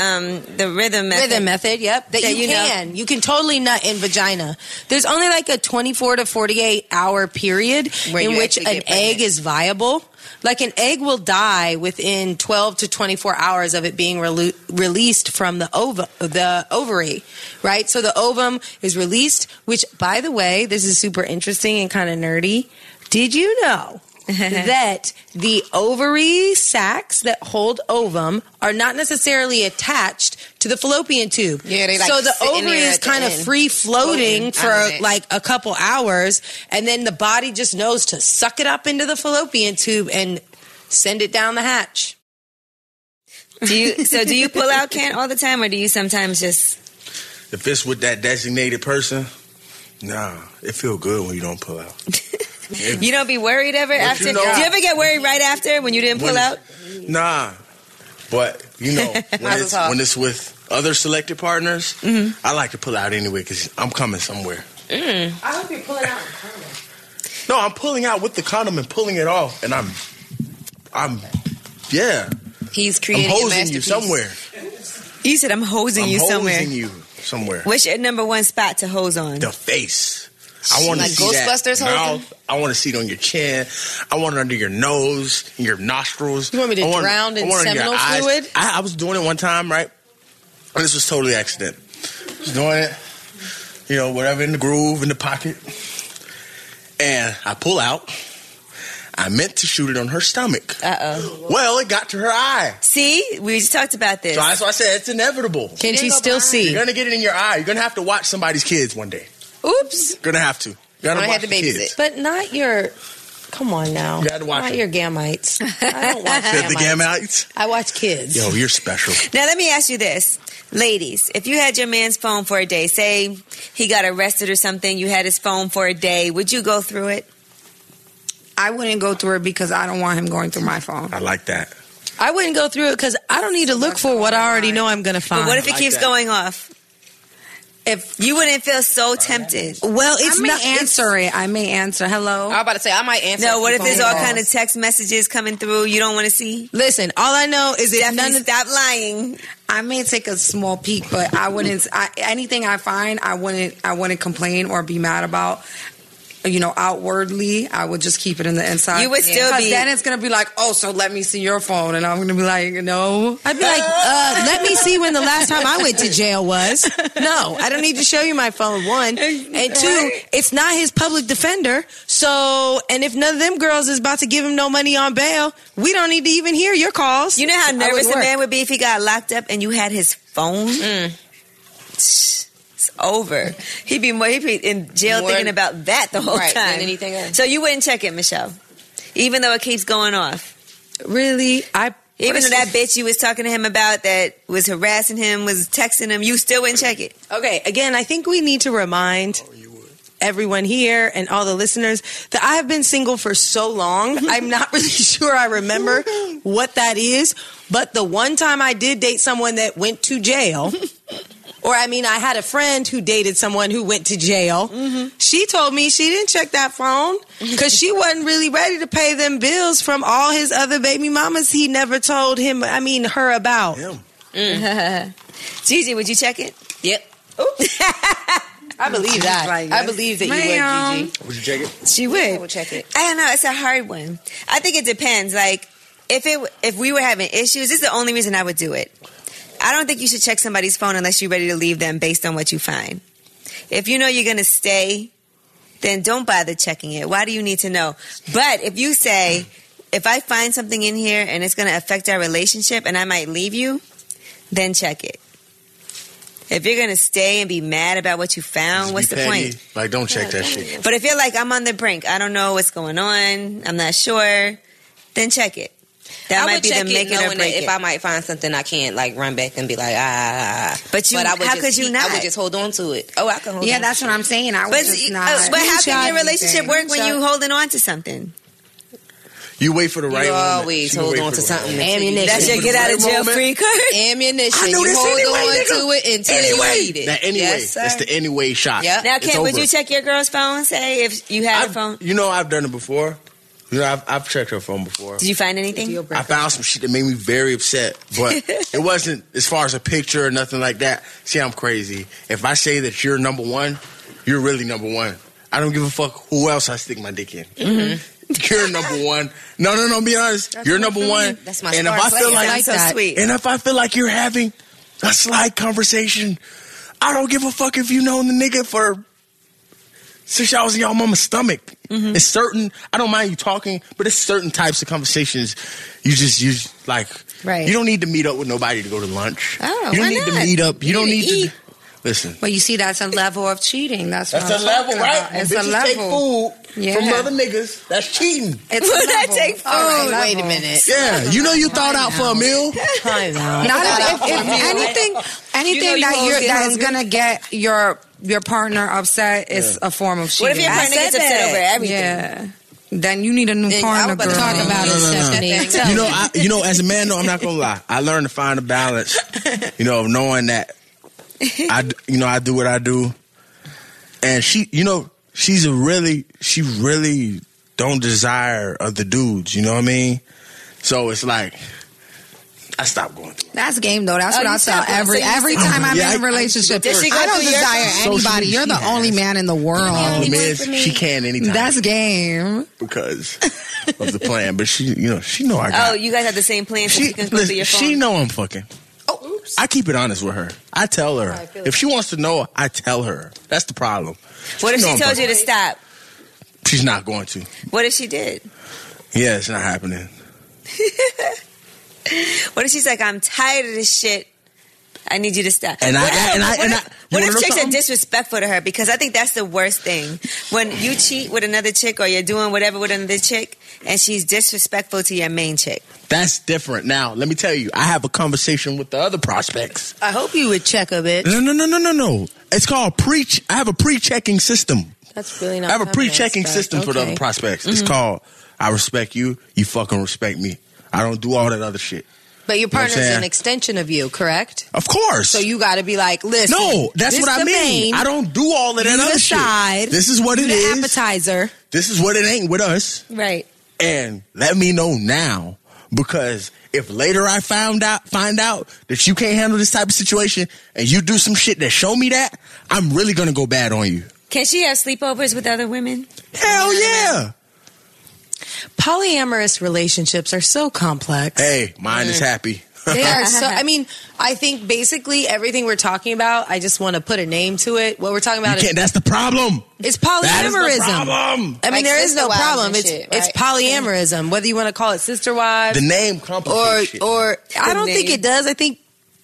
[SPEAKER 1] um the rhythm method.
[SPEAKER 9] Rhythm method, yep. That,
[SPEAKER 1] That
[SPEAKER 9] you,
[SPEAKER 1] you know.
[SPEAKER 9] can. You can totally nut in vagina. There's only like a 24 to 48 hour period
[SPEAKER 10] Where
[SPEAKER 9] in
[SPEAKER 10] you
[SPEAKER 9] which an
[SPEAKER 10] actually get pregnant.
[SPEAKER 9] egg is viable. Like an egg will die within 12 to 24 hours of it being relu- released from the ova- the ovary, right? So the ovum is released, which by the way, this is super interesting and kind of nerdy. Did you know that the ovary sacs that hold ovum are not necessarily attached to the fallopian tube.
[SPEAKER 10] Yeah, they, like,
[SPEAKER 9] so the
[SPEAKER 10] sit in
[SPEAKER 9] ovary
[SPEAKER 10] there
[SPEAKER 9] is
[SPEAKER 10] at the
[SPEAKER 9] kind of
[SPEAKER 10] end,
[SPEAKER 9] free
[SPEAKER 10] floating.
[SPEAKER 9] floating for
[SPEAKER 10] I know that.
[SPEAKER 9] like a couple hours, and then the body just knows to suck it up into the fallopian tube and send it down the hatch.
[SPEAKER 1] Do you so do you pull out Ken all the time or do you sometimes just
[SPEAKER 7] if it's with that designated person, nah, it feel good when you don't pull out. If-
[SPEAKER 1] You don't be worried ever
[SPEAKER 7] But
[SPEAKER 1] after.
[SPEAKER 7] you know-
[SPEAKER 1] do you ever get worried right after when you didn't pull
[SPEAKER 7] When-
[SPEAKER 1] out?
[SPEAKER 7] Nah, but you know when
[SPEAKER 1] Mazel
[SPEAKER 7] it's
[SPEAKER 1] tov.
[SPEAKER 7] when it's with other selected partners,
[SPEAKER 1] Mm-hmm.
[SPEAKER 7] I like to pull out anyway because I'm coming somewhere.
[SPEAKER 1] Mm.
[SPEAKER 8] I hope you're pulling out.
[SPEAKER 7] No, I'm pulling out with the condom and pulling it off, and I'm, I'm, yeah,
[SPEAKER 8] He's
[SPEAKER 7] I'm
[SPEAKER 8] creating a
[SPEAKER 7] hosing you
[SPEAKER 8] masterpiece.
[SPEAKER 7] somewhere.
[SPEAKER 1] You said I'm hosing
[SPEAKER 7] I'm
[SPEAKER 1] you
[SPEAKER 7] hosing
[SPEAKER 1] somewhere.
[SPEAKER 7] you somewhere.
[SPEAKER 1] What's your number one spot to hose on?
[SPEAKER 7] The face. I want to
[SPEAKER 8] Like
[SPEAKER 7] see
[SPEAKER 8] Ghostbusters
[SPEAKER 7] that
[SPEAKER 8] hosing?
[SPEAKER 7] mouth. I want to see it on your chin. I want it under your nose, and your nostrils.
[SPEAKER 10] You want me to
[SPEAKER 7] I wanna-
[SPEAKER 10] drown in
[SPEAKER 7] I want it your
[SPEAKER 10] seminal
[SPEAKER 7] eyes.
[SPEAKER 10] fluid?
[SPEAKER 7] I, I was doing it one time, right? And this was totally accident. was doing it, you know, whatever in the groove in the pocket, and I pull out. I meant to shoot it on her stomach.
[SPEAKER 1] Uh oh.
[SPEAKER 7] Well, it got to her eye.
[SPEAKER 1] See, we just talked about this.
[SPEAKER 7] So that's why I said it's inevitable.
[SPEAKER 10] Can she still see?
[SPEAKER 7] You're gonna get it in your eye. You're gonna have to watch somebody's kids one day.
[SPEAKER 10] Oops.
[SPEAKER 7] You're gonna have to. You gotta
[SPEAKER 8] I had
[SPEAKER 7] watch
[SPEAKER 8] to
[SPEAKER 7] the
[SPEAKER 8] babysit.
[SPEAKER 7] kids.
[SPEAKER 10] But not your. Come on now.
[SPEAKER 7] You had to watch
[SPEAKER 10] not
[SPEAKER 7] it.
[SPEAKER 10] your gamites. I don't watch
[SPEAKER 7] Said
[SPEAKER 10] gamites.
[SPEAKER 7] the Gamites.
[SPEAKER 10] I watch kids.
[SPEAKER 7] Yo, you're special.
[SPEAKER 1] Now let me ask you this. Ladies, if you had your man's phone for a day, say he got arrested or something, you had his phone for a day, would you go through it?
[SPEAKER 6] I wouldn't go through it because I don't want him going through my phone.
[SPEAKER 7] I like that.
[SPEAKER 10] I wouldn't go through it because I don't need to look for what I already know I'm going to find.
[SPEAKER 1] But what if it
[SPEAKER 7] like
[SPEAKER 1] keeps
[SPEAKER 7] that.
[SPEAKER 1] going off?
[SPEAKER 6] If
[SPEAKER 1] You wouldn't feel so tempted.
[SPEAKER 10] well, it's
[SPEAKER 6] I may
[SPEAKER 10] not
[SPEAKER 6] answer it, I may answer.
[SPEAKER 8] I
[SPEAKER 6] Hello.
[SPEAKER 8] was about to say I might answer.
[SPEAKER 1] No, what if
[SPEAKER 8] phone
[SPEAKER 1] there's all
[SPEAKER 8] calls.
[SPEAKER 1] kind of text messages coming through you don't want to see?
[SPEAKER 10] Listen, all I know is if none
[SPEAKER 1] Definitely
[SPEAKER 10] of
[SPEAKER 1] stop lying.
[SPEAKER 6] I may take a small peek, but I wouldn't. I, anything I find, I wouldn't. I wouldn't complain or be mad about. You know, outwardly, I would just keep it in the inside.
[SPEAKER 1] You would still
[SPEAKER 6] 'Cause
[SPEAKER 1] be-
[SPEAKER 6] Then it's gonna be like, oh, so let me see your phone, and I'm gonna be like, no.
[SPEAKER 10] I'd be like, uh, let me see when the last time I went to jail was. No, I don't need to show you my phone. One and two, it's not his public defender. So, and if none of them girls is about to give him no money on bail, we don't need to even hear your calls.
[SPEAKER 1] You know how
[SPEAKER 10] I wouldn't
[SPEAKER 1] nervous a
[SPEAKER 10] work.
[SPEAKER 1] man would be if he got locked up and you had his phone?
[SPEAKER 8] Mm.
[SPEAKER 1] It's over. He'd be more he'd be in jail
[SPEAKER 8] More-
[SPEAKER 1] thinking about that the whole
[SPEAKER 8] Right, than
[SPEAKER 1] time.
[SPEAKER 8] anything else.
[SPEAKER 1] So you wouldn't check it, Michelle. Even though it keeps going off.
[SPEAKER 10] Really, I
[SPEAKER 1] Even though that bitch you was talking to him about that was harassing him, was texting him, you still wouldn't check it.
[SPEAKER 10] Okay, again, I think we need to remind everyone here and all the listeners that I have been single for so long. I'm not really sure I remember what that is, but the one time I did date someone that went to jail. Or I mean, I had a friend who dated someone who went to jail. She told me she didn't check that phone because she wasn't really ready to pay them bills from all his other baby mamas. He never told him, I mean, her about.
[SPEAKER 7] Damn.
[SPEAKER 1] Gigi, would you check it?
[SPEAKER 8] Yep.
[SPEAKER 10] I believe that.
[SPEAKER 6] Like,
[SPEAKER 10] I believe that you would,
[SPEAKER 6] ma'am.
[SPEAKER 10] Gigi.
[SPEAKER 7] Would you check it?
[SPEAKER 1] She
[SPEAKER 8] I
[SPEAKER 1] would.
[SPEAKER 8] will check it.
[SPEAKER 1] I don't know. It's a hard one. I think it depends. Like if it if we were having issues, this is the only reason I would do it. I don't think you should check somebody's phone unless you're ready to leave them based on what you find. If you know you're gonna stay, then don't bother checking it. Why do you need to know? But if you say, if I find something in here and it's gonna affect our relationship and I might leave you, then check it. If you're gonna stay and be mad about what you found,
[SPEAKER 7] Just
[SPEAKER 1] what's
[SPEAKER 7] be
[SPEAKER 1] the
[SPEAKER 7] petty.
[SPEAKER 1] point?
[SPEAKER 7] Like, don't check that shit.
[SPEAKER 1] But if you're like, I'm on the brink, I don't know what's going on, I'm not sure, then check it. That
[SPEAKER 8] I
[SPEAKER 1] might
[SPEAKER 8] would
[SPEAKER 1] be the
[SPEAKER 8] check
[SPEAKER 1] make it or
[SPEAKER 8] knowing that
[SPEAKER 1] break it.
[SPEAKER 8] if I might find something I can't like run back and be like ah.
[SPEAKER 1] But you-
[SPEAKER 8] I would
[SPEAKER 1] how
[SPEAKER 8] just
[SPEAKER 1] could you
[SPEAKER 8] keep- I
[SPEAKER 1] not?
[SPEAKER 8] would just hold on to it. Oh, I can hold.
[SPEAKER 6] Yeah,
[SPEAKER 8] on
[SPEAKER 6] that's
[SPEAKER 8] to
[SPEAKER 6] what I'm saying. I would
[SPEAKER 1] but,
[SPEAKER 6] just
[SPEAKER 1] uh,
[SPEAKER 6] not.
[SPEAKER 1] but how
[SPEAKER 6] Screenshot
[SPEAKER 1] can your relationship
[SPEAKER 6] anything.
[SPEAKER 1] work when
[SPEAKER 6] Screenshot.
[SPEAKER 1] you holding on to something?
[SPEAKER 7] You wait for the right
[SPEAKER 8] you
[SPEAKER 7] moment.
[SPEAKER 8] always
[SPEAKER 7] You wait
[SPEAKER 8] hold
[SPEAKER 7] for
[SPEAKER 8] on
[SPEAKER 7] the
[SPEAKER 8] to
[SPEAKER 7] right
[SPEAKER 8] something.
[SPEAKER 7] moment.
[SPEAKER 8] until you
[SPEAKER 10] Ammunition.
[SPEAKER 8] need
[SPEAKER 1] That's
[SPEAKER 8] it.
[SPEAKER 1] your get out of jail free card.
[SPEAKER 8] ammunition.
[SPEAKER 7] I knew
[SPEAKER 8] You
[SPEAKER 7] this
[SPEAKER 8] hold
[SPEAKER 7] anyway,
[SPEAKER 8] on to it until you need it.
[SPEAKER 7] That anyway.
[SPEAKER 8] Yes, sir.
[SPEAKER 7] That's the anyway shot.
[SPEAKER 8] Yep.
[SPEAKER 1] Now,
[SPEAKER 7] It's
[SPEAKER 1] Kim, would
[SPEAKER 7] over.
[SPEAKER 1] you check your girl's phone? Say if you had a
[SPEAKER 7] I've,
[SPEAKER 1] phone,
[SPEAKER 7] You know, I've done it before. You know, I've, I've checked her phone before.
[SPEAKER 1] did you find anything?
[SPEAKER 7] I found some shit that made me very upset, but it wasn't as far as a picture or nothing like that. See, I'm crazy. If I say that you're number one, you're really number one. I don't give a fuck who else I stick my dick in. You're number one. No, no, no. Be honest. you're number one.
[SPEAKER 8] That's my
[SPEAKER 7] And if I
[SPEAKER 8] spark
[SPEAKER 7] feel
[SPEAKER 8] plug.
[SPEAKER 7] like,
[SPEAKER 1] Sounds so
[SPEAKER 10] that.
[SPEAKER 1] sweet.
[SPEAKER 7] and if I feel like you're having a slight conversation, I don't give a fuck if you known the nigga for since y'all was in y'all mama's stomach. It's certain. I don't mind you talking, but it's certain types of conversations. You just you just, like.
[SPEAKER 10] Right.
[SPEAKER 7] You don't need to meet up with nobody to go to lunch.
[SPEAKER 1] Oh,
[SPEAKER 7] you don't
[SPEAKER 1] why
[SPEAKER 7] need
[SPEAKER 1] not?
[SPEAKER 7] to meet up. You,
[SPEAKER 1] You
[SPEAKER 7] don't
[SPEAKER 1] need
[SPEAKER 7] need
[SPEAKER 1] to
[SPEAKER 7] to.
[SPEAKER 1] eat.
[SPEAKER 7] Listen.
[SPEAKER 6] But you see, that's a level of cheating. That's what
[SPEAKER 7] That's
[SPEAKER 6] I'm
[SPEAKER 7] a level,
[SPEAKER 6] talking
[SPEAKER 7] right?
[SPEAKER 6] Oh, about.
[SPEAKER 7] When
[SPEAKER 6] It's
[SPEAKER 7] bitches
[SPEAKER 6] a level.
[SPEAKER 7] take food from
[SPEAKER 6] Yeah.
[SPEAKER 7] other niggas. That's cheating.
[SPEAKER 6] It's a
[SPEAKER 1] When I
[SPEAKER 6] level.
[SPEAKER 1] take
[SPEAKER 6] All right,
[SPEAKER 1] food.
[SPEAKER 10] Wait a
[SPEAKER 6] level.
[SPEAKER 10] minute.
[SPEAKER 7] Yeah, you know you thought out for a meal.
[SPEAKER 10] Time out.
[SPEAKER 6] Not if, if, if anything, anything
[SPEAKER 1] you
[SPEAKER 6] that
[SPEAKER 1] won't
[SPEAKER 6] you're
[SPEAKER 1] get
[SPEAKER 6] that is
[SPEAKER 1] hungry.
[SPEAKER 6] gonna get your your partner upset is a form of cheating.
[SPEAKER 1] What if your partner gets upset over everything?
[SPEAKER 6] Yeah. Then you need a new
[SPEAKER 1] I
[SPEAKER 6] partner.
[SPEAKER 1] was about to talk
[SPEAKER 6] girl.
[SPEAKER 1] about
[SPEAKER 7] No, no, no. You know, I, you know, as a man, though, I'm not gonna lie. I learned to find a balance. You know, of knowing that I, d- you know, I do what I do, and she, you know, she's a really, she really don't desire other dudes. You know what I mean? So it's like I stopped going through.
[SPEAKER 6] That's game though. That's
[SPEAKER 1] Oh,
[SPEAKER 6] what
[SPEAKER 1] you
[SPEAKER 6] I tell
[SPEAKER 1] said that.
[SPEAKER 6] every
[SPEAKER 1] So you
[SPEAKER 6] every
[SPEAKER 1] said
[SPEAKER 6] time I'm
[SPEAKER 7] Yeah, I-
[SPEAKER 6] in a relationship.
[SPEAKER 1] Did she go
[SPEAKER 6] I don't
[SPEAKER 1] through your
[SPEAKER 6] desire
[SPEAKER 7] social
[SPEAKER 6] anybody.
[SPEAKER 7] media
[SPEAKER 6] You're the
[SPEAKER 7] she
[SPEAKER 6] only
[SPEAKER 7] has?
[SPEAKER 6] man in the
[SPEAKER 7] Oh,
[SPEAKER 6] world.
[SPEAKER 7] man, she can anytime
[SPEAKER 6] That's game.
[SPEAKER 7] because of the plan. But she, you know, she know I got.
[SPEAKER 1] Oh, you guys have the same plan, so
[SPEAKER 7] she,
[SPEAKER 1] you can go through
[SPEAKER 7] listen,
[SPEAKER 1] your phone.
[SPEAKER 7] she know I'm fucking.
[SPEAKER 1] oh, oops.
[SPEAKER 7] I keep it honest with her. I tell her if she wants to know, I tell her. That's the problem.
[SPEAKER 1] What if
[SPEAKER 7] know
[SPEAKER 1] she
[SPEAKER 7] I'm
[SPEAKER 1] told you to
[SPEAKER 7] fucking.
[SPEAKER 1] stop?
[SPEAKER 7] She's not going to.
[SPEAKER 1] What if she did?
[SPEAKER 7] Yeah, it's not happening.
[SPEAKER 1] What if she's like, I'm tired of this shit. I need you to stop.
[SPEAKER 7] And I-
[SPEAKER 1] what if,
[SPEAKER 7] and I-
[SPEAKER 1] what if,
[SPEAKER 7] and I- you
[SPEAKER 1] what
[SPEAKER 7] wanna
[SPEAKER 1] if
[SPEAKER 7] know
[SPEAKER 1] chicks are
[SPEAKER 7] something?
[SPEAKER 1] disrespectful to her? Because I think that's the worst thing. When you cheat with another chick or you're doing whatever with another chick and she's disrespectful to your main chick.
[SPEAKER 7] That's different. Now, let me tell you, I have a conversation with the other prospects.
[SPEAKER 10] I hope you would check a bit.
[SPEAKER 7] No, no, no, no, no, no. It's called pre. I have a pre-checking system.
[SPEAKER 10] That's really not.
[SPEAKER 7] I have a pre-checking
[SPEAKER 10] feminist, but
[SPEAKER 7] system for the
[SPEAKER 10] okay.
[SPEAKER 7] other prospects.
[SPEAKER 1] Mm-hmm.
[SPEAKER 7] It's called I respect you. You fucking respect me. I don't do all that other shit.
[SPEAKER 10] But
[SPEAKER 7] know
[SPEAKER 10] your
[SPEAKER 7] what I'm
[SPEAKER 10] partner's
[SPEAKER 7] saying?
[SPEAKER 10] an extension of you, correct?
[SPEAKER 7] Of course.
[SPEAKER 10] So you got to be like, listen.
[SPEAKER 7] No, that's
[SPEAKER 10] this
[SPEAKER 7] what I
[SPEAKER 10] the
[SPEAKER 7] mean.
[SPEAKER 10] main,
[SPEAKER 7] I don't do all of that
[SPEAKER 10] you
[SPEAKER 7] other
[SPEAKER 10] the side.
[SPEAKER 7] shit. This is what
[SPEAKER 10] you
[SPEAKER 7] it
[SPEAKER 10] the
[SPEAKER 7] is.
[SPEAKER 10] appetizer.
[SPEAKER 7] This is what it ain't with us.
[SPEAKER 10] Right.
[SPEAKER 7] and let me know now because if later I found out find out that you can't handle this type of situation and you do some shit that show me that, I'm really gonna go bad on you.
[SPEAKER 1] Can she have sleepovers with other women?
[SPEAKER 7] Hell yeah.
[SPEAKER 10] Polyamorous relationships are so complex.
[SPEAKER 7] Hey, mine is happy.
[SPEAKER 10] They are so. I mean, I think basically everything we're talking about. I just want to put a name to it. What we're talking
[SPEAKER 7] You
[SPEAKER 10] about
[SPEAKER 7] can't,
[SPEAKER 10] is,
[SPEAKER 7] that's the problem.
[SPEAKER 10] is
[SPEAKER 7] That is the
[SPEAKER 10] polyamorism.
[SPEAKER 7] problem.
[SPEAKER 10] I mean,
[SPEAKER 12] Like
[SPEAKER 10] there is
[SPEAKER 12] sister
[SPEAKER 10] no
[SPEAKER 12] wives
[SPEAKER 10] problem.
[SPEAKER 12] and
[SPEAKER 10] It's
[SPEAKER 12] shit,
[SPEAKER 10] it's
[SPEAKER 12] right?
[SPEAKER 10] polyamorism. Whether you want to call it sister wives
[SPEAKER 7] The name
[SPEAKER 10] or
[SPEAKER 7] complicates shit.
[SPEAKER 10] or I don't think
[SPEAKER 1] name.
[SPEAKER 10] it does. I think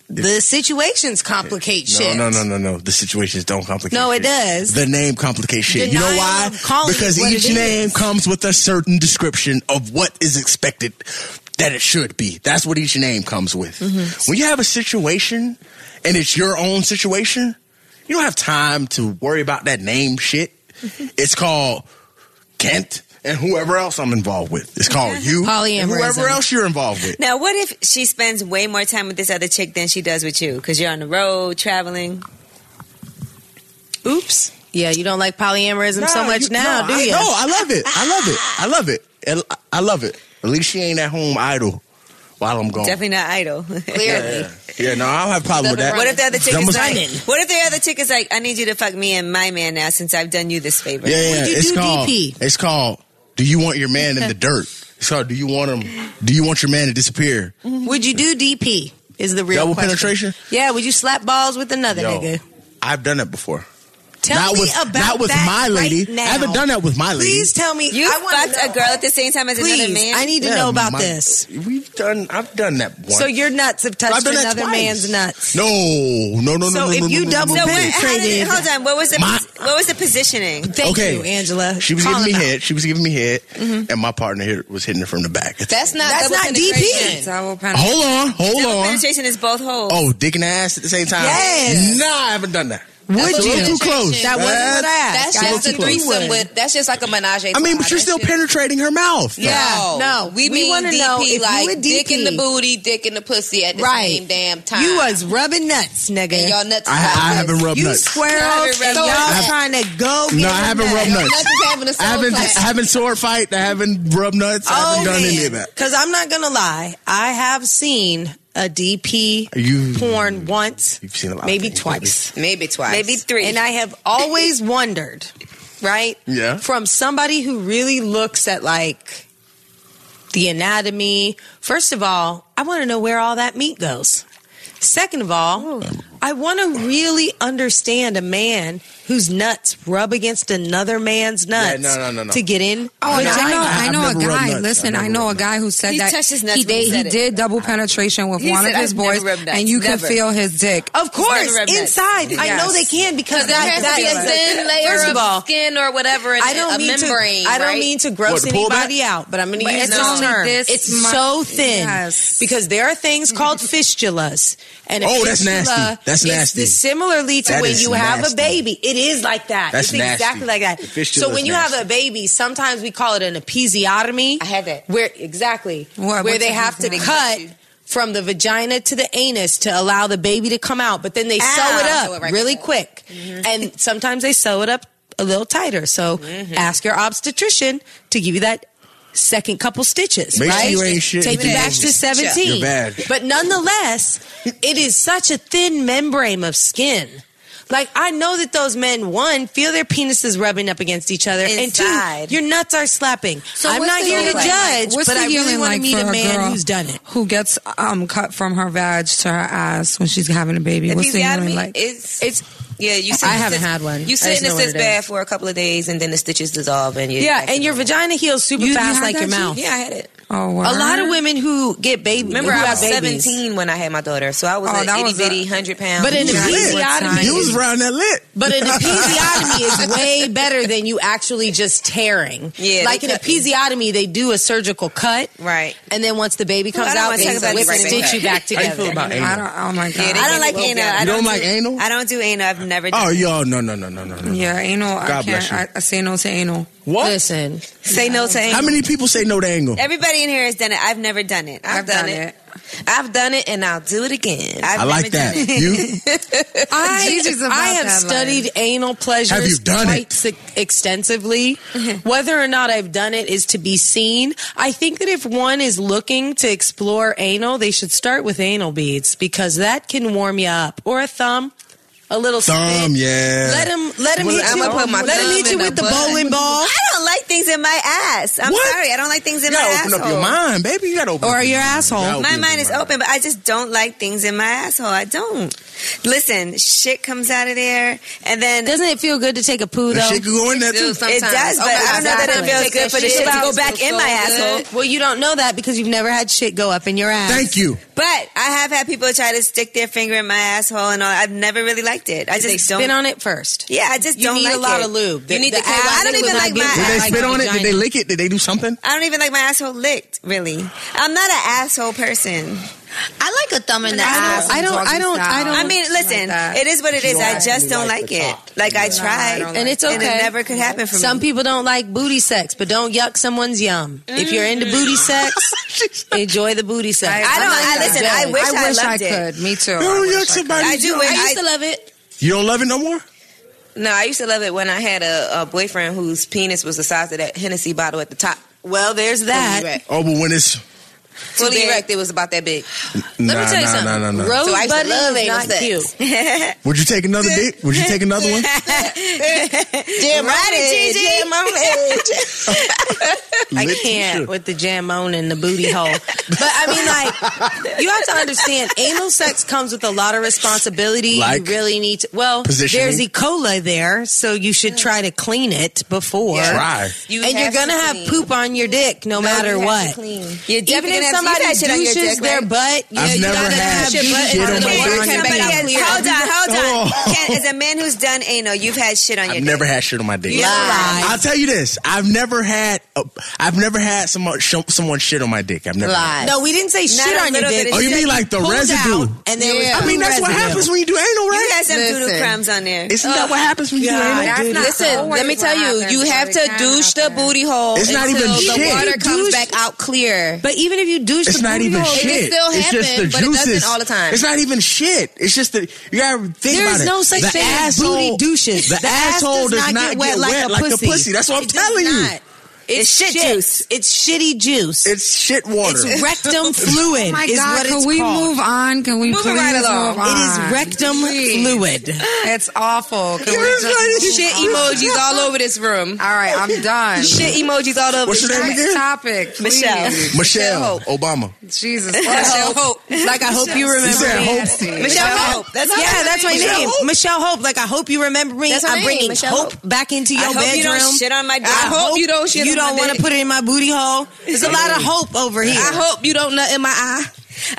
[SPEAKER 10] the situations complicate
[SPEAKER 7] no,
[SPEAKER 10] shit.
[SPEAKER 7] no, no, no, no. The situations don't complicate.
[SPEAKER 10] No, it
[SPEAKER 7] shit.
[SPEAKER 10] does.
[SPEAKER 7] The name complicates shit. you know
[SPEAKER 10] Denial
[SPEAKER 7] why?
[SPEAKER 10] of calling
[SPEAKER 7] Because
[SPEAKER 10] it what
[SPEAKER 7] each
[SPEAKER 10] it
[SPEAKER 7] name
[SPEAKER 10] is.
[SPEAKER 7] comes with a certain description of what is expected that it should be. That's what each name comes with.
[SPEAKER 10] Mm-hmm.
[SPEAKER 7] When you have a situation and it's your own situation, you don't have time to worry about that name shit.
[SPEAKER 10] Mm-hmm.
[SPEAKER 7] It's called Kent and whoever else I'm involved with. It's called you. and Whoever
[SPEAKER 10] Polyamorism.
[SPEAKER 7] else you're involved with.
[SPEAKER 1] Now, what if she spends way more time with this other chick than she does with you? Because you're on the road, traveling.
[SPEAKER 10] Oops. Yeah, you don't like polyamorism so
[SPEAKER 7] Nah,
[SPEAKER 10] much
[SPEAKER 7] Ah, you-
[SPEAKER 10] now,
[SPEAKER 7] no,
[SPEAKER 10] do
[SPEAKER 7] I,
[SPEAKER 10] you?
[SPEAKER 7] No, I love it. I love it. I love it. And I- I love it. At least she ain't at home idle while I'm gone.
[SPEAKER 1] Definitely not idle.
[SPEAKER 10] Clearly.
[SPEAKER 7] Yeah, no, I don't have a problem with that.
[SPEAKER 1] What if the other chick
[SPEAKER 7] Dumb
[SPEAKER 1] is
[SPEAKER 7] as-
[SPEAKER 1] like, what if the other chick is like, I need you to fuck me and my man now since I've done you this favor?
[SPEAKER 7] Yeah, yeah.
[SPEAKER 10] you
[SPEAKER 7] It's
[SPEAKER 10] do,
[SPEAKER 7] called.
[SPEAKER 10] DP?
[SPEAKER 7] It's called. Do you want your man in the dirt? It's called. Do you want him? Do you want your man to disappear?
[SPEAKER 10] Would you do DP? Is the real
[SPEAKER 7] Double
[SPEAKER 10] question.
[SPEAKER 7] penetration?
[SPEAKER 10] Yeah. Would you slap balls with another
[SPEAKER 7] Yo,
[SPEAKER 10] nigga?
[SPEAKER 7] I've done that before.
[SPEAKER 10] Tell
[SPEAKER 7] not
[SPEAKER 10] me
[SPEAKER 7] with
[SPEAKER 10] about
[SPEAKER 7] not with
[SPEAKER 10] that
[SPEAKER 7] my
[SPEAKER 10] right
[SPEAKER 7] lady.
[SPEAKER 10] now.
[SPEAKER 7] I haven't done that with my lady.
[SPEAKER 10] Please tell me.
[SPEAKER 1] You
[SPEAKER 10] I wanna
[SPEAKER 1] fucked a
[SPEAKER 10] know.
[SPEAKER 1] girl at the same time as another
[SPEAKER 10] Please,
[SPEAKER 1] man.
[SPEAKER 10] I need to
[SPEAKER 7] Yeah,
[SPEAKER 10] know about
[SPEAKER 7] my-
[SPEAKER 10] this.
[SPEAKER 7] We've done. I've done that once.
[SPEAKER 10] So your nuts have
[SPEAKER 7] I've
[SPEAKER 10] touched
[SPEAKER 7] done that
[SPEAKER 10] another
[SPEAKER 7] twice.
[SPEAKER 10] man's nuts.
[SPEAKER 7] No, no, no, no.
[SPEAKER 10] So
[SPEAKER 7] no,
[SPEAKER 10] if
[SPEAKER 7] no,
[SPEAKER 10] you
[SPEAKER 7] no, no,
[SPEAKER 10] double
[SPEAKER 7] no, no, no.
[SPEAKER 10] penetrate-
[SPEAKER 1] How did-
[SPEAKER 10] penetrated.
[SPEAKER 1] hold on. What was the
[SPEAKER 7] My-
[SPEAKER 1] what was the positioning?
[SPEAKER 10] Thank
[SPEAKER 7] okay.
[SPEAKER 10] you, Angela.
[SPEAKER 7] She was
[SPEAKER 10] Call
[SPEAKER 7] giving
[SPEAKER 10] him
[SPEAKER 7] me
[SPEAKER 10] out.
[SPEAKER 7] head. She was giving me head, and my partner hit, was hitting her from the back.
[SPEAKER 12] That's not
[SPEAKER 10] That's
[SPEAKER 12] double
[SPEAKER 10] not DP.
[SPEAKER 12] penetration.
[SPEAKER 6] Double penetration.
[SPEAKER 7] hold on, hold
[SPEAKER 1] Double
[SPEAKER 7] on.
[SPEAKER 1] penetration is both holes.
[SPEAKER 7] Oh, dick and ass at the same time.
[SPEAKER 10] Yes.
[SPEAKER 7] Nah, I haven't done that.
[SPEAKER 10] Would
[SPEAKER 7] That's a
[SPEAKER 10] you?
[SPEAKER 7] little too close.
[SPEAKER 10] That wasn't what I asked.
[SPEAKER 12] That's
[SPEAKER 10] I
[SPEAKER 12] just
[SPEAKER 10] asked
[SPEAKER 12] a
[SPEAKER 10] if you
[SPEAKER 12] threesome
[SPEAKER 10] would.
[SPEAKER 12] with. That's just like a menage. a
[SPEAKER 7] I mean, but
[SPEAKER 12] trois.
[SPEAKER 7] you're still
[SPEAKER 12] That's just-
[SPEAKER 7] penetrating her mouth. though.
[SPEAKER 10] Yeah.
[SPEAKER 12] No,
[SPEAKER 10] No,
[SPEAKER 12] We,
[SPEAKER 10] we
[SPEAKER 12] mean
[SPEAKER 10] wanna
[SPEAKER 12] DP,
[SPEAKER 10] know if you
[SPEAKER 12] like
[SPEAKER 10] would
[SPEAKER 12] dick in the
[SPEAKER 10] DP.
[SPEAKER 12] booty, dick in the pussy at the
[SPEAKER 10] Right.
[SPEAKER 12] same damn time.
[SPEAKER 10] You was rubbing nuts,
[SPEAKER 12] and y'all
[SPEAKER 10] nigga.
[SPEAKER 12] nuts.
[SPEAKER 7] I, I haven't rubbed
[SPEAKER 10] You
[SPEAKER 7] nuts.
[SPEAKER 10] squirreled
[SPEAKER 12] Y'all
[SPEAKER 10] and
[SPEAKER 12] haven't
[SPEAKER 10] y'all
[SPEAKER 12] rubbed
[SPEAKER 10] trying to go.
[SPEAKER 7] No,
[SPEAKER 10] get
[SPEAKER 7] I
[SPEAKER 10] a
[SPEAKER 7] haven't
[SPEAKER 10] nut.
[SPEAKER 7] rubbed nuts.
[SPEAKER 12] Nuts is having a soul
[SPEAKER 7] I haven't,
[SPEAKER 12] clash.
[SPEAKER 7] I haven't sword fight. I haven't rubbed nuts. I haven't done any of that.
[SPEAKER 10] Because Oh, I'm not gonna lie, I have seen a DP
[SPEAKER 7] You-
[SPEAKER 10] porn once,
[SPEAKER 7] You've seen a lot of
[SPEAKER 10] maybe
[SPEAKER 7] things,
[SPEAKER 10] twice,
[SPEAKER 12] Maybe twice.
[SPEAKER 1] Maybe three.
[SPEAKER 10] and I have always wondered, right?
[SPEAKER 7] Yeah.
[SPEAKER 10] From somebody who really looks at like the anatomy. First of all, I want to know where all that meat goes. Second of all, I want to really understand a man whose nuts rub against another man's nuts
[SPEAKER 7] no, no, no, no.
[SPEAKER 10] to get in.
[SPEAKER 6] Oh, I know,
[SPEAKER 10] vagina.
[SPEAKER 6] I know
[SPEAKER 7] I've
[SPEAKER 6] a
[SPEAKER 7] never rubbed
[SPEAKER 6] guy.
[SPEAKER 7] nuts.
[SPEAKER 6] Listen,
[SPEAKER 7] I've
[SPEAKER 6] I
[SPEAKER 7] never
[SPEAKER 6] know a
[SPEAKER 7] rubbed
[SPEAKER 6] guy who said
[SPEAKER 1] He
[SPEAKER 6] that
[SPEAKER 1] touched his nuts
[SPEAKER 6] he
[SPEAKER 1] when he
[SPEAKER 6] did, he
[SPEAKER 1] said it.
[SPEAKER 6] did double penetration with
[SPEAKER 1] He
[SPEAKER 6] one
[SPEAKER 1] said,
[SPEAKER 6] of his
[SPEAKER 1] "I've
[SPEAKER 6] boys,
[SPEAKER 1] never rubbed nuts.
[SPEAKER 6] and you could
[SPEAKER 1] Never."
[SPEAKER 6] fws feel his dick.
[SPEAKER 10] Of course,
[SPEAKER 1] rub nuts.
[SPEAKER 10] inside. I know
[SPEAKER 6] Yes.
[SPEAKER 10] they can because that,
[SPEAKER 6] has to
[SPEAKER 10] that
[SPEAKER 6] be a
[SPEAKER 10] is
[SPEAKER 6] thin
[SPEAKER 10] layer First of all,
[SPEAKER 9] skin or whatever. and
[SPEAKER 10] I don't
[SPEAKER 9] a
[SPEAKER 10] mean
[SPEAKER 9] membrane,
[SPEAKER 10] to. I don't
[SPEAKER 9] right?
[SPEAKER 10] mean to gross
[SPEAKER 7] What, to pull back?
[SPEAKER 10] anybody out, but I'm going to
[SPEAKER 6] But
[SPEAKER 10] use
[SPEAKER 6] it's
[SPEAKER 10] this
[SPEAKER 6] only
[SPEAKER 10] term.
[SPEAKER 6] this
[SPEAKER 10] it's
[SPEAKER 6] much-
[SPEAKER 10] so thin
[SPEAKER 6] Yes.
[SPEAKER 10] because there are things called fistulas, and a
[SPEAKER 7] Oh, that's
[SPEAKER 10] fistula
[SPEAKER 7] nasty. That's
[SPEAKER 10] is
[SPEAKER 7] nasty.
[SPEAKER 10] the- similarly to
[SPEAKER 7] That
[SPEAKER 10] when
[SPEAKER 7] is
[SPEAKER 10] you have a
[SPEAKER 7] nasty.
[SPEAKER 10] baby, it is like that.
[SPEAKER 7] That's
[SPEAKER 10] it's
[SPEAKER 7] nasty.
[SPEAKER 10] exactly like that.
[SPEAKER 7] The fistula
[SPEAKER 10] So when
[SPEAKER 7] is
[SPEAKER 10] you have
[SPEAKER 7] nasty.
[SPEAKER 10] a baby, sometimes we call it an episiotomy.
[SPEAKER 1] I had that.
[SPEAKER 10] Where exactly?
[SPEAKER 6] What-
[SPEAKER 10] where
[SPEAKER 6] what's
[SPEAKER 10] they
[SPEAKER 6] that?
[SPEAKER 10] have to
[SPEAKER 6] Big
[SPEAKER 10] cut. From the vagina to the anus to allow the baby to come out, but then they sew
[SPEAKER 1] Ow.
[SPEAKER 10] it up
[SPEAKER 1] Ah. Sew it right Mm-hmm.
[SPEAKER 10] really
[SPEAKER 1] back up.
[SPEAKER 10] quick. And sometimes they sew it up a little tighter. So
[SPEAKER 1] Mm-hmm.
[SPEAKER 10] ask your obstetrician to give you that second couple stitches,
[SPEAKER 7] Make sure
[SPEAKER 10] right?
[SPEAKER 7] you ain't shit
[SPEAKER 10] Take you
[SPEAKER 7] in
[SPEAKER 10] back
[SPEAKER 7] the-
[SPEAKER 10] to 17.
[SPEAKER 7] Your badge.
[SPEAKER 10] But nonetheless, it is such a thin membrane of skin. Like I know that those men one feel their penises rubbing up against each other, and
[SPEAKER 1] Inside.
[SPEAKER 10] two, your nuts are slapping.
[SPEAKER 9] So
[SPEAKER 10] I'm
[SPEAKER 9] what's
[SPEAKER 10] not
[SPEAKER 9] the
[SPEAKER 10] here to
[SPEAKER 9] healing
[SPEAKER 10] judge,
[SPEAKER 6] What's
[SPEAKER 10] but
[SPEAKER 6] the
[SPEAKER 10] I really
[SPEAKER 6] feeling
[SPEAKER 10] want to
[SPEAKER 6] like
[SPEAKER 10] meet
[SPEAKER 6] for
[SPEAKER 10] a man
[SPEAKER 6] girl
[SPEAKER 10] who's done it.
[SPEAKER 6] Who gets um cut from her vag to her ass when she's having a baby? What's the
[SPEAKER 8] Episiotomy
[SPEAKER 6] feeling like?
[SPEAKER 8] is it's yeah. You sit
[SPEAKER 10] I
[SPEAKER 8] in a
[SPEAKER 10] haven't
[SPEAKER 8] sitz-
[SPEAKER 10] had one. I
[SPEAKER 8] You sit
[SPEAKER 10] just
[SPEAKER 8] in a
[SPEAKER 10] know what
[SPEAKER 8] sitz
[SPEAKER 10] it is.
[SPEAKER 8] bath for a couple of days, and then the stitches dissolve, and you
[SPEAKER 10] Yeah, and your vagina heals super
[SPEAKER 6] You- you
[SPEAKER 10] fast
[SPEAKER 6] had
[SPEAKER 10] like
[SPEAKER 6] that
[SPEAKER 10] your
[SPEAKER 6] too?
[SPEAKER 10] mouth.
[SPEAKER 8] Yeah, I had it.
[SPEAKER 6] Oh,
[SPEAKER 10] A
[SPEAKER 6] word.
[SPEAKER 10] lot of women who get baby,
[SPEAKER 8] Remember,
[SPEAKER 10] who
[SPEAKER 8] I was
[SPEAKER 10] have babies.
[SPEAKER 8] seventeen when I had my daughter, so I was
[SPEAKER 6] Oh,
[SPEAKER 8] an
[SPEAKER 6] that
[SPEAKER 8] itty
[SPEAKER 6] was a-
[SPEAKER 8] bitty hundred pound.
[SPEAKER 10] But an episiotomy,
[SPEAKER 7] You was
[SPEAKER 10] is,
[SPEAKER 7] around that lit.
[SPEAKER 10] but an episiotomy is way better than you actually just tearing.
[SPEAKER 8] Yeah, they
[SPEAKER 10] like an
[SPEAKER 8] cut me.
[SPEAKER 10] episiotomy, they do a surgical cut,
[SPEAKER 8] Right.
[SPEAKER 10] and then once the baby
[SPEAKER 8] I
[SPEAKER 10] comes
[SPEAKER 8] don't
[SPEAKER 10] out,
[SPEAKER 8] wanna
[SPEAKER 10] they
[SPEAKER 8] talk about
[SPEAKER 10] whip
[SPEAKER 8] this
[SPEAKER 10] and
[SPEAKER 8] right
[SPEAKER 10] stitch
[SPEAKER 8] now.
[SPEAKER 10] you back
[SPEAKER 7] How
[SPEAKER 10] together.
[SPEAKER 7] you feel about
[SPEAKER 6] I
[SPEAKER 7] anal?
[SPEAKER 6] don't. Oh my god.
[SPEAKER 8] they
[SPEAKER 1] I don't like
[SPEAKER 8] Well,
[SPEAKER 1] anal.
[SPEAKER 8] yeah.
[SPEAKER 1] I
[SPEAKER 7] You don't
[SPEAKER 1] do-
[SPEAKER 7] like anal?
[SPEAKER 1] I don't do anal. I've never done
[SPEAKER 7] Oh,
[SPEAKER 1] it.
[SPEAKER 7] y'all, no, no, no, no, no, no.
[SPEAKER 6] yeah, anal. I
[SPEAKER 7] God
[SPEAKER 6] can't.
[SPEAKER 7] bless you.
[SPEAKER 6] I, I say no to anal.
[SPEAKER 7] What?
[SPEAKER 10] Listen,
[SPEAKER 8] Say no to
[SPEAKER 7] How
[SPEAKER 8] anal.
[SPEAKER 7] many people say no to anal?
[SPEAKER 1] Everybody in here has done it. I've never done it.
[SPEAKER 8] I've done it. I've done it, and I'll do it again.
[SPEAKER 1] I've
[SPEAKER 7] I like
[SPEAKER 1] never done
[SPEAKER 7] that.
[SPEAKER 1] it.
[SPEAKER 7] You?
[SPEAKER 10] I,
[SPEAKER 6] Jesus about
[SPEAKER 10] I
[SPEAKER 6] that
[SPEAKER 10] have
[SPEAKER 6] life.
[SPEAKER 10] studied anal pleasures
[SPEAKER 7] Have you done
[SPEAKER 10] quite
[SPEAKER 7] it?
[SPEAKER 10] si- extensively. Whether or not I've done it is to be seen. I think that if one is looking to explore anal, they should start with anal beads because that can warm you up. Or a thumb, a little
[SPEAKER 7] Thumb,
[SPEAKER 10] spit.
[SPEAKER 7] yeah.
[SPEAKER 10] Let him, let him
[SPEAKER 8] Well,
[SPEAKER 10] hit
[SPEAKER 8] I'ma
[SPEAKER 10] you.
[SPEAKER 8] put my
[SPEAKER 10] let him
[SPEAKER 8] thumb
[SPEAKER 10] hit you
[SPEAKER 8] in
[SPEAKER 10] with
[SPEAKER 8] the
[SPEAKER 10] the bowling ball.
[SPEAKER 1] Oh, I don't like things in my ass. I'm
[SPEAKER 7] What?
[SPEAKER 1] sorry. I don't like things in
[SPEAKER 7] You
[SPEAKER 1] my
[SPEAKER 7] gotta open up
[SPEAKER 1] asshole.
[SPEAKER 7] your mind, baby. You gotta open
[SPEAKER 6] Or
[SPEAKER 7] up
[SPEAKER 6] your
[SPEAKER 7] mind.
[SPEAKER 6] asshole.
[SPEAKER 7] You gotta
[SPEAKER 1] My
[SPEAKER 7] open up
[SPEAKER 1] mind
[SPEAKER 7] your
[SPEAKER 1] is open, but I just don't like things in my asshole. I don't. Listen, shit comes out of there, and then
[SPEAKER 10] Doesn't it feel good to take a poo
[SPEAKER 7] The
[SPEAKER 10] though?
[SPEAKER 7] shit could go in there too.
[SPEAKER 1] it does. But I don't know that it
[SPEAKER 10] exactly.
[SPEAKER 1] feels
[SPEAKER 10] Take
[SPEAKER 1] good
[SPEAKER 10] that
[SPEAKER 1] for the
[SPEAKER 10] shit
[SPEAKER 1] shit to
[SPEAKER 10] out,
[SPEAKER 1] go back in my asshole.
[SPEAKER 10] Well, you don't know that because you've never had shit go up in your ass.
[SPEAKER 7] Thank you.
[SPEAKER 1] But I have had people try to stick their finger in my asshole, and all. I've never really liked it. I
[SPEAKER 10] They
[SPEAKER 1] just
[SPEAKER 10] spin
[SPEAKER 1] don't.
[SPEAKER 10] on it first.
[SPEAKER 1] yeah, I just
[SPEAKER 10] You
[SPEAKER 1] don't
[SPEAKER 10] need
[SPEAKER 1] like
[SPEAKER 10] a lot
[SPEAKER 1] it.
[SPEAKER 10] of lube.
[SPEAKER 1] You need the.
[SPEAKER 10] ass
[SPEAKER 1] I don't
[SPEAKER 10] liquid
[SPEAKER 1] even
[SPEAKER 10] might
[SPEAKER 1] like
[SPEAKER 10] be-
[SPEAKER 1] my
[SPEAKER 7] Did they
[SPEAKER 1] ass.
[SPEAKER 7] spit on it? Did they
[SPEAKER 10] vagina.
[SPEAKER 7] lick it? Did they do something?
[SPEAKER 1] I don't even like my asshole licked. Really, I'm not an asshole person.
[SPEAKER 9] I like a thumb in the
[SPEAKER 6] I
[SPEAKER 9] ass.
[SPEAKER 6] don't. I don't. I don't. I don't.
[SPEAKER 1] I mean, listen,
[SPEAKER 6] that.
[SPEAKER 1] it is what it is. I
[SPEAKER 7] like-
[SPEAKER 1] just
[SPEAKER 7] you
[SPEAKER 1] don't
[SPEAKER 7] like
[SPEAKER 1] like
[SPEAKER 7] the
[SPEAKER 1] it.
[SPEAKER 7] top.
[SPEAKER 1] Like I
[SPEAKER 6] No, I
[SPEAKER 1] tried,
[SPEAKER 6] don't like
[SPEAKER 10] And it's okay.
[SPEAKER 1] and it never could happen for
[SPEAKER 10] Some
[SPEAKER 1] me.
[SPEAKER 10] people don't like booty sex, but don't yuck someone's yum. If you're into booty
[SPEAKER 8] Mm.
[SPEAKER 10] sex, enjoy the booty sex.
[SPEAKER 6] I-
[SPEAKER 1] I
[SPEAKER 6] I'm
[SPEAKER 1] don't. I
[SPEAKER 6] not gonna
[SPEAKER 1] listen.
[SPEAKER 10] judge.
[SPEAKER 1] I wish I,
[SPEAKER 6] I wish I,
[SPEAKER 1] loved it.
[SPEAKER 6] could. Me too. I wish
[SPEAKER 7] You don't Oh, yuck
[SPEAKER 6] I could.
[SPEAKER 7] somebody.
[SPEAKER 1] I do.
[SPEAKER 10] I
[SPEAKER 1] I-
[SPEAKER 10] used to love it.
[SPEAKER 7] You don't love it no more?
[SPEAKER 8] No, I used to love it when I had a, a boyfriend whose penis was the size of that Hennessy bottle at the top.
[SPEAKER 10] Well, there's that.
[SPEAKER 8] Fully erect.
[SPEAKER 7] Oh, but when it's
[SPEAKER 8] Fully erect, it was about that big.
[SPEAKER 7] nah,
[SPEAKER 10] Let me tell you
[SPEAKER 7] nah,
[SPEAKER 10] something.
[SPEAKER 7] nah, nah, nah.
[SPEAKER 10] Rose
[SPEAKER 8] So I used to
[SPEAKER 10] Budding
[SPEAKER 8] love
[SPEAKER 10] is
[SPEAKER 8] anal
[SPEAKER 10] not
[SPEAKER 8] sex.
[SPEAKER 10] cute.
[SPEAKER 7] Would you take another dick? Would you take another one?
[SPEAKER 1] Damn right, Gigi.
[SPEAKER 8] Yeah, my
[SPEAKER 10] I
[SPEAKER 7] Lick you.
[SPEAKER 10] can't with the jamon and the booty hole. But I mean, like, you have to understand, anal sex comes with a lot of responsibility.
[SPEAKER 7] Like?
[SPEAKER 10] you really need to. Well,
[SPEAKER 7] Positioning?
[SPEAKER 10] there's E. coli there, so you should try to clean it before.
[SPEAKER 7] Try.
[SPEAKER 8] You
[SPEAKER 10] and you're
[SPEAKER 8] have
[SPEAKER 10] gonna
[SPEAKER 8] to
[SPEAKER 10] have
[SPEAKER 8] clean.
[SPEAKER 10] poop on your dick no, matter
[SPEAKER 8] you have to
[SPEAKER 10] what.
[SPEAKER 8] clean.
[SPEAKER 1] You're
[SPEAKER 10] Even if somebody douches their butt, you,
[SPEAKER 7] I've
[SPEAKER 10] you
[SPEAKER 7] never
[SPEAKER 10] gotta
[SPEAKER 7] had
[SPEAKER 10] have your butt
[SPEAKER 7] shit
[SPEAKER 10] in
[SPEAKER 7] on
[SPEAKER 10] the
[SPEAKER 7] my
[SPEAKER 10] way
[SPEAKER 7] dick.
[SPEAKER 10] on your
[SPEAKER 1] Somebody
[SPEAKER 10] back.
[SPEAKER 1] has, hold on, hold on.
[SPEAKER 7] Oh.
[SPEAKER 1] Ken, as a man who's done anal, you've had shit on your
[SPEAKER 7] I've
[SPEAKER 1] dick.
[SPEAKER 7] never had shit on my dick.
[SPEAKER 10] Lies.
[SPEAKER 7] I'll tell you this. I've never had. A, I've never had someone sh- someone shit on my dick. I've never. had-
[SPEAKER 10] No, we didn't say
[SPEAKER 1] Not
[SPEAKER 10] shit
[SPEAKER 1] a
[SPEAKER 10] on your
[SPEAKER 1] little
[SPEAKER 10] dick.
[SPEAKER 1] bit
[SPEAKER 7] Oh,
[SPEAKER 1] of
[SPEAKER 7] you mean like the
[SPEAKER 10] Pulled
[SPEAKER 7] residue?
[SPEAKER 10] out, and there was
[SPEAKER 6] Yeah.
[SPEAKER 7] I mean, that's what
[SPEAKER 10] residue.
[SPEAKER 7] happens when you do anal,
[SPEAKER 1] You
[SPEAKER 7] right?
[SPEAKER 1] had some doodoo
[SPEAKER 6] Listen.
[SPEAKER 1] crumbs on there.
[SPEAKER 7] Isn't that what happens when you do anal?
[SPEAKER 6] That's not
[SPEAKER 8] Listen,
[SPEAKER 6] always
[SPEAKER 8] let me
[SPEAKER 6] what
[SPEAKER 8] tell you,
[SPEAKER 6] happens,
[SPEAKER 8] you
[SPEAKER 6] but
[SPEAKER 8] have
[SPEAKER 6] it
[SPEAKER 8] to
[SPEAKER 6] can
[SPEAKER 8] douche the
[SPEAKER 6] happen.
[SPEAKER 8] booty hole
[SPEAKER 7] It's not
[SPEAKER 8] until
[SPEAKER 7] even
[SPEAKER 8] the
[SPEAKER 7] shit.
[SPEAKER 8] water comes
[SPEAKER 10] Douche-
[SPEAKER 8] back out clear.
[SPEAKER 10] But even if you douche
[SPEAKER 7] It's
[SPEAKER 10] the
[SPEAKER 7] not
[SPEAKER 10] booty
[SPEAKER 7] even
[SPEAKER 10] hole,
[SPEAKER 7] shit.
[SPEAKER 8] can still
[SPEAKER 7] it's just the
[SPEAKER 8] happen, but it
[SPEAKER 7] juices.
[SPEAKER 8] doesn't all the time.
[SPEAKER 7] It's not even shit. It's just that you gotta think
[SPEAKER 10] There
[SPEAKER 7] about
[SPEAKER 10] is
[SPEAKER 7] it.
[SPEAKER 10] no such
[SPEAKER 7] the
[SPEAKER 10] thing as
[SPEAKER 7] asshole,
[SPEAKER 10] booty douches.
[SPEAKER 7] The,
[SPEAKER 10] The ass
[SPEAKER 7] asshole
[SPEAKER 10] does
[SPEAKER 7] does
[SPEAKER 10] not
[SPEAKER 7] not
[SPEAKER 10] get
[SPEAKER 7] get
[SPEAKER 10] wet like a
[SPEAKER 7] like
[SPEAKER 10] pussy.
[SPEAKER 7] a pussy. That's what I'm
[SPEAKER 10] It does
[SPEAKER 7] telling you.
[SPEAKER 10] not. It's shit, juice. It's shitty juice. It's,
[SPEAKER 7] It's shit water.
[SPEAKER 10] rectum fluid.
[SPEAKER 6] Oh my
[SPEAKER 10] is
[SPEAKER 6] god!
[SPEAKER 10] what it's
[SPEAKER 6] Can we
[SPEAKER 10] called.
[SPEAKER 6] move on? Can we
[SPEAKER 8] Move it
[SPEAKER 6] please
[SPEAKER 8] right along.
[SPEAKER 6] move on?
[SPEAKER 10] It is rectum
[SPEAKER 6] Please.
[SPEAKER 10] fluid.
[SPEAKER 6] It's awful. Can we
[SPEAKER 7] It's like-
[SPEAKER 6] just move
[SPEAKER 8] Shit
[SPEAKER 6] on?
[SPEAKER 8] emojis all over this room.
[SPEAKER 6] All right, I'm done.
[SPEAKER 8] Shit emojis all over
[SPEAKER 7] What's
[SPEAKER 8] this
[SPEAKER 7] your name
[SPEAKER 8] room.
[SPEAKER 7] again?
[SPEAKER 6] Topic, please.
[SPEAKER 1] Michelle.
[SPEAKER 7] Michelle Obama.
[SPEAKER 6] Jesus.
[SPEAKER 10] Michelle Hope. Like I hope you remember
[SPEAKER 7] said
[SPEAKER 10] me.
[SPEAKER 7] Hope.
[SPEAKER 10] Michelle Hope. That's yeah, that's my
[SPEAKER 1] Michelle
[SPEAKER 10] name.
[SPEAKER 1] Hope.
[SPEAKER 10] Michelle Hope. Like I hope you remember me.
[SPEAKER 1] That's her
[SPEAKER 10] I'm
[SPEAKER 1] name,
[SPEAKER 10] bringing
[SPEAKER 1] Michelle
[SPEAKER 10] hope
[SPEAKER 1] Hope.
[SPEAKER 10] back into your
[SPEAKER 1] I hope
[SPEAKER 10] bedroom.
[SPEAKER 1] you don't shit on my dick.
[SPEAKER 10] I hope you don't
[SPEAKER 1] shit
[SPEAKER 10] You
[SPEAKER 1] on my
[SPEAKER 10] don't want to
[SPEAKER 1] dick.
[SPEAKER 10] put it in my booty hole. There's a lot of hope over here.
[SPEAKER 1] I hope you don't nut in my eye.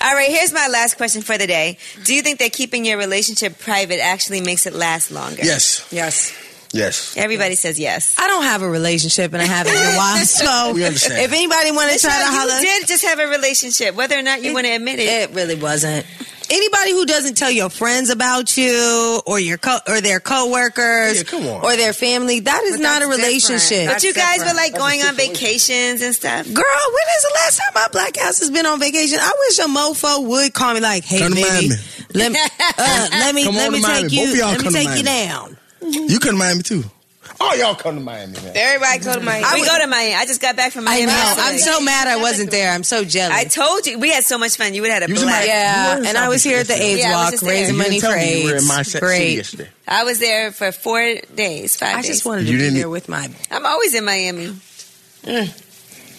[SPEAKER 1] All right, here's my last question for the day. Do you think that keeping your relationship private actually makes it last longer?
[SPEAKER 7] Yes.
[SPEAKER 6] Yes.
[SPEAKER 7] Yes.
[SPEAKER 1] Everybody says yes.
[SPEAKER 10] I don't have a relationship and I haven't in a while. So
[SPEAKER 7] We understand.
[SPEAKER 10] if anybody want to try to
[SPEAKER 1] Michelle, you
[SPEAKER 10] holler,
[SPEAKER 1] did just have a relationship, whether or not you want to admit it.
[SPEAKER 10] it really wasn't. Anybody who doesn't tell your friends about you or your co- or their coworkers
[SPEAKER 7] Yeah, come on.
[SPEAKER 10] or their family, that is
[SPEAKER 6] But
[SPEAKER 10] not a
[SPEAKER 6] that's different.
[SPEAKER 10] relationship.
[SPEAKER 1] but you guys were
[SPEAKER 6] different.
[SPEAKER 1] like going on vacations and stuff.
[SPEAKER 10] Girl, when is the last time my black house has been on vacation? I wish a mofo would call me like, "Hey,
[SPEAKER 7] Come to
[SPEAKER 10] baby,
[SPEAKER 7] Miami.
[SPEAKER 10] let me uh, let me
[SPEAKER 7] Come
[SPEAKER 10] let
[SPEAKER 7] on
[SPEAKER 10] me
[SPEAKER 7] to
[SPEAKER 10] take
[SPEAKER 7] Miami. Both
[SPEAKER 10] you
[SPEAKER 7] of y'all
[SPEAKER 10] let me
[SPEAKER 7] come to
[SPEAKER 10] take you
[SPEAKER 7] Miami.
[SPEAKER 10] down."
[SPEAKER 7] You come to Miami too. All y'all come to Miami, man.
[SPEAKER 1] Everybody go to Miami. we go to Miami. I just got back from
[SPEAKER 10] Mm-hmm. I
[SPEAKER 1] Miami.
[SPEAKER 10] know.
[SPEAKER 1] yesterday.
[SPEAKER 10] I'm so mad I wasn't there. I'm so jealous.
[SPEAKER 1] I told you we had so much fun. You would have had a
[SPEAKER 7] You was in
[SPEAKER 1] blast.
[SPEAKER 7] Miami. You were in
[SPEAKER 10] yeah, and
[SPEAKER 7] South
[SPEAKER 10] I was
[SPEAKER 7] Beach
[SPEAKER 10] here at the
[SPEAKER 7] yesterday.
[SPEAKER 10] AIDS
[SPEAKER 1] Yeah, I was
[SPEAKER 10] walk
[SPEAKER 1] just there.
[SPEAKER 10] raising
[SPEAKER 7] You
[SPEAKER 10] money
[SPEAKER 7] didn't
[SPEAKER 10] for
[SPEAKER 7] tell me you were in
[SPEAKER 10] AIDS.
[SPEAKER 7] my se- city
[SPEAKER 10] Great.
[SPEAKER 7] yesterday.
[SPEAKER 1] I was there for four days, five
[SPEAKER 10] I
[SPEAKER 1] days.
[SPEAKER 10] just wanted
[SPEAKER 7] You
[SPEAKER 10] to be
[SPEAKER 7] didn't-
[SPEAKER 10] there with my.
[SPEAKER 1] I'm always in Miami.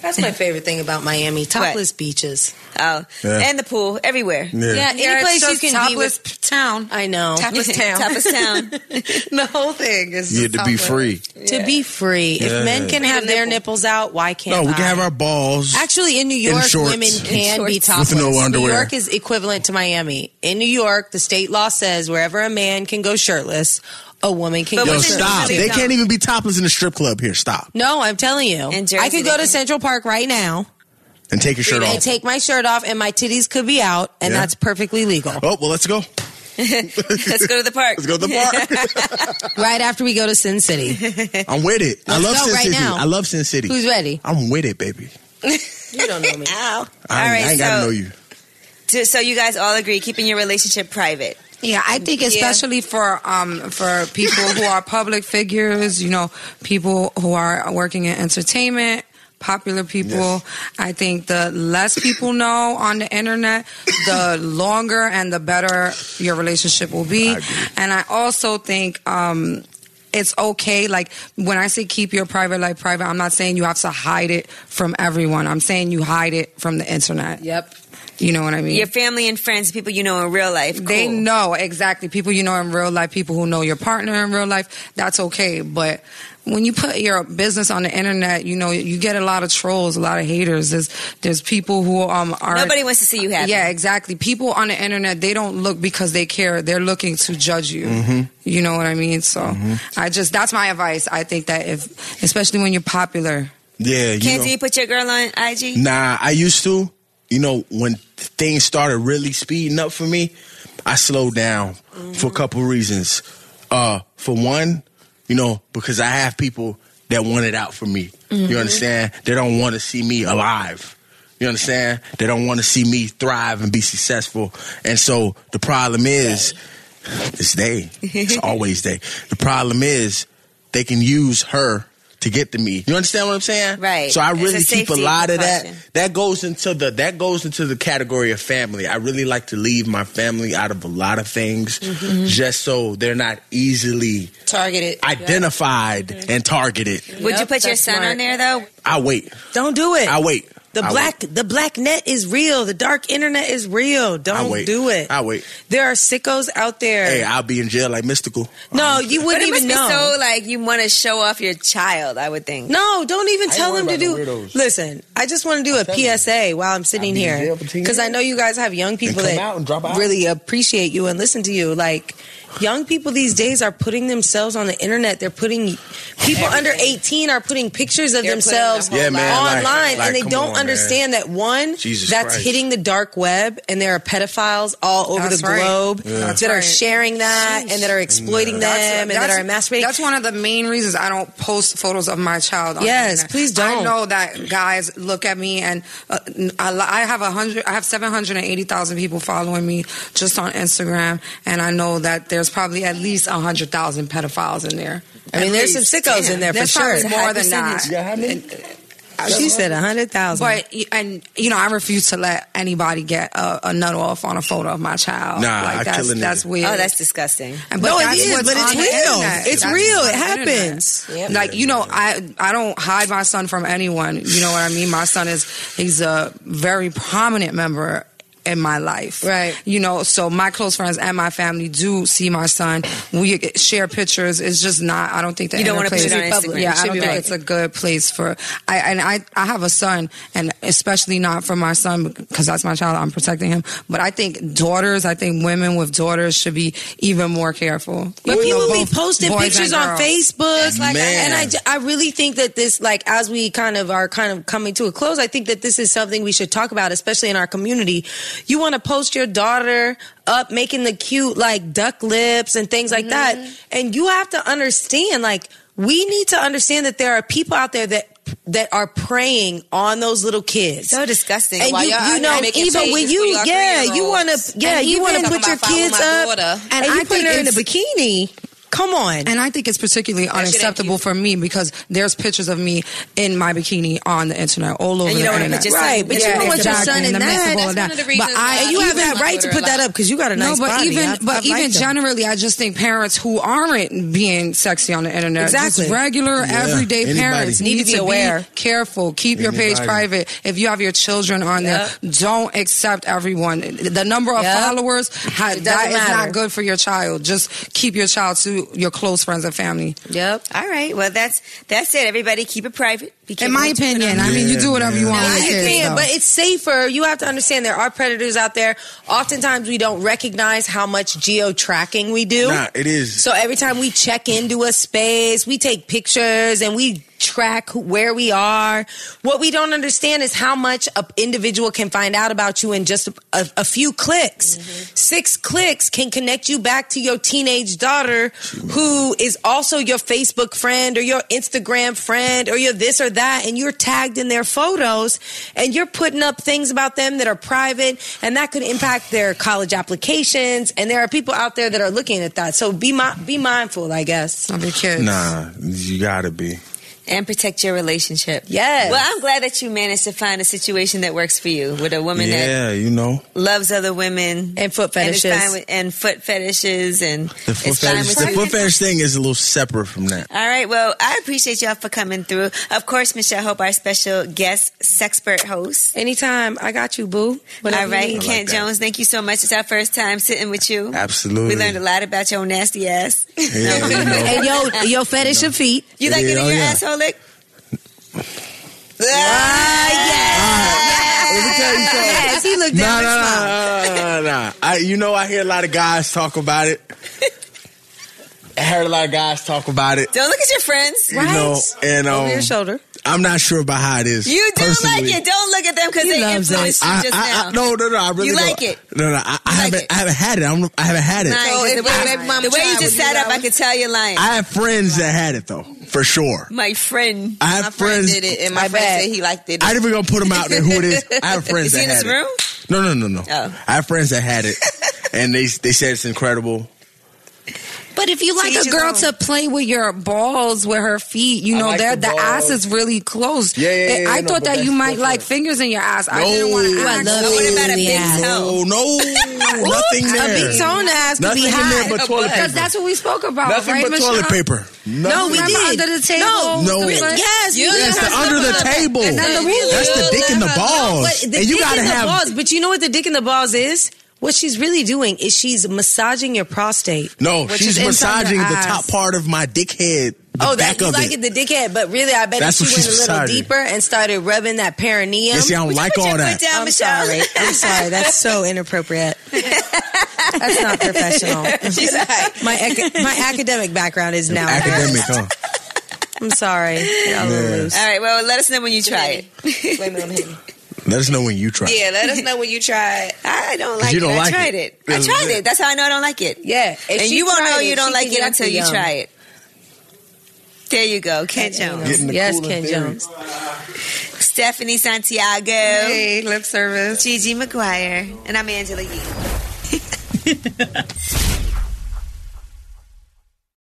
[SPEAKER 10] That's my favorite thing about Miami: topless beaches.
[SPEAKER 1] Oh,
[SPEAKER 7] Yeah.
[SPEAKER 1] and the pool everywhere.
[SPEAKER 10] Yeah, any place you can be
[SPEAKER 6] topless
[SPEAKER 10] with.
[SPEAKER 6] town.
[SPEAKER 10] I know.
[SPEAKER 6] Topless town.
[SPEAKER 1] Tapas town.
[SPEAKER 6] the whole thing is
[SPEAKER 7] You
[SPEAKER 6] just
[SPEAKER 7] had to be
[SPEAKER 6] topless.
[SPEAKER 7] free.
[SPEAKER 10] To be free, if
[SPEAKER 7] Yeah.
[SPEAKER 10] men can have their nipples out, why can't?
[SPEAKER 7] No, we
[SPEAKER 10] I?
[SPEAKER 7] can have our balls.
[SPEAKER 10] Actually, in New York,
[SPEAKER 7] shorts.
[SPEAKER 10] women
[SPEAKER 7] In
[SPEAKER 10] can be topless.
[SPEAKER 7] With no
[SPEAKER 10] New
[SPEAKER 7] underwear.
[SPEAKER 10] York is equivalent to Miami. In New York, the state law says wherever a man can go shirtless, a woman can
[SPEAKER 1] But
[SPEAKER 10] go
[SPEAKER 7] Yo,
[SPEAKER 1] women
[SPEAKER 10] shirtless.
[SPEAKER 7] stop.
[SPEAKER 1] really
[SPEAKER 7] They
[SPEAKER 1] don't.
[SPEAKER 7] can't even be topless in the strip club here. Stop.
[SPEAKER 10] No, I'm telling you,
[SPEAKER 1] In Jersey,
[SPEAKER 10] I could
[SPEAKER 1] they
[SPEAKER 10] go to
[SPEAKER 1] can.
[SPEAKER 10] Central Park right now
[SPEAKER 7] And take your shirt
[SPEAKER 10] and
[SPEAKER 7] off.
[SPEAKER 10] take my shirt off, and my titties could be out, and
[SPEAKER 7] Yeah.
[SPEAKER 10] that's perfectly legal.
[SPEAKER 7] Oh, well, let's go.
[SPEAKER 1] Let's go to the park.
[SPEAKER 7] Let's go to the
[SPEAKER 10] Right after we go to Sin City,
[SPEAKER 7] bar. I'm with it. I
[SPEAKER 10] Let's
[SPEAKER 7] love
[SPEAKER 10] go
[SPEAKER 7] Sin
[SPEAKER 10] right
[SPEAKER 7] City.
[SPEAKER 10] now.
[SPEAKER 7] I love Sin City.
[SPEAKER 10] who's ready?
[SPEAKER 7] I'm with it, baby.
[SPEAKER 10] You don't know me.
[SPEAKER 1] Ow.
[SPEAKER 7] I,
[SPEAKER 1] All right,
[SPEAKER 7] I ain't
[SPEAKER 1] so
[SPEAKER 7] gotta know you.
[SPEAKER 1] d- so you guys all agree keeping your relationship private.
[SPEAKER 6] Yeah, I think especially for um for people who are public figures, you know, people who are working in entertainment, popular people.
[SPEAKER 7] Yes.
[SPEAKER 6] I think the less people know on the internet, the longer and the better your relationship will be.
[SPEAKER 7] I agree.
[SPEAKER 6] and I also think um it's okay like when I say keep your private life private, I'm not saying you have to hide it from everyone. I'm saying you hide it from the internet.
[SPEAKER 10] Yep.
[SPEAKER 6] You know what I mean?
[SPEAKER 1] Your family and friends, people you know in real life.
[SPEAKER 6] They
[SPEAKER 1] cool.
[SPEAKER 6] know exactly people you know in real life, people who know your partner in real life. That's okay, but when you put your business on the internet, you know you get a lot of trolls, a lot of haters. There's there's people who um are
[SPEAKER 1] Nobody wants to see you happy.
[SPEAKER 6] Yeah, exactly. People on the internet they don't look because they care. They're looking to judge you.
[SPEAKER 1] Mm-hmm.
[SPEAKER 6] You know what I mean? So I just that's my advice. I think that if especially when you're popular,
[SPEAKER 7] Yeah, you
[SPEAKER 1] Can't
[SPEAKER 7] know.
[SPEAKER 1] you put your girl on IG?
[SPEAKER 7] Nah, I used to. You know, when things started really speeding up for me, I slowed down for a couple reasons. Uh, for one, you know, because I have people that want it out for me. You understand? They don't want to see me alive. You understand? They don't want to see me thrive and be successful. And so the problem is, it's they. It's always they. The problem is, they can use her to get to me. You understand what I'm saying?
[SPEAKER 1] Right.
[SPEAKER 7] So I
[SPEAKER 1] It's a
[SPEAKER 7] really keep a
[SPEAKER 1] safety
[SPEAKER 7] lot of that.
[SPEAKER 1] precaution.
[SPEAKER 7] That goes into the that goes into the category of family. I really like to leave my family out of a lot of things, just so they're not easily
[SPEAKER 10] Mm-hmm. Targeted.
[SPEAKER 7] identified and targeted.
[SPEAKER 1] Would you
[SPEAKER 10] Yep,
[SPEAKER 1] put your
[SPEAKER 10] that's
[SPEAKER 1] son
[SPEAKER 10] smart.
[SPEAKER 1] on there though?
[SPEAKER 7] I wait.
[SPEAKER 10] Don't do it.
[SPEAKER 7] I wait.
[SPEAKER 10] The
[SPEAKER 7] I
[SPEAKER 10] black the black net is real. The dark internet is real. Don't
[SPEAKER 7] wait.
[SPEAKER 10] do it.
[SPEAKER 7] I wait.
[SPEAKER 10] There are sickos out there.
[SPEAKER 7] Hey, I'll be in jail like mystical.
[SPEAKER 10] no, you
[SPEAKER 1] But
[SPEAKER 10] wouldn't
[SPEAKER 1] it must
[SPEAKER 10] even
[SPEAKER 1] be
[SPEAKER 10] know.
[SPEAKER 1] so like you want to show off your child. I would think.
[SPEAKER 10] no, don't even
[SPEAKER 7] ain't
[SPEAKER 10] tell them to
[SPEAKER 7] worried
[SPEAKER 10] do.
[SPEAKER 7] about no weirdos.
[SPEAKER 10] Listen, I just want to do
[SPEAKER 7] telling you.
[SPEAKER 10] a PSA while I'm sitting
[SPEAKER 7] I'll be in
[SPEAKER 10] here
[SPEAKER 7] jail for 10
[SPEAKER 10] because I
[SPEAKER 7] years.
[SPEAKER 10] know you guys have young people
[SPEAKER 7] come
[SPEAKER 10] that
[SPEAKER 7] out and drop out.
[SPEAKER 10] really appreciate you and listen to you. Like young people these days are putting themselves on the internet. They're putting people under 18 are putting pictures of
[SPEAKER 6] They're putting their
[SPEAKER 10] themselves
[SPEAKER 6] whole Yeah, man,
[SPEAKER 7] life.
[SPEAKER 10] online,
[SPEAKER 7] like- like,
[SPEAKER 10] and they
[SPEAKER 7] come
[SPEAKER 10] don't
[SPEAKER 7] on, man.
[SPEAKER 10] understand that one
[SPEAKER 7] Jesus
[SPEAKER 10] that's
[SPEAKER 7] Christ.
[SPEAKER 10] hitting the dark web, and there are pedophiles all over
[SPEAKER 6] That's
[SPEAKER 10] the
[SPEAKER 6] right.
[SPEAKER 10] globe
[SPEAKER 6] That's
[SPEAKER 10] that are
[SPEAKER 6] right.
[SPEAKER 10] sharing that and that are exploiting them and that are masturbating.
[SPEAKER 6] That's one of the main reasons I don't post photos of my child. On the
[SPEAKER 10] Yes,
[SPEAKER 6] internet.
[SPEAKER 10] please don't.
[SPEAKER 6] I know that guys look at me, and uh, I, li- I have a hundred. I have seven hundred and eighty thousand people following me just on Instagram, and I know that there's probably at least hundred thousand pedophiles in there.
[SPEAKER 10] I mean,
[SPEAKER 6] At
[SPEAKER 10] there's some
[SPEAKER 6] least.
[SPEAKER 10] sickos in there for
[SPEAKER 6] There's
[SPEAKER 10] sure.
[SPEAKER 6] probably more
[SPEAKER 10] High
[SPEAKER 6] than
[SPEAKER 10] percentage.
[SPEAKER 6] that.
[SPEAKER 7] how many?
[SPEAKER 1] Uh, She said a hundred thousand.
[SPEAKER 6] But and you know, I refuse to let anybody get a, a nut off on a photo of my child.
[SPEAKER 7] Nah,
[SPEAKER 6] like,
[SPEAKER 7] I
[SPEAKER 6] that's,
[SPEAKER 7] kill a nigga.
[SPEAKER 6] that's weird.
[SPEAKER 1] Oh, that's disgusting.
[SPEAKER 6] And-
[SPEAKER 13] No, it
[SPEAKER 6] that's
[SPEAKER 13] is,
[SPEAKER 6] what's
[SPEAKER 13] but it's
[SPEAKER 6] on the
[SPEAKER 13] real.
[SPEAKER 6] internet.
[SPEAKER 13] It's
[SPEAKER 6] That's
[SPEAKER 13] real.
[SPEAKER 6] what's
[SPEAKER 13] It
[SPEAKER 6] on the internet.
[SPEAKER 13] happens.
[SPEAKER 14] Yep.
[SPEAKER 6] Like you know, I I don't hide my son from anyone. You know what I mean? My son is he's a very prominent member in my life.
[SPEAKER 13] Right.
[SPEAKER 6] You know, so my close friends and my family do see my son. We share pictures. It's just not. I don't think that
[SPEAKER 1] You don't wanna put it on Instagram.
[SPEAKER 6] Yeah,
[SPEAKER 1] It
[SPEAKER 6] I
[SPEAKER 1] should
[SPEAKER 6] don't
[SPEAKER 1] be
[SPEAKER 6] think
[SPEAKER 1] right.
[SPEAKER 6] it's a good place for. I and I I have a son, and especially not for my son because that's my child. I'm protecting him. But I think daughters. I think women with daughters should be even more careful.
[SPEAKER 10] But
[SPEAKER 6] Even
[SPEAKER 10] people
[SPEAKER 6] though
[SPEAKER 10] be
[SPEAKER 6] both
[SPEAKER 10] posting
[SPEAKER 6] boys and
[SPEAKER 10] pictures on
[SPEAKER 6] girls.
[SPEAKER 10] Facebook,
[SPEAKER 7] like, I- Man.
[SPEAKER 10] and I, ju- I really think that this, like, as we kind of are kind of coming to a close, I think that this is something we should talk about, especially in our community. You want to post your daughter up making the cute like duck lips and things like that, and you have to understand, like, we need to understand that there are people out there that that are preying on those little kids.
[SPEAKER 1] So disgusting.
[SPEAKER 10] And
[SPEAKER 1] While
[SPEAKER 10] you,
[SPEAKER 1] y'all
[SPEAKER 10] you
[SPEAKER 1] out
[SPEAKER 10] know,
[SPEAKER 1] here
[SPEAKER 14] making
[SPEAKER 10] even when
[SPEAKER 14] pages
[SPEAKER 10] you,
[SPEAKER 14] for y'all
[SPEAKER 10] yeah, you
[SPEAKER 14] three-year-olds.
[SPEAKER 10] want to, yeah,
[SPEAKER 14] And even
[SPEAKER 10] you want to
[SPEAKER 14] talking
[SPEAKER 10] put your
[SPEAKER 14] about, "Follow
[SPEAKER 10] kids
[SPEAKER 14] my
[SPEAKER 10] up,
[SPEAKER 14] daughter."
[SPEAKER 10] and,
[SPEAKER 6] And I
[SPEAKER 10] you put
[SPEAKER 6] think
[SPEAKER 10] her in a
[SPEAKER 6] it's-
[SPEAKER 10] bikini. Come on.
[SPEAKER 6] And I think it's particularly
[SPEAKER 14] ain't
[SPEAKER 6] unacceptable
[SPEAKER 14] cute.
[SPEAKER 6] for me because there's pictures of me in my bikini on the internet, all over
[SPEAKER 1] you don't
[SPEAKER 6] the
[SPEAKER 1] wanna
[SPEAKER 6] internet.
[SPEAKER 1] put your son- Right,
[SPEAKER 10] but you don't want your son in
[SPEAKER 6] the midst of
[SPEAKER 10] that. That's
[SPEAKER 6] all
[SPEAKER 14] one
[SPEAKER 6] that.
[SPEAKER 14] of the reasons
[SPEAKER 6] But I,
[SPEAKER 14] why
[SPEAKER 10] And you
[SPEAKER 14] I
[SPEAKER 10] have
[SPEAKER 14] use
[SPEAKER 10] that
[SPEAKER 14] my
[SPEAKER 10] right to
[SPEAKER 14] Twitter
[SPEAKER 10] put
[SPEAKER 14] a
[SPEAKER 10] that
[SPEAKER 14] lot.
[SPEAKER 10] up because you got a nice
[SPEAKER 6] no, but
[SPEAKER 10] body.
[SPEAKER 6] even
[SPEAKER 10] I-
[SPEAKER 6] but
[SPEAKER 10] I've
[SPEAKER 6] even
[SPEAKER 10] liked them.
[SPEAKER 6] generally, I just think parents who aren't being sexy on the internet,
[SPEAKER 10] Exactly.
[SPEAKER 6] just regular
[SPEAKER 7] Yeah,
[SPEAKER 6] everyday
[SPEAKER 7] anybody.
[SPEAKER 6] parents,
[SPEAKER 7] Need
[SPEAKER 6] need
[SPEAKER 10] to be aware.
[SPEAKER 6] careful. Keep your page
[SPEAKER 7] Anybody.
[SPEAKER 6] private. If you have your children on there, don't accept everyone. The number of
[SPEAKER 10] Yep.
[SPEAKER 6] followers ha-
[SPEAKER 10] It doesn't
[SPEAKER 6] that is
[SPEAKER 10] matter.
[SPEAKER 6] not good for your child. Just keep your child to your close friends and family.
[SPEAKER 10] Yep.
[SPEAKER 1] All right. Well, that's that's it. Everybody, keep it private. Be
[SPEAKER 6] In my
[SPEAKER 1] careful what you put
[SPEAKER 6] opinion,
[SPEAKER 1] on.
[SPEAKER 6] I mean, you
[SPEAKER 7] Yeah,
[SPEAKER 6] do whatever
[SPEAKER 7] man.
[SPEAKER 6] you want
[SPEAKER 7] No,
[SPEAKER 10] I
[SPEAKER 6] with your kids.
[SPEAKER 10] understand,
[SPEAKER 6] though.
[SPEAKER 10] but it's safer. You have to understand there are predators out there. Oftentimes, we don't recognize how much geo tracking we do.
[SPEAKER 7] Nah, it is.
[SPEAKER 10] So every time we check into a space, we take pictures and we track who- where we are. What we don't understand is how much a individual can find out about you in just a, a, a few clicks. Six clicks can connect you back to your teenage daughter who is also your Facebook friend or your Instagram friend or your this or that and you're tagged in their photos and you're putting up things about them that are private and that could impact their college applications and there are people out there that are looking at that. So be mi- be mindful, I guess.
[SPEAKER 6] of your kids.
[SPEAKER 7] Nah, you gotta be.
[SPEAKER 1] and protect your relationship.
[SPEAKER 10] Yes.
[SPEAKER 1] Well, I'm glad that you managed to find a situation that works for you with a woman that
[SPEAKER 7] Yeah, you know.
[SPEAKER 1] loves other women
[SPEAKER 10] Mm-hmm. And foot
[SPEAKER 1] and is
[SPEAKER 10] fetishes.
[SPEAKER 1] fine with- and foot fetishes, and
[SPEAKER 7] The foot,
[SPEAKER 1] is fine
[SPEAKER 7] fetish,
[SPEAKER 1] with
[SPEAKER 7] the
[SPEAKER 1] you.
[SPEAKER 7] foot fetish thing is a little separate from that.
[SPEAKER 1] All right. Well, I appreciate y'all for coming through. Of course, Michelle Hope, our special guest sexpert host.
[SPEAKER 10] Anytime, I got you, boo. Whatever
[SPEAKER 1] All
[SPEAKER 10] you
[SPEAKER 1] right,
[SPEAKER 10] need.
[SPEAKER 7] like
[SPEAKER 1] Kent
[SPEAKER 7] that.
[SPEAKER 1] Jones, thank you so much. It's our first time sitting with you.
[SPEAKER 7] Absolutely.
[SPEAKER 1] We learned a lot about your nasty ass.
[SPEAKER 7] Yeah, you know.
[SPEAKER 10] And yo, your fetish of feet.
[SPEAKER 1] You like
[SPEAKER 7] Yeah,
[SPEAKER 1] getting
[SPEAKER 7] oh,
[SPEAKER 1] your
[SPEAKER 7] yeah.
[SPEAKER 1] asshole lick? Ah,
[SPEAKER 7] Let me tell you something.
[SPEAKER 1] Yes, he looked
[SPEAKER 7] Nah,
[SPEAKER 1] down
[SPEAKER 7] nah,
[SPEAKER 1] and smiled.
[SPEAKER 7] nah, nah, nah, nah. I, you know, I hear a lot of guys talk about it. I heard a lot of guys talk about it.
[SPEAKER 1] Don't look at your friends.
[SPEAKER 7] You know, and
[SPEAKER 10] Over your
[SPEAKER 7] um,
[SPEAKER 10] shoulder.
[SPEAKER 7] I'm not sure about how it is.
[SPEAKER 1] You do
[SPEAKER 7] personally.
[SPEAKER 1] like it. Don't look at them because they
[SPEAKER 10] loves
[SPEAKER 1] influenced you
[SPEAKER 7] I,
[SPEAKER 1] just
[SPEAKER 7] I,
[SPEAKER 1] now.
[SPEAKER 7] I, no, no, no. I really
[SPEAKER 1] You
[SPEAKER 7] don't.
[SPEAKER 1] like it.
[SPEAKER 7] No, no. I, I
[SPEAKER 1] like
[SPEAKER 7] haven't.
[SPEAKER 1] it.
[SPEAKER 7] I haven't had it. I'm, I haven't had it.
[SPEAKER 1] Lying, 'cause the way, the way you just sat up, I could tell you're lying.
[SPEAKER 7] I have friends that had it though, for sure.
[SPEAKER 1] my friend.
[SPEAKER 7] I have
[SPEAKER 14] My friend
[SPEAKER 7] friends.
[SPEAKER 14] did it, and my, friend
[SPEAKER 10] bad.
[SPEAKER 14] said he liked it.
[SPEAKER 7] I ain't even gonna put them out there. Who it is? I have friends
[SPEAKER 1] Is
[SPEAKER 7] that
[SPEAKER 1] he in
[SPEAKER 7] had
[SPEAKER 1] this
[SPEAKER 7] it.
[SPEAKER 1] room?
[SPEAKER 7] No, no, no, no.
[SPEAKER 1] Oh.
[SPEAKER 7] I have friends that had it, and they they said it's incredible.
[SPEAKER 6] But if you like
[SPEAKER 1] each
[SPEAKER 6] a
[SPEAKER 1] his
[SPEAKER 6] girl
[SPEAKER 1] own.
[SPEAKER 6] to play with your balls with her feet, you
[SPEAKER 7] I
[SPEAKER 6] know,
[SPEAKER 7] like
[SPEAKER 6] there
[SPEAKER 7] the
[SPEAKER 6] the, ass
[SPEAKER 7] balls.
[SPEAKER 6] is really close.
[SPEAKER 7] Yeah, yeah,
[SPEAKER 6] And
[SPEAKER 7] yeah,
[SPEAKER 6] I
[SPEAKER 7] no,
[SPEAKER 6] thought
[SPEAKER 7] but
[SPEAKER 6] that you
[SPEAKER 7] that's
[SPEAKER 6] might
[SPEAKER 7] different.
[SPEAKER 6] like fingers in your ass. I didn't want
[SPEAKER 7] No.
[SPEAKER 6] to
[SPEAKER 7] I
[SPEAKER 6] ask.
[SPEAKER 10] love
[SPEAKER 1] Oh, what about a big
[SPEAKER 10] Yeah.
[SPEAKER 1] toe?
[SPEAKER 7] Oh no, nothing
[SPEAKER 6] Ooh,
[SPEAKER 7] there.
[SPEAKER 6] A big tone ass could
[SPEAKER 7] Nothing
[SPEAKER 6] be
[SPEAKER 7] in
[SPEAKER 6] hot.
[SPEAKER 7] there but toilet
[SPEAKER 6] Because
[SPEAKER 7] paper.
[SPEAKER 6] that's what we spoke about,
[SPEAKER 7] Nothing
[SPEAKER 6] right,
[SPEAKER 7] but
[SPEAKER 6] Michelle?
[SPEAKER 7] toilet paper.
[SPEAKER 10] No, we
[SPEAKER 7] Nothing.
[SPEAKER 6] Remember
[SPEAKER 10] did.
[SPEAKER 6] Under the table.
[SPEAKER 10] No,
[SPEAKER 7] No.
[SPEAKER 6] with the-
[SPEAKER 7] Really?
[SPEAKER 10] Yes,
[SPEAKER 14] You
[SPEAKER 7] That's the
[SPEAKER 14] That's
[SPEAKER 7] under the table.
[SPEAKER 6] And then the ruler.
[SPEAKER 7] That's the dick in the balls.
[SPEAKER 10] But the
[SPEAKER 7] and you
[SPEAKER 10] dick
[SPEAKER 7] gotta
[SPEAKER 10] in
[SPEAKER 7] have
[SPEAKER 10] the balls. But you know what the dick in the balls is? What she's really doing is she's massaging your prostate.
[SPEAKER 7] no.
[SPEAKER 6] Which
[SPEAKER 7] She's
[SPEAKER 6] is inside
[SPEAKER 7] massaging
[SPEAKER 6] your
[SPEAKER 7] the
[SPEAKER 6] eyes.
[SPEAKER 7] top part of my dick head. The
[SPEAKER 10] oh,
[SPEAKER 7] back
[SPEAKER 10] that you
[SPEAKER 7] of
[SPEAKER 10] like
[SPEAKER 7] it.
[SPEAKER 10] it. the dickhead, but really, I bet if
[SPEAKER 7] That's
[SPEAKER 10] she
[SPEAKER 7] what
[SPEAKER 10] went
[SPEAKER 7] she's
[SPEAKER 10] a little
[SPEAKER 7] massaging.
[SPEAKER 10] deeper and started rubbing that perineum.
[SPEAKER 7] You see, I don't like all that.
[SPEAKER 1] down,
[SPEAKER 10] I'm
[SPEAKER 1] Michelle.
[SPEAKER 10] sorry. I'm sorry. That's so inappropriate. That's not professional.
[SPEAKER 1] She's all right.
[SPEAKER 10] My ac- my academic background is now.
[SPEAKER 7] Academic, huh?
[SPEAKER 10] I'm sorry. Got a little loose.
[SPEAKER 1] All right. Well, let us know when you try it.
[SPEAKER 14] Blame it on him.
[SPEAKER 7] Let us know when you try. it.
[SPEAKER 14] Yeah, let us know when you try it.
[SPEAKER 1] I don't like
[SPEAKER 7] You
[SPEAKER 1] it.
[SPEAKER 7] don't
[SPEAKER 1] I
[SPEAKER 7] like
[SPEAKER 1] tried
[SPEAKER 7] it.
[SPEAKER 1] it. I
[SPEAKER 7] That's
[SPEAKER 1] tried
[SPEAKER 7] it.
[SPEAKER 1] it. That's how I know I don't like it.
[SPEAKER 10] Yeah, if
[SPEAKER 1] And
[SPEAKER 10] she
[SPEAKER 1] you won't
[SPEAKER 10] tried
[SPEAKER 1] know
[SPEAKER 10] it,
[SPEAKER 1] you don't
[SPEAKER 10] she
[SPEAKER 1] like
[SPEAKER 10] can
[SPEAKER 1] it
[SPEAKER 10] get
[SPEAKER 1] until
[SPEAKER 10] the
[SPEAKER 1] you
[SPEAKER 10] yum.
[SPEAKER 1] try it. There you go, Ken Jones.
[SPEAKER 7] Getting the
[SPEAKER 10] Yes,
[SPEAKER 7] cool
[SPEAKER 10] Ken
[SPEAKER 7] theory.
[SPEAKER 10] Jones.
[SPEAKER 1] Stephanie Santiago,
[SPEAKER 6] Hey, lip service.
[SPEAKER 1] Gigi McGuire, and I'm Angela Yee.